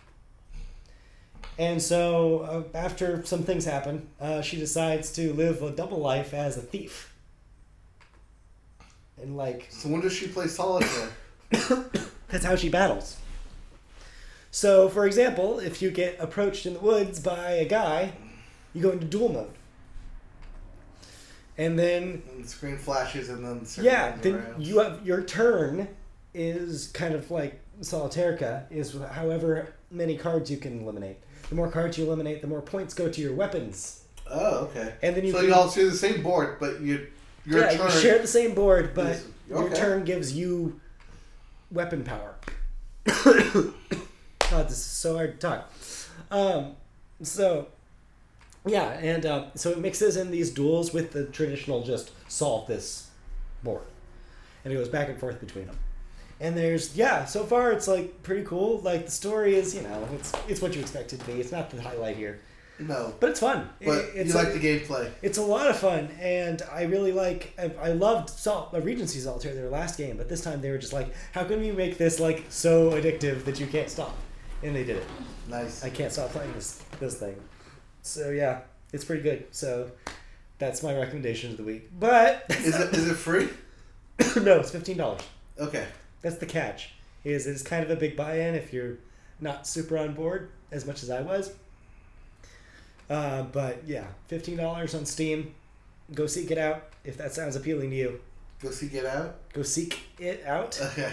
and so uh, after some things happen uh, she decides to live a double life as a thief and like
So when does she play solitaire?
that's how she battles. So, for example, if you get approached in the woods by a guy, you go into duel mode. And then,
and the screen flashes and then circles
yeah, then
around.
you have your turn is kind of like Solitaireca, is however many cards you can eliminate. The more cards you eliminate, the more points go to your weapons.
Oh, okay.
And then you
so
can-
you all see the same board, but you your
yeah,
turn.
you share the same board, but
Yes.
your
Okay.
turn gives you weapon
*coughs*
power. God, this is so hard to talk. Um, so, yeah, and uh, so it mixes in these duels with the traditional just solve this board. And it goes back and forth between them. And there's yeah, so far it's like pretty cool. Like the story is, you know, it's it's what you expect it to be. It's not the highlight here,
No,
but it's fun. It-
but
it's
you like the gameplay.
it's a lot of fun, and I really like. I, I loved Salt uh, Regency Solitaire their last game, but this time they were just like, "How can we make this like so addictive that you can't stop?" And they did it.
Nice.
I can't stop playing this this thing. So yeah, it's pretty good. So that's my recommendation of the week. But
Is it is it free?
*laughs* no, it's fifteen dollars.
Okay.
That's the catch. Is it's kind of a big buy-in if you're not super on board as much as I was. Uh, but yeah, fifteen dollars on Steam. Go seek it out if that sounds appealing to you.
Go see Get Out.
Go seek it out.
Okay.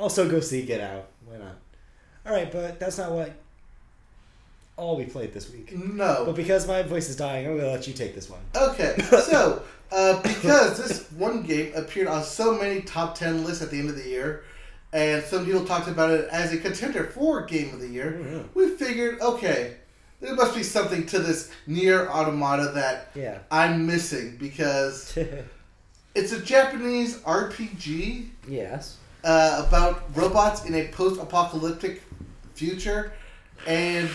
Also, go see Get Out. Why not? All right, but that's not what all we played this week. But
No.
because my voice is dying, I'm gonna let you take this one.
Okay. So, uh, because this one game appeared on so many top 10 lists at the end of the year, and some people talked about it as a contender for Game of the Year,
Mhm.
we figured, okay, there must be something to this near automata that
Yeah.
I'm missing because it's a Japanese RPG
*laughs* *laughs* yes.
uh, about robots in a post-apocalyptic future, and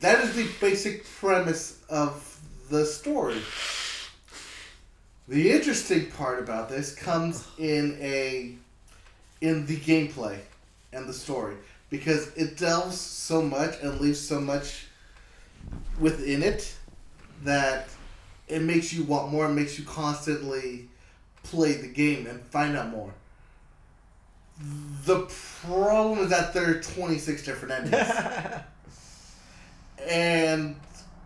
that is the basic premise of the story. The interesting part about this comes in a in the gameplay and the story because it delves so much and leaves so much within it that it makes you want more and makes you constantly play the game and find out more. The problem is that there are 26 different endings. and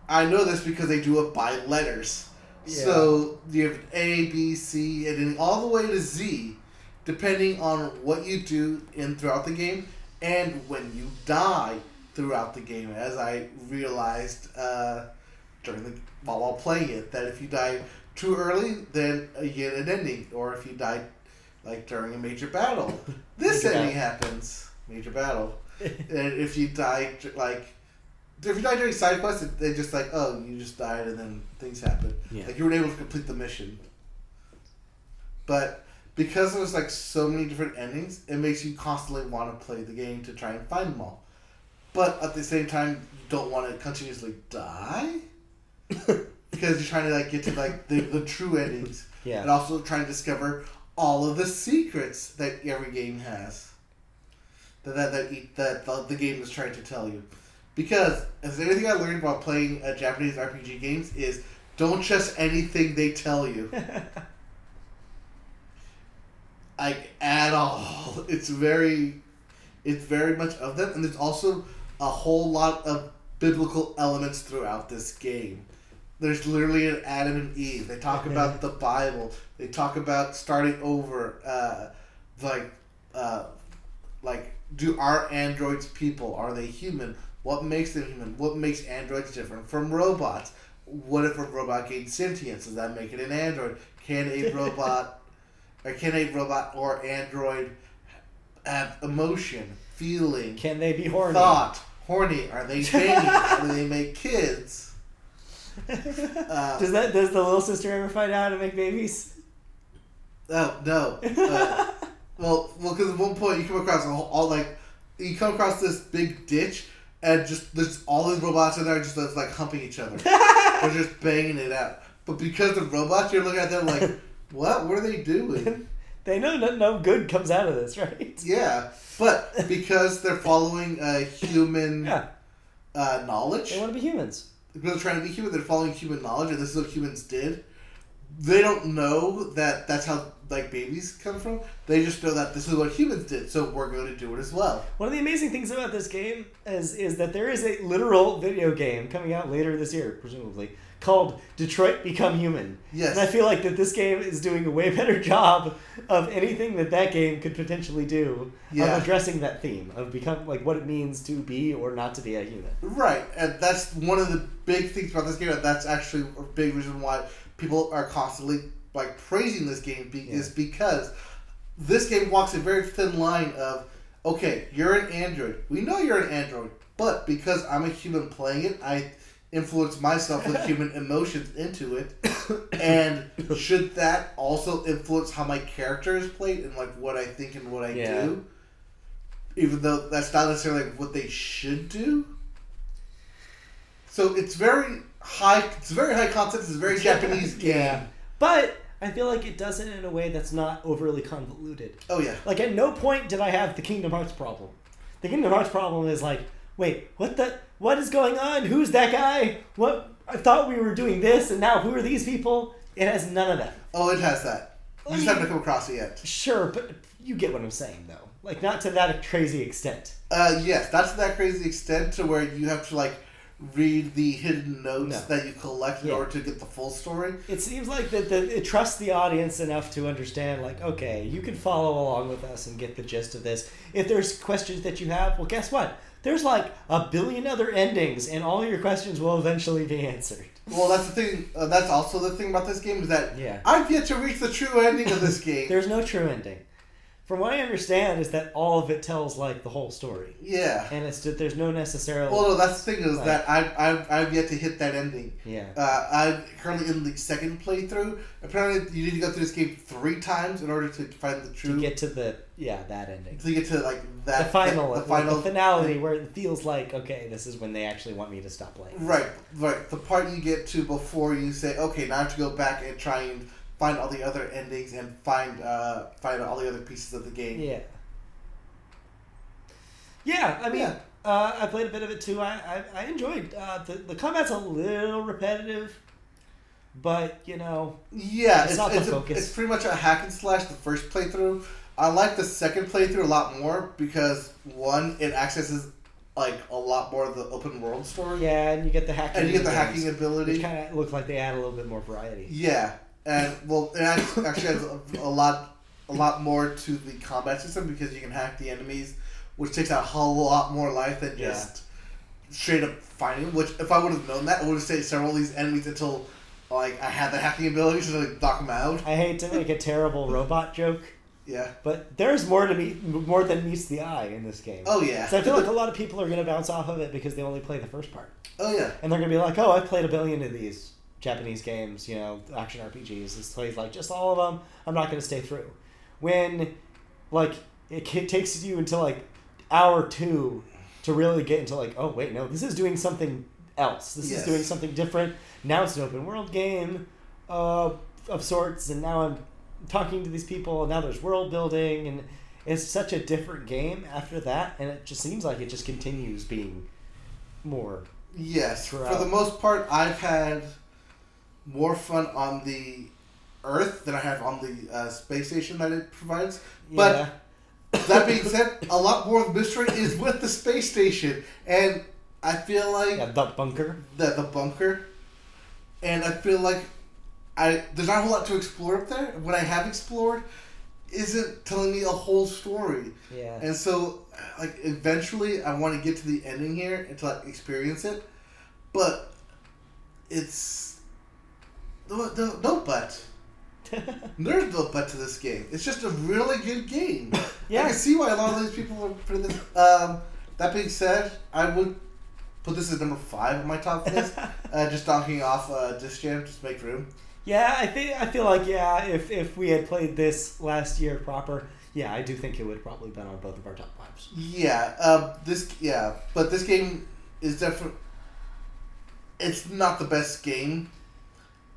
I know this because they do it by letters.
Yeah.
So you have A, B, C, and then all the way to Z, depending on what you do in throughout the game and when you die throughout the game. As I realized uh, during the while, while playing it, that if you die too early, then you get an ending, or if you die like during a major battle, this
Major
ending happens. Major battle. *laughs* And if you die, like, if you die during side quests, it- they just like, oh, you just died, and then things happen.
Yeah.
Like you were able to complete the mission, but because there's like so many different endings, it makes you constantly want to play the game to try and find them all. But at the same time, you don't want to continuously die because you're trying to like get to like the, the true endings,
Yeah.
and also trying to discover all of the secrets that every game has. That that that, eat- that the, the game is trying to tell you, because if there's anything I learned while playing uh, Japanese RPG games is don't trust anything they tell you. like at all. *laughs* It's very, it's very much of them, and there's also a whole lot of biblical elements throughout this game. There's literally an Adam and Eve. They talk about the Bible. They talk about starting over. Uh, like, uh, like, do our androids people? Are they human? What makes them human? What makes androids different from robots? What if a robot gains sentience? Does that make it an android? Can
*laughs*
a robot or can a robot or android have emotion, feeling,
*laughs* Can they be horny?
thought, horny?
*laughs*
Are they banging? Do they make kids?
*laughs*
Uh,
does that does the little sister ever find out how to make babies?
Oh no.
*laughs*
Uh, well, well, because at one point you come across a whole, all like you come across this big ditch and just there's all these robots in there just like humping
*laughs*
each other. They're just banging it out. But because the robots, you're looking at them like, what? What are they doing?
*laughs* they know no, no good comes out of this, right?
Yeah, but because they're following uh, human
Yeah,
uh, knowledge,
they want to be humans.
because they're trying to be human, they're following human knowledge, and this is what humans did. They don't know that that's how like babies come from. They just know that this is what humans did, so we're going to do it as well.
One of the amazing things about this game is is that there is a literal video game coming out later this year, presumably called Detroit Become Human.
Yes.
And I feel like that this game is doing a way better job of anything that that game could potentially do
Yeah.
of addressing that theme of become like what it means to be or not to be a human.
Right, and that's one of the big things about this game. And that's actually a big reason why people are constantly like praising this game be-
Yeah.
is because this game walks a very thin line of okay, you're an android. We know you're an android, but because I'm a human playing it, I influence
*laughs*
myself with human emotions into it, and should that also influence how my character is played and like what I think and what I
Yeah.
do? Even though that's not necessarily what they should do. So it's very high. It's very high concept. It's a very Japanese game.
*laughs* Yeah. But I feel like it does it in a way that's not overly convoluted.
Oh yeah.
Like at no point did I have the Kingdom Hearts problem. The Kingdom Hearts problem is like, wait, what the what is going on? Who's that guy? What I thought we were doing this and now who are these people? It has none of that.
Oh, it has that. We just haven't come across it yet.
Sure, but you get what I'm saying, though. Like, not to that crazy extent.
Uh, yes, that's that crazy extent to where you have to like read the hidden notes
No.
that you collect in
Yeah.
order to get the full story.
It seems like that the, it trusts the audience enough to understand, like, okay, you can follow along with us and get the gist of this. If there's questions that you have, well, guess what? There's like a billion other endings, and all your questions will eventually be answered.
Well, that's the thing. Uh, that's also the thing about this game is that
Yeah.
I've yet to reach the true ending
*laughs*
of this game.
There's no true ending. From what I understand, is that all of it tells like the whole story,
yeah.
and it's that there's no necessarily.
Well, no, that's the thing is
Right.
that I've, I've, I've yet to hit that ending.
yeah.
Uh, I'm currently in the second playthrough. Apparently, you need to go through this game three times in order to find the true
to get to the yeah that ending
to get to like that
the final
the,
the,
final
finality where it feels like okay this is when they actually want me to stop playing
Right, right. The part you get to before you say, okay, now I have to go back and try and find all the other endings and find uh find all the other pieces of the game.
yeah yeah i mean
Yeah.
Uh, i played a bit of it too i i, I enjoyed uh, the, the combat's a little repetitive but you know
Yeah,
It's
it's
not the
it's, a-
focus.
it's pretty much a hack and slash. The first playthrough, I like the second playthrough a lot more because one, it accesses like a lot more of the open world story,
yeah and you get the hacking
and you get the
games,
hacking
which
ability.
kind of looked like they add a little bit more variety
Yeah, and well, it act- actually adds a, a lot, a lot more to the combat system because you can hack the enemies, which takes out a whole lot more life than
Yeah.
just straight up fighting. them, Which, if I would have known that, I would have saved several of these enemies until like I had the hacking ability to like knock them out.
i hate to make a terrible robot joke
Yeah.
but there's more to me more than meets the eye in this game
Oh yeah.
So I feel like a lot of people are going to bounce off of it because they only play the first part.
oh yeah.
And they're going to be like, oh, I've played a billion of these Japanese games, you know, action RPGs. This plays like just all of them. I'm not going to stay through. When, like, it ca- takes you until, like, hour two to really get into, like, oh, wait, no, this is doing something else. This is
Yes.
doing something different. Now it's an open world game uh, of sorts, and now I'm talking to these people, and now there's world building, and it's such a different game after that, and it just seems like it just continues being more.
Yes. For
throughout.
the most part, I've had more fun on the Earth than I have on the uh, space station that it provides. But
Yeah.
That being said, a lot more of the mystery is with the space station, and I feel like
Yeah, the bunker.
the the bunker, and I feel like I there's not a whole lot to explore up there. What I have explored isn't telling me a whole story,
Yeah.
and so like eventually I want to get to the ending here and to like experience it, but it's no no, no but. There's no but to this game. It's just a really
*laughs*
good game.
Yeah.
I can see why a lot of these people are putting this. Um, that being said, I would put this as number five on
*laughs*
my top list. uh, just knocking off uh, Disc Jam, just make room.
*laughs* yeah, I think I feel like yeah, if if we had played this last year proper, yeah, I do think it would probably been on both of our top fives.
Yeah, uh, this yeah, but this game is definitely. It's not the best game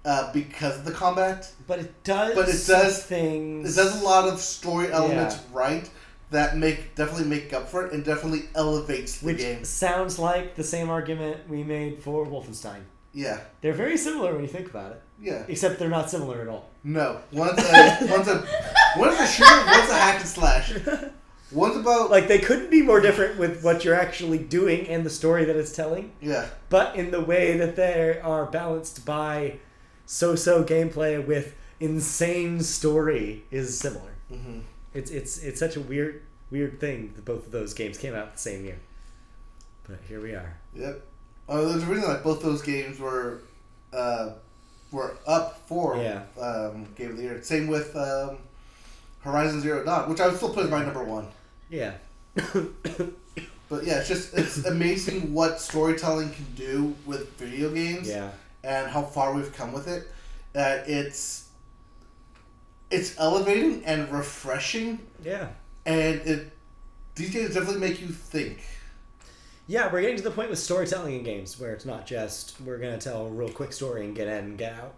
uh, because of the combat.
But it does.
But it does-
some things.
It does a lot of story elements
Yeah.
right that make definitely make up for it and definitely elevates the
Which
game.
sounds like the same argument we made for Wolfenstein.
Yeah,
They're very similar when you think about it,
yeah.
except they're not similar at
*laughs*
all.
No, one's a one's a one's a shooter, one's a hack and slash. One's about
Like they couldn't be more different with what you're actually doing and the story that it's telling,
yeah,
but in the way that they are balanced by so-so gameplay with insane story is similar.
hmm
It's it's it's such a weird weird thing that both of those games came out the same year. But here we are.
yep. Oh, there's a reason like both those games were uh, were up for
Yeah.
um, game of the year. Same with um, Horizon Zero Dawn, which I would still put as my number one.
Yeah.
But yeah, it's
*laughs*
just it's amazing what storytelling can do with video
*coughs*
games.
yeah.
and how far we've come with it. Uh, it's it's elevating and refreshing,
Yeah.
and it these games definitely make you think.
Yeah, we're getting to the point with storytelling in games where it's not just we're gonna tell a real quick story and get in and get out.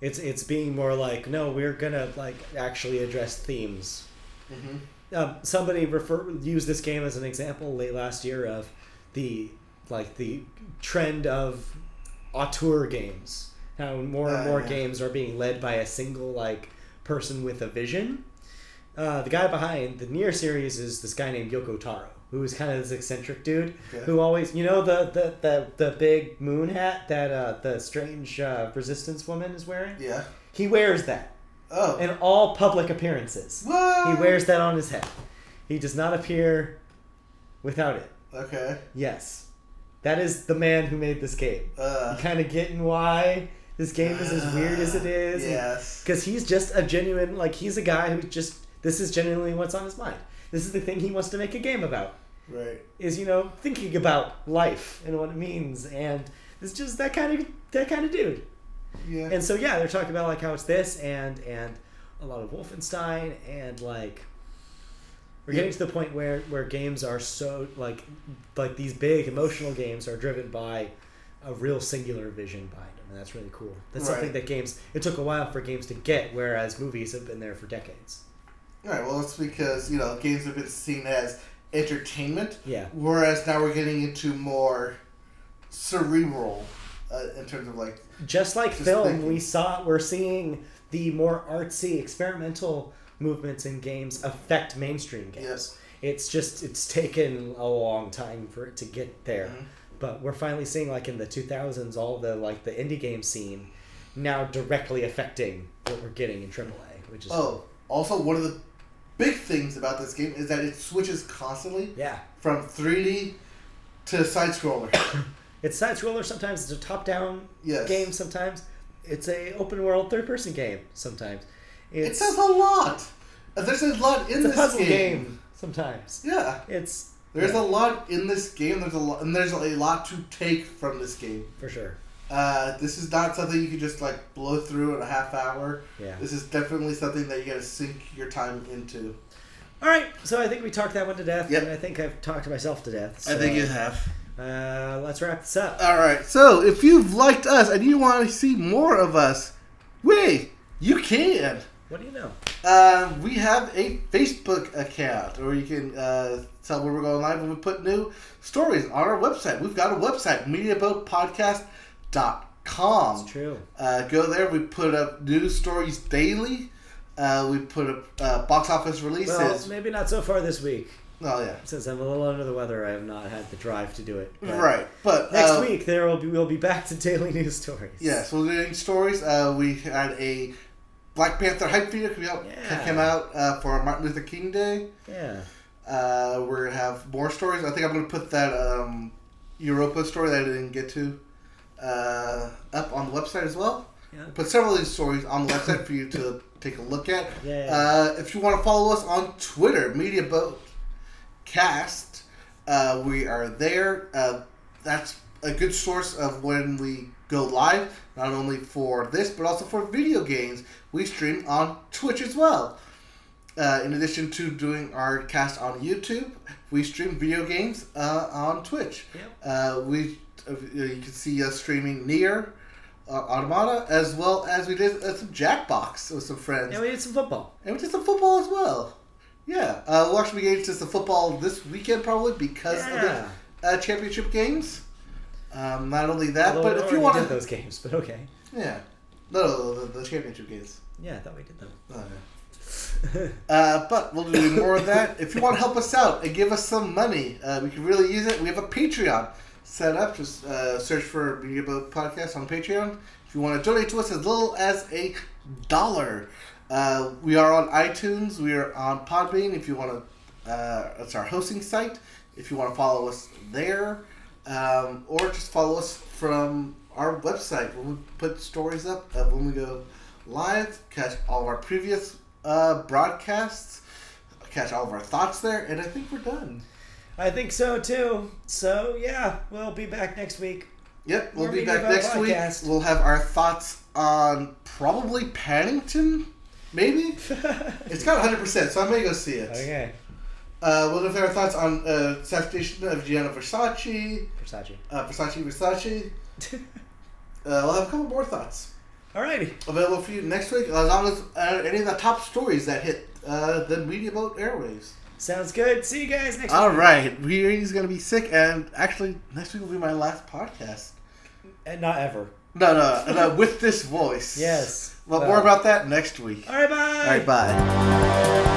It's it's being more like no, we're gonna like actually address themes.
Mm-hmm.
Um, somebody refer used this game as an example late last year of the like the trend of auteur games. How more and
Uh,
more
yeah.
games are being led by a single like person with a vision. Uh, the guy behind the Near series is this guy named Yoko Taro, who is kind of this eccentric dude
Okay.
who always, you know, the the, the, the big moon hat that uh, the strange uh, resistance woman is wearing.
Yeah.
He wears that
Oh.
in all public appearances.
what?
He wears that on his head. He does not appear without it.
Okay.
Yes, that is the man who made this game.
Uh,
You kind of getting why this game is as weird as it is.
Yes.
Because he's just a genuine, like, he's a guy who just, this is genuinely what's on his mind. This is the thing he wants to make a game about,
Right.
is, you know, thinking about life and what it means. And it's just that kind of, that kind of dude.
Yeah.
And so, yeah, they're talking about, like, how it's this and, and a lot of Wolfenstein and, like, we're getting to the point where, where games are so, like, like these big emotional games are driven by a real singular vision behind them. And that's really cool. That's something that
Right.
games, it took a while for games to get, whereas movies have been there for decades.
All right. Well, it's because you know games have been seen as entertainment,
Yeah.
whereas now we're getting into more cerebral uh, in terms of like
Just like
Just
film,
thinking.
we saw, we're seeing the more artsy, experimental movements in games affect mainstream games.
Yes.
It's just, it's taken a long time for it to get there.
Mhm.
But we're finally seeing, like, in the 2000s, all the, like, the indie game scene now directly affecting what we're getting in AAA, which is,
oh. Also, one of the big things about this game is that it switches constantly
yeah.
from 3D to side scroller.
It's side scroller sometimes. It's a top down
Yes.
game sometimes. It's a open world third person game sometimes.
it
It's,
says a lot. Uh, There's a lot in
it's a
this
puzzle game,
game.
sometimes.
Yeah.
It's
There's
yeah,
a lot in this game. There's a lot, and there's a lot to take from this game.
for sure.
Uh, this is not something you can just like blow through in a half hour.
Yeah.
This is definitely something that you got to sink your time into.
All right. So I think we talked that one to death,
Yep.
and I think I've talked myself to death. So,
have.
Uh, let's wrap this up.
All right. So if you've liked us and you want to see more of us, wait, you can.
What do you know?
Uh, we have a Facebook account where you can uh, tell when we're going live when we put new stories on our website. We've got a website, mediaboatpodcast.com.
It's true.
Uh, go there. We put up news stories daily. Uh, we put up uh, box office releases.
Well, maybe not so far this week
oh yeah,
since I'm a little under the weather. I have not had the drive to do it. but
right. But
Next
uh,
week there will be we'll be back to *laughs* daily news stories.
yes, we're doing stories. Uh, we had a Black Panther hype video coming out.
Yeah.
Came out uh, for Martin Luther King Day.
Yeah.
Uh, we're gonna have more stories. I think I'm gonna put that um, Europa story that I didn't get to uh, up on the website as well.
Yeah.
Put several of these stories on the website for you to take a look at.
Yeah.
Uh, if you want to follow us on Twitter, Media Boat Cast, uh, we are there. Uh, that's a good source of when we go live, not only for this but also for video games. We stream on Twitch as well. Uh, in addition to doing our cast on YouTube, we stream video games uh, on Twitch.
Yep.
Uh, we uh, you can see us streaming near uh, Automata as well as we did uh, some Jackbox with some friends,
And we did some football.
and we did some football as well. Yeah, uh, we'll actually be getting to some football this weekend probably because
Yeah.
of the uh, championship games. Um, not only that,
Although
but
we
if you
already
want
did
to,
those games, but okay.
yeah, no, no, no, the, the championship games.
Yeah, I thought we did them.
Oh, yeah. Uh, but we'll do more of that. If you want to help us out and give us some money, uh, we can really use it. We have a Patreon set up. Just uh, search for Media Boat Podcast on Patreon. If you want to donate to us as little as a dollar, uh, we are on iTunes. We are on Podbean. If you want to, uh, it's our hosting site. If you want to follow us there, um, or just follow us from our website when we put stories up uh, when we go live. Catch all of our previous uh, broadcasts. Catch all of our thoughts there, and I think we're done.
*laughs* I think so too. So yeah, we'll be back next week. *laughs*
Yep, we'll
We're
be
Media
back
Boat
next
Podcast.
week. We'll have our thoughts on probably Paddington,
*laughs*
maybe. It's not 100, percent so I may go see it.
okay,
Uh, we'll have our thoughts on uh, Saturation of Gianna Versace,
Versace. *laughs*
uh, Versace Versace. Uh, we'll have a couple more thoughts
Alrighty.
available for you next week, as long as uh, any of the top stories that hit uh, the Media Boat airwaves.
Sounds good. See you guys next
All
week.
right, we're he's gonna be sick, and actually, next week will be my last podcast.
And not ever.
No, no, no, with this voice.
Yes.
Well,
Well.
more about that next week.
All right, bye.
All right, bye.